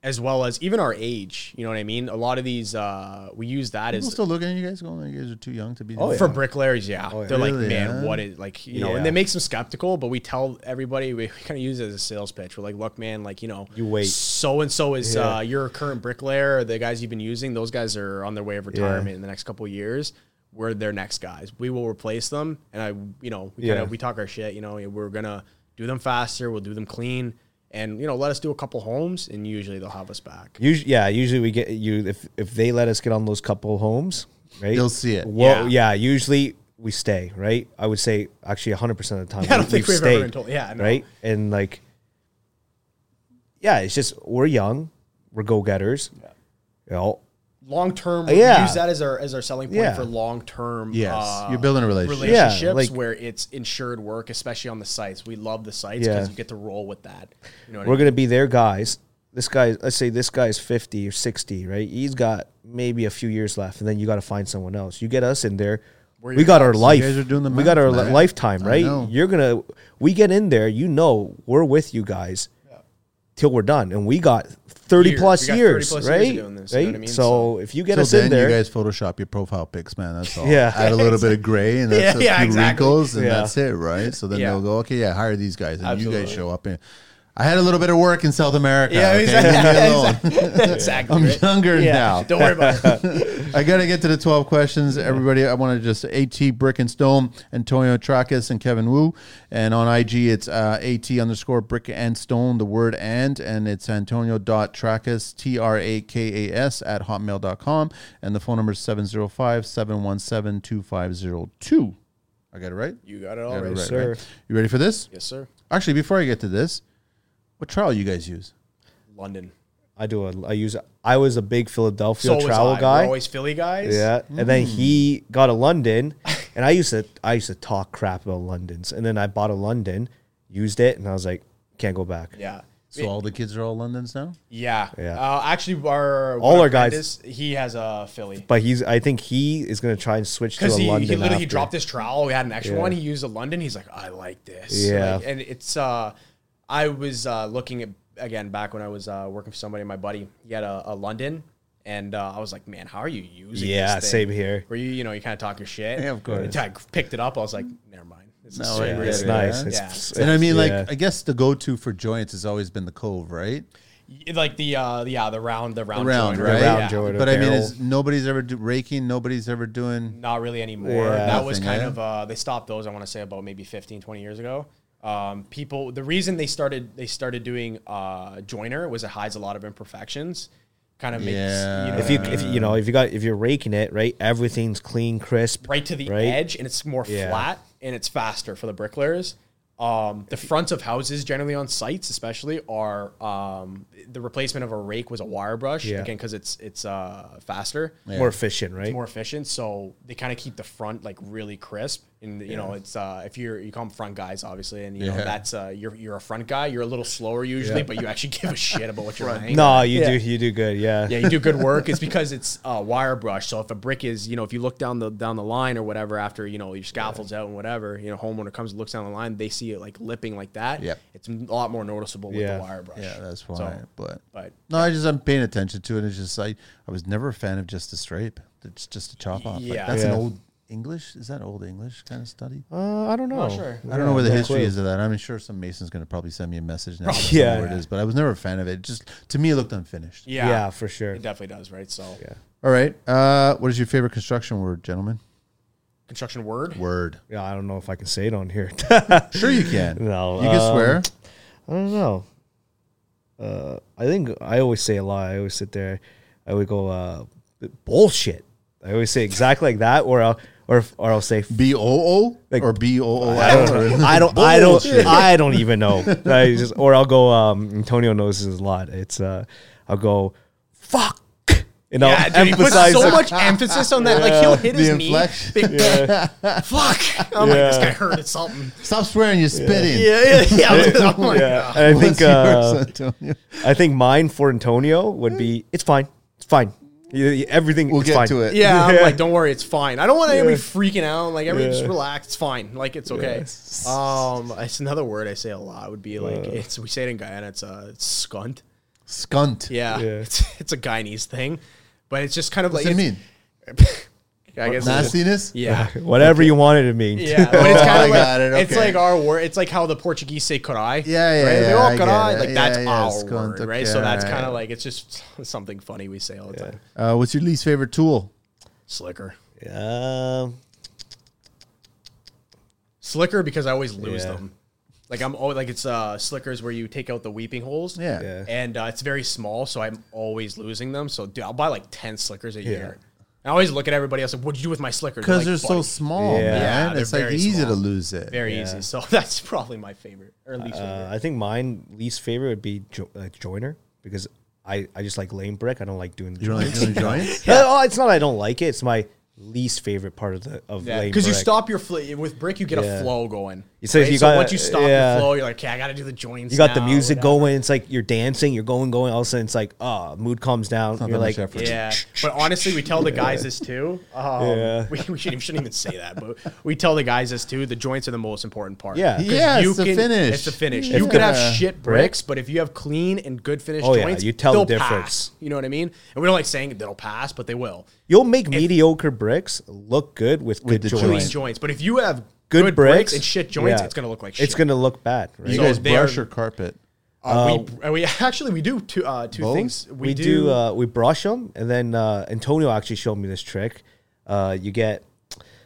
as well as even our age. You know what I mean? A lot of these uh we use that
People
as
still looking at you guys going, "Oh, you guys are too young to be.
Oh,
doing
for
that."
bricklayers, yeah. They're
Really,
like, man,
yeah?
what is like, you know, and
Yeah.
they make some skeptical, but we tell everybody we, kind of use it as a sales pitch. We're like, look, man, like, you know,
You wait.
So and so is
Yeah.
uh, your current bricklayer, the guys you've been using, those guys are on their way of retirement in the next couple of years. We're their next guys. We will replace them. And I, you know, we kind
Yeah.
of, we talk our shit, you know, we're going to do them faster. We'll do them clean and, you know, let us do a couple homes and usually they'll have us back.
Usually, yeah. Usually we get you if if they let us get on those couple homes, right?
You'll see it.
Well, yeah.
Yeah.
Usually we stay, right? I would say actually 100 percent of the time.
Yeah, I don't
we-
think
we've
we've ever
stayed,
been told- yeah, no.
right. And like, yeah, it's just we're young, we're go getters. Yeah. You know,
long term
Uh, Yeah.
we use that as our as our selling point
Yeah.
for long term uh,
Yes, you're building a relationship.
Yeah,
relationships
like-
where it's insured work especially on the sites we love the sites because
Yeah.
you get to roll with that you know what I
we're
mean?
gonna be their guys. This guy, let's say this guy's 50 or 60, right? He's got maybe a few years left, and then you got to find someone else. You get us in there.
We're
we
your
got our life.
guys are doing the
we got
math,
our
man.
li- lifetime, right?
know.
You're gonna. We get in there. You know, we're with you guys till we're done, and we got 30
Years.
plus
We got 30
years,
plus years
right?
doing this, you
right?
know what I mean?
So,
So-
if you get
Till
us in
then,
there,
you guys Photoshop your profile pics, man. That's all.
Yeah.
add a little bit of gray and that's
Yeah,
a few
yeah, exactly.
wrinkles, and
Yeah.
that's it, right? So then
Yeah.
they'll go, okay, yeah, hire these guys, and you guys
Absolutely.
show up. And I had a little bit of work in South America.
Yeah,
okay?
exactly.
Leave me alone.
exactly
I'm
right?
younger
yeah
now.
don't worry about it
I got to get to the 12 questions. Everybody, I want to just AT Brick and Stone, Antonio Trakis and Kevin Wu. And on IG, it's uh, AT underscore Brick and Stone, the word and, and it's Antonio.Trakis, T R A K A S, at hotmail.com. And the phone number is 705 717 2502. I got it right?
you got it all
Got it
right
right,
sir.
right? You ready for this?
yes sir
Actually, before I get to this, what trial you guys use?
London
I do. A, I use. I was a big Philadelphia
so was
travel
I.
guy.
We're always Philly guys
Yeah, and
Hmm.
then he got to London, and I used to I used to talk crap about Londons, and then I bought a London, used it, and I was like, can't go back.
yeah
So all the kids are all Londons now?
yeah,
Yeah.
Uh, actually our
All
one
our
of
guys-
Brandis, he has a Philly
But he's I think he is gonna try and switch to a
because he,
London.
he literally he
after.
dropped his trowel. We had an extra
Yeah.
one. He used a London. He's like, I like this.
Yeah.
Like, and it's uh, I was uh looking at again back when I was uh working for somebody. My buddy he had a, a London, and uh, I was like, man, how are you using?
Yeah,
this thing?
same here.
Where you you know you kind of talk your shit.
Yeah, of course.
Until I picked it up, I was like, never mind. It's
No,
no,
yeah,
It's
Yeah.
nice.
Yeah.
It's,
And I mean, like,
yeah.
I guess the go to for joints has always been the cove, right?
like the uh yeah the round the round
round,
joint,
right?
round
Yeah.
joint. or
But I mean,
barrel.
is nobody's ever do, raking. Nobody's ever doing.
Not really anymore.
Yeah.
that was
Nothing,
kind
eh?
of uh, they stopped those. I want to say about maybe 15, 20 years ago. Um, people, the reason they started they started doing uh, joiner was it hides a lot of imperfections. Kind of makes you know
if you
what I
if
mean?
you know if you got if you're raking it right, everything's clean, crisp.
right to the
right?
edge and it's more
Yeah.
flat and it's faster for the bricklayers. Um, the fronts of houses, generally on sites, especially, are um, the replacement of a rake was a wire brush
Yeah.
again because it's it's uh, faster,
more efficient, right?
more efficient. So they kind of keep the front like really crisp, and you know it's uh, if you're you call them front guys, obviously, and you know
Yeah.
that's uh, you're you're a front guy. You're a little slower usually, but you actually give a shit about what you're laying.
no, you
Yeah.
do you do good. Yeah.
Yeah, you do good work. It's because it's uh, wire brush. So if a brick is, you know, if you look down the down the line or whatever after you know your scaffolds out and whatever, you know, homeowner comes and looks down the line, they see it like lipping like that.
Yep.
it's a lot more noticeable with
Yeah.
the wire brush.
Yeah, that's
So,
why. but
but-
no, I just I'm paying attention to it. It's just I I was never a fan of just a scrape. It's just a chop off. Like,
Yeah.
that's an
Yeah.
old English. Is that old English kind of study?
Uh, I don't know.
sure.
I don't know where the
no
history
clue.
is of that. I'm sure some mason's going to probably send me a message now.
Yeah.
yeah, where it is. But I was never a fan of it. Just to me, it looked unfinished.
yeah,
Yeah, for sure.
it definitely does, right? So
Yeah.
All right. Uh, what is your favorite construction word, gentlemen?
construction word.
Word.
Yeah, I don't know if I can say it on here.
Sure, you can.
No,
you can
um,
swear.
I don't know. Uh, I think I always say a lie. I always sit there. I would go uh, bullshit. I always say exactly like that, or I'll or or I'll say.
B O O
Like-
or B O O
I don't.
L.
I don't. I don't. I don't even know. I just, or I'll go. Um, Antonio knows this a lot. It's. Uh, I'll go. Fuck. And I'll
Yeah, dude, he puts
emphasize.
so
the-
much emphasis on that. Like he'll hit
the
his
inflection.
knee. big- Fuck! I'm like, this guy heard it something.
Stop swearing. You're spitting.
Yeah, yeah, yeah. I'm like,
yeah, and I think. Uh,
Antonio.
I think mine for Antonio would be it's fine, it's fine. You- you- Everything
We'll
is
get
fine.
to it.
Yeah, I'm
Yeah.
like, don't worry, it's fine. I don't want anybody
Yeah.
freaking out. Like, everybody just
Yeah.
relax. It's fine. Like, it's okay. Um, it's another word I say a lot. Would be like, it's we say it in Guyana. It's a it's skunt.
Scunt.
Yeah,
Yeah.
It's, it's a Guyanese thing, but it's just kind of
What's
like
it
it's-
mean?
I guess it's just-
Nastiness.
yeah.
Whatever you wanted to mean.
Yeah, but it's
Oh,
kind
I
of like
got it,
it's
okay.
like our word. It's like how the Portuguese say "carai."
Yeah, yeah,
right? They
yeah,
all
I get
"carai,"
it.
Like
Yeah,
that's
yeah,
our
skunt,
word, right? so
okay,
that's
alright.
kind of like it's just something funny we say all the time.
Uh, what's your least favorite tool?
Slicker,
Um,
slicker, because I always lose
Yeah.
them. Like I'm always like it's uh slickers where you take out the weeping holes.
Yeah.
Yeah.
and uh, it's very small, so I'm always losing them. So dude, I'll buy like ten slickers a year. And I always look at everybody else like, "What'd you do with my slickers?"
Because
like,
they're so
"Buddy,
small,
Yeah,
man.
they're
It's like
very
easy to
small.
lose it.
very easy." So that's probably my favorite or least favorite.
uh, I think mine least favorite would be jo- like joiner because I, I just like laying brick. I don't like doing the
You don't like
joints.
doing joints?
Uh, oh, it's not I don't like it. It's my least favorite part of the of
Yeah,
laying
because you
brick.
stop your fl- with brick, you get a
Yeah.
flow going.
So if you got-
once you stop
yeah.
the flow, you're like, okay, I got to do the joints.
You got the
now,"
music
whatever.
going. It's like you're dancing. You're going, going. All of a sudden, it's like, ah, mood calms down. You're
that
like,
much effort.
Yeah, but honestly, we tell the guys this too. Um,
Yeah.
we, we shouldn't, shouldn't even say that, but we tell the guys this too. The joints are the most important part.
Yeah.
'Cause
Yeah, it's the finish.
It's the finish.
Yeah.
You could have
Yeah.
shit bricks, but if you have clean and good finished
Oh, yeah,
joints,
you tell the
they'll
difference.
pass. you know what I mean? And we don't like saying they'll pass, but they will.
you'll make mediocre bricks look good with good
the
joints.
Clean
Joints.
joints, but if you have
Good, bricks,
and shit joints,
yeah.
it's gonna look like shit.
It's gonna look bad. Right?
You
So
guys
they
brush
are-
or carpet?
Uh, we, we actually we do two uh, two
Both?
things.
we do uh, we brush them and then uh, antonio actually showed me this trick uh, you get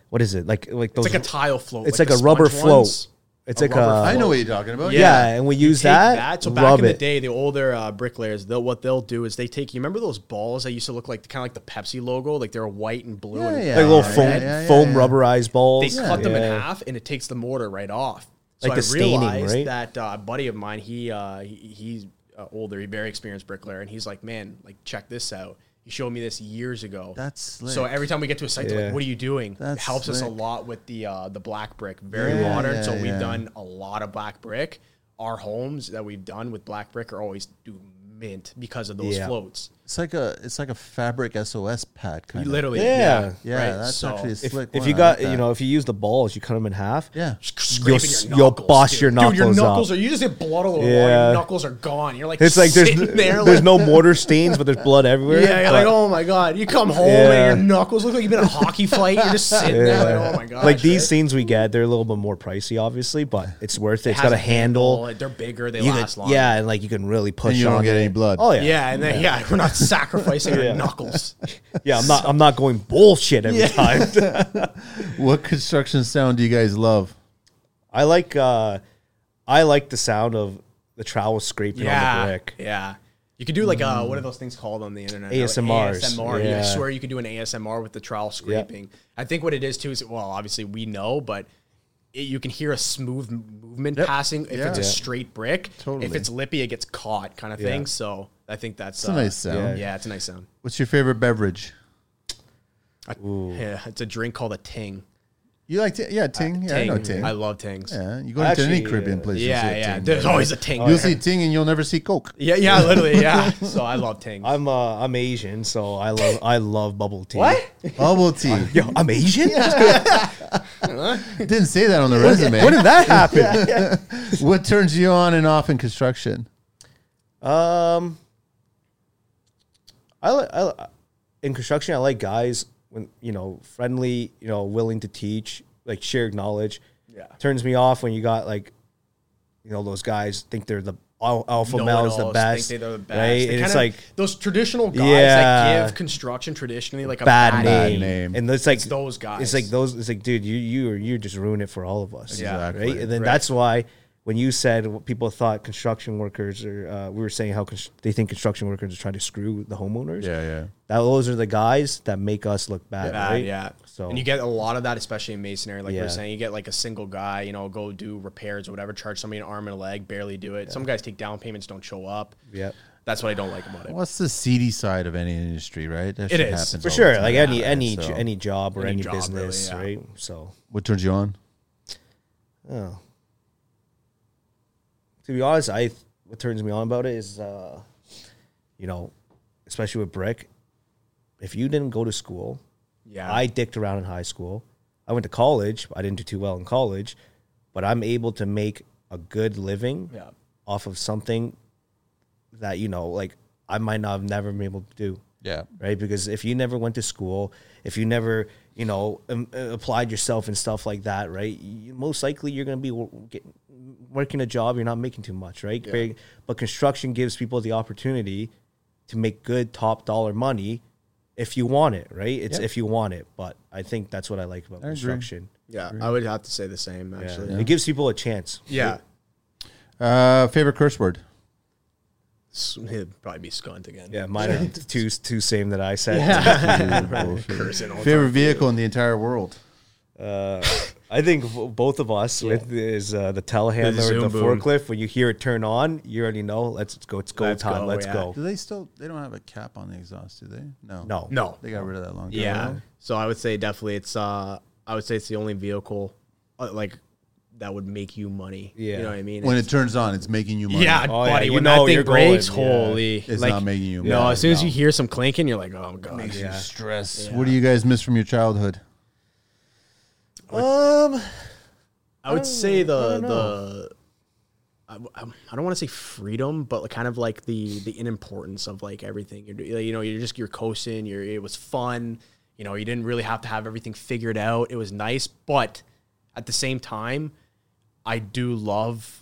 what is it like like those
it's like a tile float.
it's
the
like a rubber
sponge
float.
ones.
It's
A
like
rubber
a-
float.
I know what you're talking about.
yeah, and we
You
use
take
that,
So back
rub
in the
it.
day, the older uh, bricklayers, they'll, what they'll do is they take. You remember those balls that used to look like kind of like the Pepsi logo, like they're white and blue. and
yeah.
like little
Yeah,
foam
yeah, yeah,
foam
yeah.
rubberized
They
balls
cut them in
Yeah.
half, and it takes the mortar right off. So I
Like the staining,
realized
right?
that uh, a buddy of mine, he uh, he he's uh, older, he very experienced bricklayer, and he's like, man, like check this out. He showed me this years ago.
That's
so.
slick.
Every time we get to a site, they're
Yeah.
like, what are you doing?
That's
it helps us a
slick.
lot with the uh, the black brick, very
Yeah,
modern.
yeah,
so we've
yeah.
done a lot of black brick. Our homes that we've done with black brick are always do mint because of those
Yeah.
floats.
It's like a it's like a fabric SOS pad kind of.
Literally,
Yeah.
yeah,
Yeah,
right?
that's
So
actually a
if-
if,
slick.
if
one.
you
I
got
like
you
that.
know if you use the balls you cut them in half
yeah.
scraping
s-
your
you'll
knuckles,
bust
dude.
your
Dude, your
knuckles up.
knuckles are you just get blood all over the wall,
Yeah.
Your knuckles are gone. You're like
it's like there's
sitting there,
there's
like,
no mortar stains but there's blood everywhere
yeah. You're like
but-
oh my god. You come home
Yeah.
and your knuckles look like you've been in a hockey fight. You're just sitting there like oh my god.
like these things we get, they're a little bit more pricey, obviously, but it's worth it. It has got a handle.
They're bigger. They
You can-
last longer.
yeah, and like you can really push.
And you don't
on
get
it.
any blood.
Oh yeah,
Yeah, and then yeah, we're not sacrificing our
Yeah.
knuckles.
yeah. I'm not. I'm not going bullshit every time.
What construction sound do you guys love?
I like. uh I like the sound of the trowel scraping on the
Yeah,
brick.
yeah. You could do like uh, what are those things called on the internet? now?
ASMRs,
ASMR. You I
yeah.
swear you could do an ASMR with the trowel scraping. I think what it is too is well, obviously we know, but it, you can hear a smooth m- movement
Yep.
passing. If it's a
Yeah.
straight brick,
Totally.
if it's lippy, it gets caught, kind of thing. So I think that's uh,
a nice sound.
Yeah, it's a nice sound.
What's your favorite beverage?
I- yeah, it's a drink called a ting.
You like to, yeah, ting. Yeah, I
ting.
know ting.
I love tings. Yeah,
yeah, you go into any
Uh, Actually,
Caribbean
uh,
place, you'll see
yeah.
a ting.
There's always a ting.
You'll
there.
see ting and you'll never see Coke.
Yeah, yeah, literally, yeah. So I love ting.
I'm uh, I'm Asian, so I love I love bubble tea.
Bubble tea.
Yo, I'm Asian.
Didn't say that on the resume.
When did that happen?
what turns you on and off in construction?
Um, I like I, li- in construction. I like guys when you know friendly, you know, willing to teach, like shared knowledge.
Yeah.
turns me off when you got like, you know, those guys think they're the al- alpha
Know-it-alls
males, the best,
Think they're the best.
right?
They
and it's
kinda-
like
those traditional guys
Yeah.
that give construction traditionally like a
bad, name.
name.
and it's like
It's those
It's
guys.
like those. It's like, dude, you you are you just ruin it for all of us.
Yeah. Exactly.
right. And then
Right.
that's why when you said what people thought construction workers or uh, we were saying how const- they think construction workers are trying to screw the homeowners.
yeah.
That those are the guys that make us look bad.
Bad,
right?
yeah.
So
and you get a lot of that, especially in masonry. Like we
Yeah.
are saying, you get like a single guy, you know, go do repairs or whatever, charge somebody an arm and a leg, barely do it. Some guys take down payments, don't show up.
yeah.
That's what I don't like about it.
What's the seedy side of any industry, right? That
It
shit
is,
happens
For
all the
sure,
time.
like any any
so-
any job or
Any
any,
job, really,
business,
yeah.
right? So,
What turns you on?
oh. to be honest, I what turns me on about it is, uh, you know, especially with brick. If you didn't go to school,
Yeah,
I dicked around in high school. I went to college. I didn't do too well in college, but I'm able to make a good living
Yeah.
off of something that you know, like I might not have never been able to do.
Yeah.
Right, because if you never went to school, if you never, you know, um, uh, applied yourself and stuff like that, right? You, most likely you're going to be wo- get, working a job you're not making too much, right? But- But construction gives people the opportunity to make good top dollar money if you want it, right? It's if you want it. But I think that's what I like about construction.
yeah, I would have to say the same
Yeah.
actually.
It gives people a chance.
Yeah,
Uh, favorite curse word?
S- It'd probably be skunt again.
Yeah, mine are two two same that I said.
cursing all the time.
Favorite vehicle in the entire world?
Uh, I think v- both of us with is uh, the telehandler,
The
the,
zoom
the
boom.
forklift. When you hear it turn on, you already know. Let's go. It's go
Let's
time.
go,
let's
yeah.
go.
Do they still? They don't have a cap on the exhaust, do they? No.
No,
No,
They got rid of that long time
Yeah.
ago.
So I would say definitely it's uh I would say it's the only vehicle uh, like that would make you money.
Yeah.
You know what I mean?
When
It's-
it turns on, it's making you money.
yeah,
Oh, yeah,
buddy,
you
when
know
that thing
you're
breaks,
going, yeah.
holy
It's
like,
not making you
No,
money,
as soon as you hear some clinking, you're like, oh god.
Makes you
Yeah.
stress. What do you guys miss from your childhood?
Um,
I would say the
I don't
the I, I I don't want to say freedom, but like kind of like the the inimportance of like everything you're doing. You know, you're just you're coasting. You're it was fun. You know, you didn't really have to have everything figured out. It was nice, but at the same time, I do love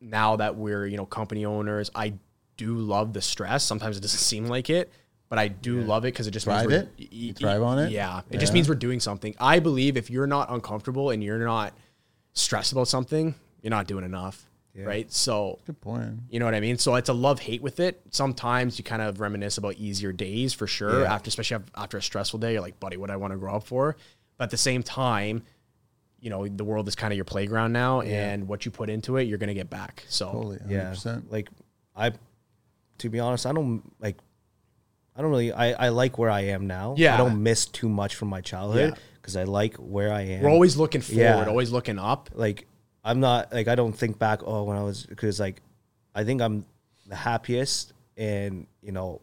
now that we're you know company owners. I do love the stress. Sometimes it doesn't seem like it, but I do love it because it just means
Thrive
we're-
it? You thrive on it?
Yeah, it just means we're doing something. I believe if you're not uncomfortable and you're not stressed about something, you're not doing enough, right? So
Good point.
you know what I mean. So it's a love hate with it. Sometimes you kind of reminisce about easier days for sure. After especially af- after a stressful day, you're like, buddy, what do I want to grow up for? But at the same time, you know the world is kind of your playground now, and what you put into it, you're gonna get back. So
Totally. 100%.
yeah. Like I, to be honest, I don't like. I don't really. I, I like where I am now.
Yeah.
I don't miss too much from my childhood
Yeah.
because I like where I am.
we're always looking forward,
Yeah.
always looking up.
like I'm not like I don't think back. Oh, when I was because like I think I'm the happiest, and you know,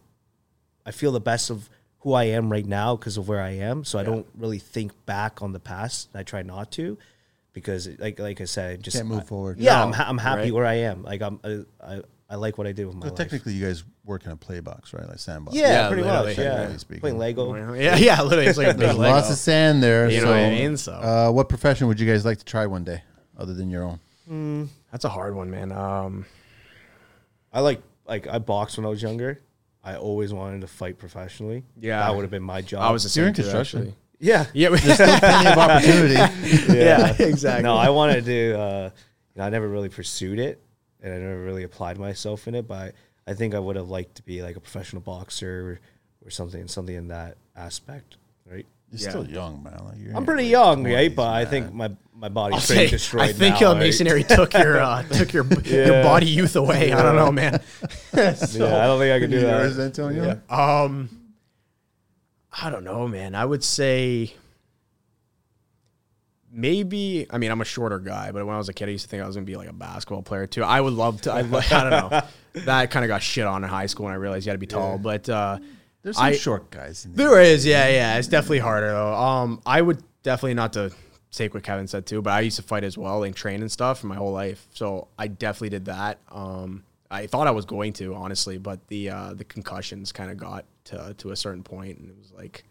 I feel the best of who I am right now because of where I am. So I don't really think back on the past. I try not to because like like I said, I just
Can't move forward.
Yeah, I'm ha- I'm happy
right?
where I am. Like I'm I I, I like what I do with my
So
life.
technically, you guys work in a play box, right? Like sandbox.
yeah,
Yeah,
pretty
literally.
much. Yeah,
Technically speaking.
playing Lego.
Yeah, yeah, literally, it's like a big
There's lots
Lego.
of sand there.
You
so,
know what I mean? So-
uh, what profession would you guys like to try one day, other than your own?
That's a hard one, man. Um,
I like like I boxed when I was younger. I always wanted to fight professionally.
Yeah.
that would have been my job.
I was the same
Oh, You're in
too,
construction.
actually.
yeah
Yeah, we-
Plenty of opportunity.
yeah, exactly.
No, I wanted to. Uh, you know, I never really pursued it, and I never really applied myself in it. But I think I would have liked to be like a professional boxer or, or something, something in that aspect, right?
You're
Yeah.
still young, man. Like, you're
I'm pretty young, right? But I think my my body's pretty
Hey,
destroyed.
I think
now,
uh,
right?
masonry took your uh, took your your body youth away. I don't know, man.
Yeah, I don't think I can do
Yours,
that.
Antonio.
Yeah.
Um, I don't know, man. I would say maybe. I mean, I'm a shorter guy, but when I was a kid, I used to think I was gonna be like a basketball player too. I would love to. I, lo- I don't know. That kind of got shit on in high school, and I realized you had to be tall. But uh,
There's some
I-
short guys. In there.
there is, yeah, yeah. It's definitely harder though. Um, I would definitely not to take what Kevin said too, but I used to fight as well and train and stuff for my whole life. So I definitely did that. Um, I thought I was going to honestly, but the uh, the concussions kind of got to to a certain point, and it was like,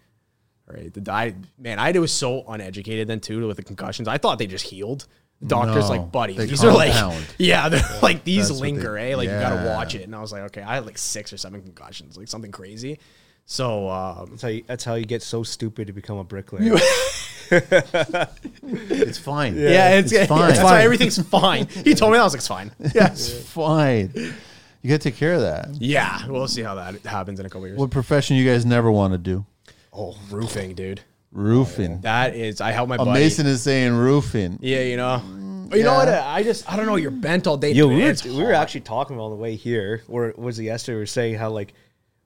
all right, the I man, I was so uneducated then too with the concussions. I thought they just healed. The doctors
No,
like, buddy,
they
these are like,
compound.
yeah, they're like these
that's what they-
linger, eh? Like you gotta
Yeah.
watch it. And I was like, okay, I had like six or seven concussions, like something crazy. So um,
That's how, you, that's how you get so stupid to become a bricklayer.
It's fine.
Yeah, it's,
It's
it's
fine.
fine. That's why everything's fine. He told me that I was like, it's fine.
Yeah, it's fine. You got to take care of that.
Yeah, we'll see how that happens in a couple years.
What profession you guys never want to do?
Oh, roofing, dude.
Roofing.
That is, I help my
A
buddy.
Mason is saying roofing.
Oh, Yeah, you know. You know what? I just, I don't know. You're bent all day.
Yo,
dude.
we were,
It's
we were
hot.
actually talking on the way here, or was it yesterday? We were saying how like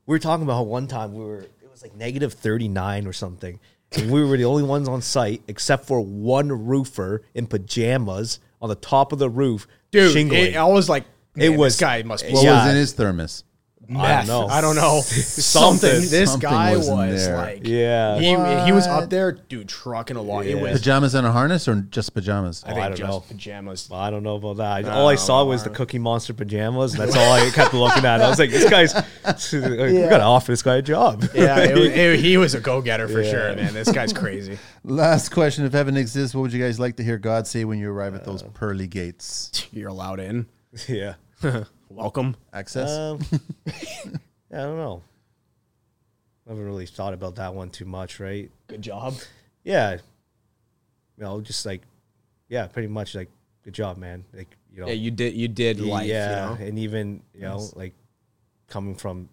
we were talking about how one time we were it was like negative thirty nine or something, and we were the only ones on site except for one roofer in pajamas on the top of the roof
dude.
shingling.
It, I was like,
It
man,
was-
this guy must be
What
Yeah.
was in his thermos?
meth.
know.
I don't know. Something. This
Something
guy
was
was,
in there.
like,
Yeah.
He, he was
What?
up there, dude, trucking along. It was.
Pajamas and a harness, or just pajamas?
I think
don't
just
know.
pajamas.
Well, I don't know about that. I- all I saw was the Cookie Monster pajamas, and that's all I kept looking at. I was like, "This guy's, we gotta offer this guy a job."
Yeah, it was, it- he was a go getter for
Yeah.
sure, man. This guy's crazy.
Last question: If heaven exists, what would you guys like to hear God say when you arrive at
Uh,
those pearly gates?
You're allowed in.
yeah.
Welcome.
Access.
uh,
Um, I don't know. I haven't really thought about that one too much, right?
Good job.
Yeah. You know, just like, yeah, pretty much like, good job, man. Like, you know,
Yeah, you did. You did life.
yeah,
You know?
and even you know, like coming from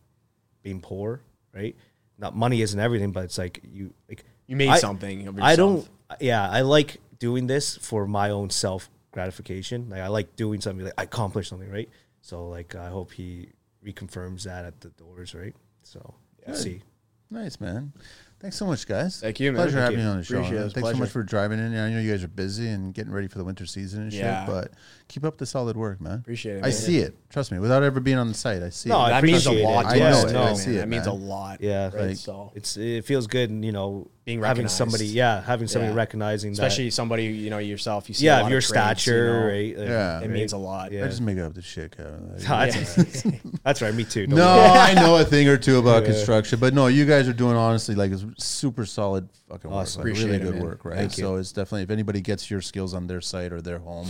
being poor, right? Not money isn't everything, but it's like you like
You made
I-
something of
I don't.
yourself.
Yeah, I like doing this for my own self gratification. Like I like doing something. Like I accomplished something, right? So like I hope he reconfirms that at the doors, right? So we'll see.
Nice, man. Thanks so much, guys.
Thank you, man.
Pleasure
Thank
having
you.
you. on the show.
Appreciate it.
man.
It was a
Thanks so much
pleasure.
for driving in. I know you guys are busy and getting ready for the winter season and
Yeah.
shit, but keep up the solid work, man.
Appreciate it,
I
man.
see it. Trust me. Without ever being on the site, I see
No,
it.
I
that means a
appreciate
lot.
it.
To
I
us,
know,
too,
I
man.
see it,
that means a
man.
lot.
Yeah,
Right.
like-
so
It's it feels good, you know,
Being
having
recognized.
somebody, yeah, having somebody
Yeah.
recognizing
especially
that,
somebody you know yourself. You see. a
yeah,
lot
of
of
your
traits, you
stature,
know?
right? Like,
Yeah.
It
Right.
means a lot.
Yeah.
I just make up this shit, Kevin. Like,
Ah, that's, that's right. Me too. don't
No,
worry.
I know a thing or two about construction, but no, you guys are doing honestly like it's super solid fucking
Awesome.
work, like, really
Appreciate it,
good
man.
work, right?
Thank you.
so it's definitely if anybody gets your skills on their site or their home,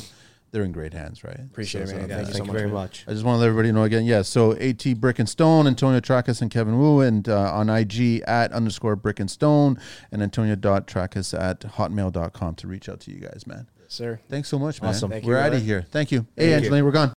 they're in great hands, right?
Appreciate
So-
it, man.
so
Yeah,
Thank you so much.
very
man.
much.
I just want to let everybody know again. Yeah, so AT Brick and Stone, Antonio Tracas and Kevin Wu, and uh, on IG at underscore Brick and Stone, and Antonio.Tracas at hotmail.com to reach out to you guys, man.
Sir.
Thanks so much, man.
Awesome.
Thank you,
we're out
brother.
of here. Thank you. Hey, Angelina, we're gone.